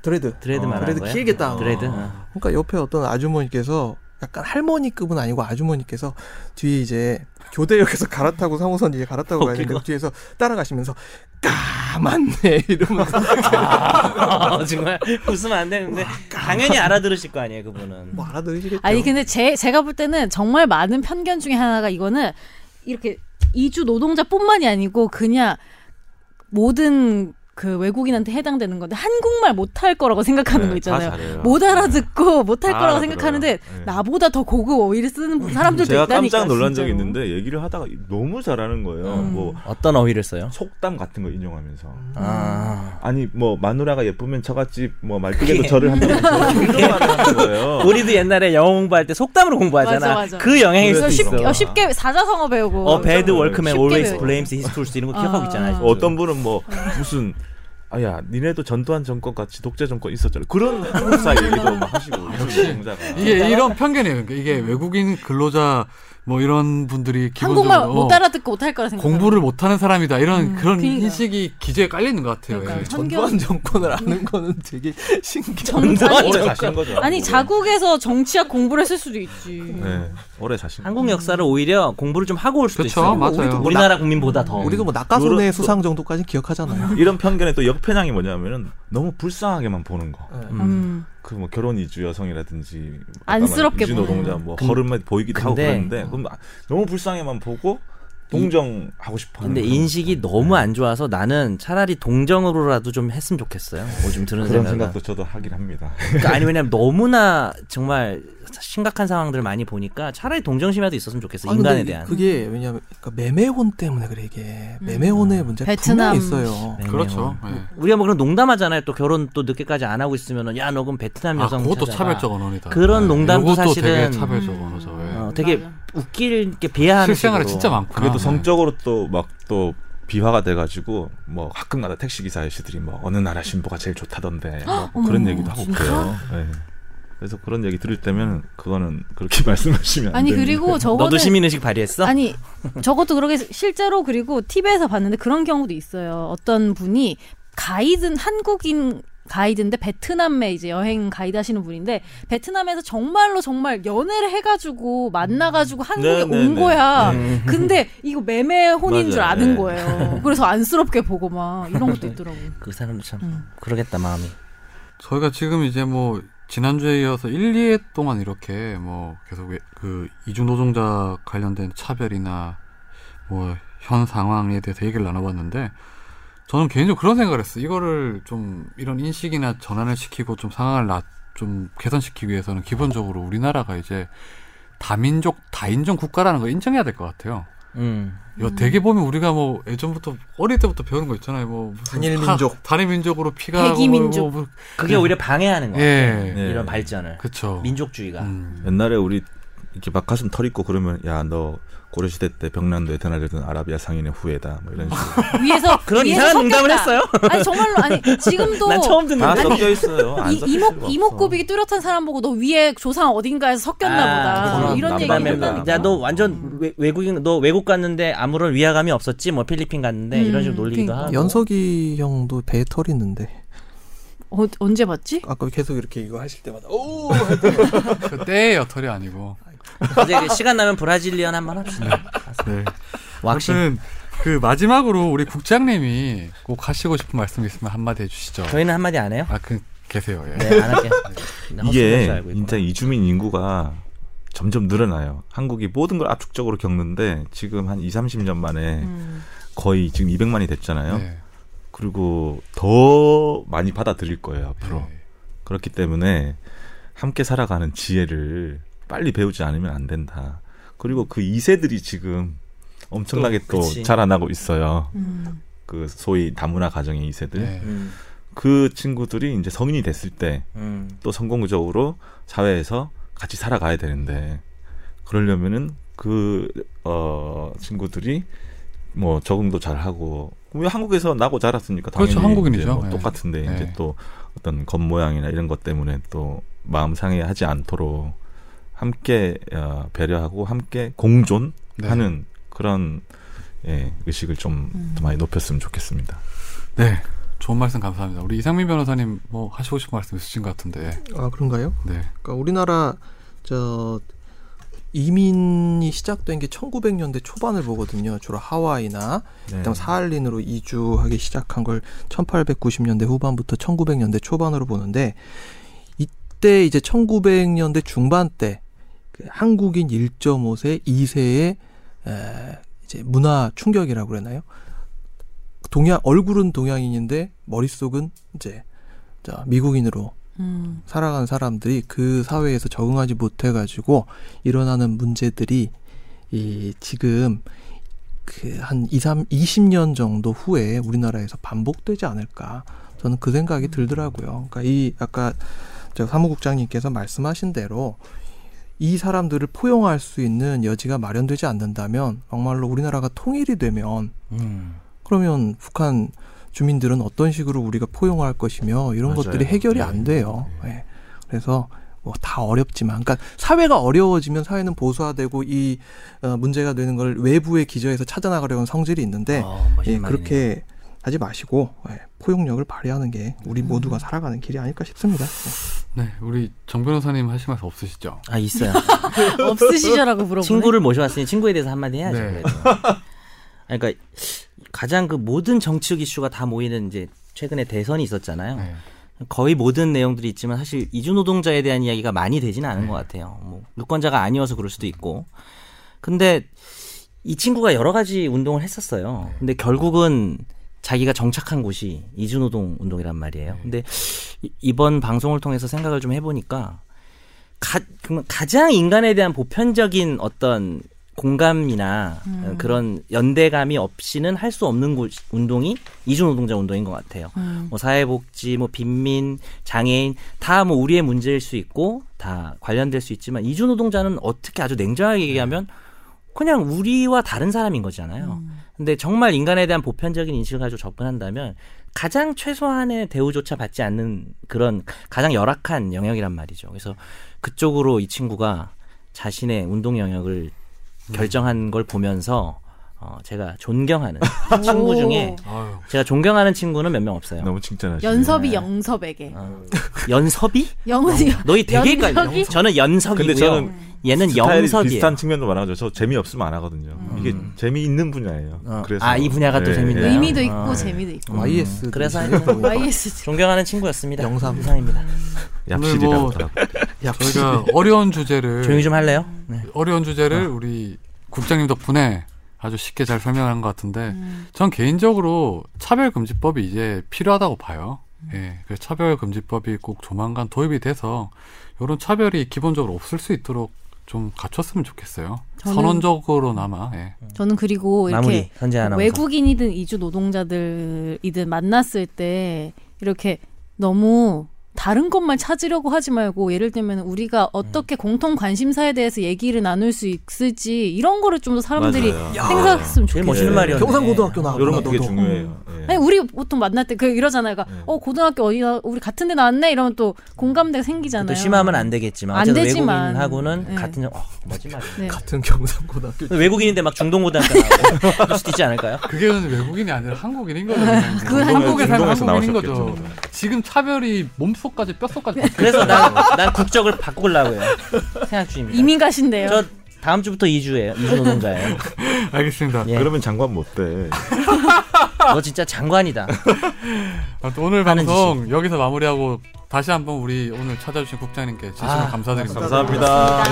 Speaker 3: 드레드.
Speaker 2: 드레드
Speaker 5: 어,
Speaker 2: 말하는
Speaker 3: 드레드
Speaker 2: 거예요?
Speaker 3: 길게 따.
Speaker 2: 드레드.
Speaker 3: 그러니까 옆에 어떤 아주머니께서 약간 할머니급은 아니고 아주머니께서 뒤에 이제 교대역에서 갈아타고 3호선 이제 갈아타고 가야 되는데 뒤에서 따라가시면서 까만네 이러면서
Speaker 2: 아, 정말 웃으면 안 되는데 당연히 알아들으실 거 아니에요, 그분은.
Speaker 3: 뭐 알아들으시겠죠.
Speaker 4: 아니 근데 제 제가 볼 때는 정말 많은 편견 중에 하나가 이거는 이렇게 이주 노동자뿐만이 아니고 그냥 모든 그 외국인한테 해당되는 건데 한국말 못할 거라고 생각하는
Speaker 5: 네,
Speaker 4: 거 있잖아요. 못 알아듣고 못할
Speaker 5: 다
Speaker 4: 거라고
Speaker 5: 알아들어요.
Speaker 4: 생각하는데
Speaker 5: 네.
Speaker 4: 나보다 더 고급 어휘를 쓰는 사람들도
Speaker 5: 제가
Speaker 4: 있다니까.
Speaker 5: 깜짝 놀란 적이
Speaker 4: 진짜로.
Speaker 5: 있는데 얘기를 하다가 너무 잘하는 거예요.
Speaker 4: 음.
Speaker 5: 뭐
Speaker 2: 어떤 어휘를 써요?
Speaker 5: 속담 같은 거 인용하면서
Speaker 2: 아.
Speaker 5: 아니 뭐 마누라가 예쁘면 저같이 뭐 말뚝에도 절을 한다면서 그런 말을 하는 거예요.
Speaker 2: 우리도 옛날에 영어 공부할 때 속담으로 공부하잖아.
Speaker 4: 맞아, 맞아.
Speaker 2: 그 영향이
Speaker 4: 그래서
Speaker 2: 있을 수
Speaker 5: 쉽-
Speaker 2: 있어.
Speaker 4: 쉽게, 어, 쉽게 사자성어 배우고.
Speaker 2: 어, bad workman
Speaker 4: 쉽게
Speaker 2: always
Speaker 4: 배워.
Speaker 2: blames his tools 이런 거 기억하고
Speaker 4: 아.
Speaker 2: 있잖아요.
Speaker 5: 뭐 어떤 분은 뭐 무슨 아야 니네도 전두환 정권 같이 독재 정권 있었잖아. 그런 한국사 얘기도 막 하시고
Speaker 1: 예. 이게 이런 편견이에요. 그러니까 이게 외국인 근로자 뭐 이런 분들이 기본적으로
Speaker 4: 한국말 못
Speaker 1: 어,
Speaker 4: 알아듣고 못 할 거라 생각.
Speaker 1: 공부를 못하는 사람이다 이런
Speaker 4: 음,
Speaker 1: 그런
Speaker 4: 그러니까요.
Speaker 1: 인식이 기재에 깔려 있는 것 같아요.
Speaker 4: 그러니까요.
Speaker 1: 예.
Speaker 4: 한겨울-
Speaker 3: 전두환 정권을 아는 거는 되게 신기한.
Speaker 4: 정- 아니,
Speaker 5: 오래 사신 거죠.
Speaker 4: 아니 자국에서 정치학 공부를 했을 수도 있지.
Speaker 5: 네, 오래 사신. 거.
Speaker 2: 한국 역사를 오히려 공부를 좀 하고 올 수도
Speaker 1: 그쵸,
Speaker 2: 있어요.
Speaker 1: 맞아요.
Speaker 2: 우리도 우리나라 국민보다 더.
Speaker 3: 우리가 뭐 낙하손의
Speaker 5: 요런-
Speaker 3: 수상 정도까지 기억하잖아요.
Speaker 5: 이런 편견의 또 역편향이 뭐냐면은 너무 불쌍하게만 보는
Speaker 3: 예.
Speaker 5: 거.
Speaker 4: 음.
Speaker 5: 그 뭐 결혼 이주 여성이라든지 아까
Speaker 4: 안쓰럽게
Speaker 5: 말한 이주
Speaker 4: 보는.
Speaker 5: 노동자 뭐 걸음에 보이기도 하고
Speaker 2: 근데-
Speaker 5: 그랬는데 그럼 아- 너무 불쌍해만 보고 동정 하고 싶어. 하는
Speaker 2: 근데
Speaker 5: 그런
Speaker 2: 인식이 너무 안 좋아서 나는 차라리 동정으로라도 좀 했으면 좋겠어요. 요즘 드는
Speaker 5: 그런
Speaker 2: 생각은.
Speaker 5: 생각도 저도 하긴 합니다.
Speaker 2: 그러니까 아니 왜냐면 너무나 정말 심각한 상황들을 많이 보니까 차라리 동정심이라도 있었으면 좋겠어.
Speaker 3: 아, 근데
Speaker 2: 인간에 대한.
Speaker 3: 그게 왜냐면 그러니까 매매혼 때문에 그래 이게 매매혼의 문제가
Speaker 4: 베트남.
Speaker 3: 분명히 있어요.
Speaker 2: 네,
Speaker 1: 그렇죠.
Speaker 2: 네.
Speaker 1: 예.
Speaker 2: 우리가 뭐 그런 농담하잖아요. 또 결혼 또 늦게까지 안 하고 있으면은 야 너 그럼 베트남
Speaker 1: 아,
Speaker 2: 여성
Speaker 1: 그것도
Speaker 2: 찾아라.
Speaker 1: 차별적 언어이다. 예.
Speaker 2: 그런 농담도
Speaker 1: 이것도 되게
Speaker 2: 사실은-
Speaker 1: 차별적 언어죠. 예.
Speaker 2: 어, 되게
Speaker 4: 네.
Speaker 2: 웃길 게 비하하는
Speaker 1: 실생활에
Speaker 2: 식으로.
Speaker 1: 진짜 많구나.
Speaker 4: 아.
Speaker 5: 그래도
Speaker 1: 예.
Speaker 5: 성적으로 또 막 또 비화가 돼가지고 뭐 가끔가다 택시 기사 아저씨들이 뭐 어느 나라 신부가 제일 좋다던데 뭐 그런
Speaker 4: 어머,
Speaker 5: 얘기도 하고
Speaker 4: 진짜?
Speaker 5: 그래요. 예. 그래서 그런 얘기 들을 때면 그거는 그렇게 말씀하시면 안
Speaker 4: 아니
Speaker 5: 됩니다.
Speaker 4: 그리고
Speaker 2: 네. 너도
Speaker 4: 저거는
Speaker 2: 시민의식 발휘했어?
Speaker 4: 아니 저것도 그렇게 실제로 그리고 TV에서 봤는데 그런 경우도 있어요. 어떤 분이 가이드 한국인 가이드인데 베트남에 이제 여행 가이드 하시는 분인데 베트남에서 정말로 정말 연애를
Speaker 2: 음.
Speaker 4: 해가지고 만나가지고 한국에
Speaker 5: 네, 네,
Speaker 4: 온
Speaker 5: 네.
Speaker 4: 거야. 근데 이거 매매 혼인
Speaker 5: 맞아요.
Speaker 4: 줄 아는
Speaker 5: 네.
Speaker 4: 거예요. 그래서 안쓰럽게 보고 막 이런 것도 있더라고. 요
Speaker 2: 그 사람도 참
Speaker 4: 음.
Speaker 2: 그러겠다 마음이.
Speaker 1: 네. 저희가 지금 이제 뭐 지난주에 이어서 1, 2회 동안 이렇게 뭐 계속 왜- 그 이중 노동자 관련된 차별이나 뭐 현 상황에 대해서 얘기를 나눠봤는데 저는 개인적으로 그런 생각을 했어요. 이거를 좀 이런 인식이나 전환을 시키고 좀 상황을 낮, 좀 개선시키기 위해서는 기본적으로 우리나라가 이제 다민족 다인종 국가라는 걸 인정해야 될 것 같아요.
Speaker 2: 음.
Speaker 1: 이거 되게 보면 우리가 뭐 예전부터 어릴 때부터 배우는 거 있잖아요. 뭐 무슨
Speaker 3: 단일
Speaker 1: 파-
Speaker 3: 민족.
Speaker 1: 단일 민족으로 피가
Speaker 4: 백이
Speaker 1: 뭐-
Speaker 4: 민족.
Speaker 1: 뭐-
Speaker 2: 그게 오히려 방해하는 거야.
Speaker 1: 예.
Speaker 5: 네.
Speaker 2: 이런 발전을.
Speaker 1: 그렇죠.
Speaker 2: 민족주의가.
Speaker 4: 음.
Speaker 5: 옛날에 우리 이렇게 막 가슴 털 있고 그러면 야 너 고려시대 때 병난도에 대낮에든 아라비아 상인의 후예다 뭐 이런 식으로
Speaker 4: 위에서
Speaker 2: 그런
Speaker 4: 위에서
Speaker 2: 이상한 농담을
Speaker 4: 섞였다.
Speaker 2: 했어요?
Speaker 4: 아니 정말로 아니 지금도
Speaker 2: 난 처음 듣는
Speaker 5: 다
Speaker 2: 데
Speaker 5: 섞여 있어요. 뭐 안 섞일
Speaker 4: 이,
Speaker 5: 수가
Speaker 4: 이목
Speaker 5: 없어.
Speaker 4: 이목구비 뚜렷한 사람 보고 너 위에 조상 어딘가에서 섞였나
Speaker 2: 아,
Speaker 4: 보다
Speaker 5: 그런
Speaker 4: 이런 얘기
Speaker 5: 남담
Speaker 2: 그다음에
Speaker 5: 얘기가
Speaker 4: 했나
Speaker 5: 뭐.
Speaker 2: 야 너 완전 외, 외국인 너 외국 갔는데 아무런 위화감이 없었지 뭐 필리핀 갔는데
Speaker 4: 음,
Speaker 2: 이런 식으로 놀리기도
Speaker 4: 그러니까.
Speaker 3: 네.
Speaker 2: 하고
Speaker 3: 연석이 형도 배에 털 있는데
Speaker 4: 어, 언제 봤지?
Speaker 3: 아까 계속 이렇게 이거 하실 때마다 오
Speaker 1: 그때 여털이 아니고.
Speaker 2: 이제 시간 나면 브라질리언 한번 합시다
Speaker 1: 네.
Speaker 2: 왁싱
Speaker 1: 아무튼 그 마지막으로 우리 국장님이 꼭 하시고 싶은 말씀 있으면 한마디 해주시죠.
Speaker 2: 저희는 한마디 안 해요?
Speaker 1: 아, 그 계세요. 예.
Speaker 2: 네 안 할게요
Speaker 5: 이게 진짜 이주민 인구가 점점 늘어나요. 한국이 모든 걸 압축적으로 겪는데 지금 한 2, 30년 만에
Speaker 4: 음.
Speaker 5: 거의 지금 200만이 됐잖아요.
Speaker 1: 네.
Speaker 5: 그리고 더 많이 받아들일 거예요, 앞으로.
Speaker 1: 네.
Speaker 5: 그렇기 때문에 함께 살아가는 지혜를 빨리 배우지 않으면 안 된다. 그리고 그 2세들이 지금 엄청나게 또,
Speaker 2: 그치.
Speaker 5: 자라나고 있어요.
Speaker 4: 음.
Speaker 5: 그 소위 다문화 가정의 2세들.
Speaker 1: 네.
Speaker 2: 음,
Speaker 5: 그 친구들이 이제 성인이 됐을 때 또
Speaker 2: 음.
Speaker 5: 성공적으로 사회에서 같이 살아가야 되는데 그러려면은 그 어, 친구들이 뭐 적응도 잘하고 왜 한국에서 나고 자랐으니까 당연히
Speaker 1: 그렇죠, 한국인이죠.
Speaker 5: 이제 뭐
Speaker 1: 네.
Speaker 5: 똑같은데
Speaker 1: 네.
Speaker 5: 이제 또 어떤 겉모양이나 이런 것 때문에 또 마음 상해하지 않도록 함께 어, 배려하고 함께 공존하는
Speaker 1: 네.
Speaker 5: 그런 예, 의식을 좀 더 많이 높였으면 좋겠습니다.
Speaker 1: 네. 좋은 말씀 감사합니다. 우리 이상민 변호사님 뭐 하시고 싶은 말씀 있으신 것 같은데.
Speaker 3: 아 그런가요?
Speaker 1: 네.
Speaker 3: 그러니까 우리나라 저 이민이 시작된 게 1900년대 초반을 보거든요. 주로 하와이나
Speaker 1: 네.
Speaker 5: 네.
Speaker 3: 그다음 사할린으로 이주하기 시작한 걸 1890년대 후반부터 1900년대 초반으로 보는데 이때 이제 1900년대 중반 때그 한국인 1.5세 2세의 에, 이제 문화 충격이라고 그러나요? 동양 얼굴은 동양인인데 머릿속은 이제 자, 미국인으로
Speaker 4: 음.
Speaker 3: 살아간 사람들이 그 사회에서 적응하지 못해가지고 일어나는 문제들이 이 지금 그 한 2, 3, 20년 정도 후에 우리나라에서 반복되지 않을까 저는 그 생각이
Speaker 5: 음.
Speaker 3: 들더라고요. 그러니까 이 아까 저 사무국장님께서 말씀하신 대로 이 사람들을 포용할 수 있는 여지가 마련되지 않는다면 막말로 우리나라가 통일이 되면
Speaker 2: 음.
Speaker 3: 그러면 북한 주민들은 어떤 식으로 우리가 포용할 것이며 이런
Speaker 5: 맞아요.
Speaker 3: 것들이 해결이
Speaker 5: 네.
Speaker 3: 안 돼요. 예. 그래서 뭐 다 어렵지만, 그러니까 사회가 어려워지면 사회는 보수화되고 이 어, 문제가 되는 걸 외부의 기저에서 찾아나가려는 성질이 있는데
Speaker 2: 어, 멋있는
Speaker 3: 예,
Speaker 2: 말이네요.
Speaker 3: 그렇게 하지 마시고 예, 포용력을 발휘하는 게
Speaker 5: 음.
Speaker 3: 우리 모두가 살아가는 길이 아닐까 싶습니다.
Speaker 1: 네, 우리 정 변호사님 하실 말씀 없으시죠?
Speaker 2: 아 있어요.
Speaker 4: 음. 없으시죠라고 물어보네.
Speaker 2: 친구를 모셔왔으니 친구에 대해서 한마디 해야죠.
Speaker 1: 네.
Speaker 2: 그래도. 아니, 그러니까 가장 그 모든 정치적 이슈가 다 모이는 이제 최근에 대선이 있었잖아요.
Speaker 1: 네.
Speaker 2: 거의 모든 내용들이 있지만 사실 이주 노동자에 대한 이야기가 많이 되지는 않은 것 같아요. 뭐 유권자가 아니어서 그럴 수도 있고. 근데 이 친구가 여러 가지 운동을 했었어요. 근데 결국은 자기가 정착한 곳이 이주 노동 운동이란 말이에요. 근데 이- 이번 방송을 통해서 생각을 좀 해보니까 가, 그러면 가장 인간에 대한 보편적인 어떤 공감이나 그런 연대감이 없이는 할 수 없는 곳- 운동이 이주 노동자 운동인 것 같아요. 뭐 사회복지, 뭐 빈민, 장애인 다 뭐 우리의 문제일 수 있고 다 관련될 수 있지만 이주 노동자는 어떻게 아주 냉정하게 얘기하면 그냥 우리와 다른 사람인 거잖아요. 근데 정말 인간에 대한 보편적인 인식을 가지고 접근한다면 가장 최소한의 대우조차 받지 않는 그런 가장 열악한 영역이란 말이죠. 그래서 그쪽으로 이 친구가 자신의 운동 영역을 결정한 걸 보면서 어, 제가 존경하는 친구 중에
Speaker 1: 아유,
Speaker 2: 제가 존경하는 친구는 몇 명 없어요.
Speaker 5: 너무 칭찬하시네요.
Speaker 4: 연섭이 영섭에게
Speaker 2: 연섭이?
Speaker 4: 영은이
Speaker 2: 너희 되게 헷갈려.
Speaker 4: 연석이?
Speaker 2: 저는 연석이고요.
Speaker 5: 근데 저는
Speaker 2: 얘는
Speaker 5: 스타일이
Speaker 2: 영석이에요.
Speaker 5: 비슷한 측면도 많아가지고 저 재미없으면 안 하거든요. 이게 재미있는 분야예요.
Speaker 2: 음. 어.
Speaker 5: 그래서
Speaker 2: 아, 이 분야가 또
Speaker 5: 예,
Speaker 2: 재밌네요.
Speaker 5: 예.
Speaker 4: 의미도 있고
Speaker 2: 아, 예.
Speaker 4: 재미도 있고
Speaker 3: YS
Speaker 2: 그래서
Speaker 3: 들으시는 거
Speaker 4: 아,
Speaker 3: 보니까
Speaker 4: YSG.
Speaker 2: 존경하는 친구였습니다.
Speaker 3: 영삼.
Speaker 2: 이상입니다.
Speaker 5: 얍실이라고
Speaker 1: 오늘 뭐-
Speaker 5: 하더라고요.
Speaker 3: 약실이
Speaker 1: 저희가 어려운 주제를
Speaker 2: 조용히 좀 할래요? 네.
Speaker 1: 어려운 주제를 우리 국장님 덕분에 아주 쉽게 잘 설명한 것 같은데
Speaker 4: 음.
Speaker 1: 전 개인적으로 차별금지법이 이제 필요하다고 봐요. 예, 그래서 차별금지법이 꼭 조만간 도입이 돼서 이런 차별이 기본적으로 없을 수 있도록 좀 갖췄으면 좋겠어요.
Speaker 4: 저는-
Speaker 1: 선언적으로나마. 예.
Speaker 4: 저는 그리고 뭐 이렇게
Speaker 2: 마무리 선재 아나운서.
Speaker 4: 외국인이든 이주 노동자들이든 만났을 때 이렇게 너무 다른 것만 찾으려고 하지 말고 예를 들면 우리가
Speaker 2: 음.
Speaker 4: 어떻게 공통 관심사에 대해서 얘기를 나눌 수 있을지 이런 거를 좀 더 사람들이
Speaker 5: 맞아요.
Speaker 4: 생각했으면
Speaker 2: 제일
Speaker 4: 좋겠어요.
Speaker 2: 멋있는
Speaker 5: 예.
Speaker 2: 말이었네.
Speaker 3: 경상고등학교 나왔구나.
Speaker 2: 아,
Speaker 5: 이런 거 되게
Speaker 3: 너도.
Speaker 5: 중요해요. 예.
Speaker 4: 아니 우리 보통 만날 때 그 이러잖아요. 그러니까
Speaker 2: 네.
Speaker 4: 어 고등학교 어디 나 우리 같은 데 나왔네 이러면 또 공감대가 생기잖아요.
Speaker 2: 또 음. 심하면 안 되겠지만
Speaker 4: 안
Speaker 2: 어쨌든
Speaker 4: 되지만.
Speaker 2: 외국인하고는
Speaker 4: 네.
Speaker 2: 같은 점- 어, 뭐지 말이야.
Speaker 4: 네.
Speaker 3: 같은 경상고등학교
Speaker 2: 외국인인데 막 중동고등학교 나오고 그럴 수도 있지 않을까요?
Speaker 1: 그게 외국인이 아니라 한국인인 거죠. 그냥.
Speaker 4: 그건
Speaker 1: 한국에 사는
Speaker 5: 운동에서
Speaker 1: 한국인인 거죠.
Speaker 5: 나오셨겠죠.
Speaker 1: 지금 차별이 몸속까지 뼛속까지 박혀
Speaker 2: 그래서
Speaker 1: 있어요.
Speaker 2: 난, 난 국적을 바꾸려고 해요. 생각 중입니다.
Speaker 4: 이민 가신대요.
Speaker 2: 저 다음 주부터 2주예요. 2주 노동자예요.
Speaker 1: 알겠습니다.
Speaker 2: 예.
Speaker 5: 그러면 장관 못 돼.
Speaker 2: 너 진짜 장관이다.
Speaker 1: 아무튼 오늘
Speaker 2: 하는
Speaker 1: 방송 여기서 마무리하고 다시 한번 우리 오늘 찾아주신 국장님께 진심으로
Speaker 2: 아,
Speaker 1: 감사드립니다.
Speaker 5: 감사합니다.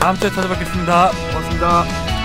Speaker 1: 다음 주에 찾아뵙겠습니다.
Speaker 3: 고맙습니다.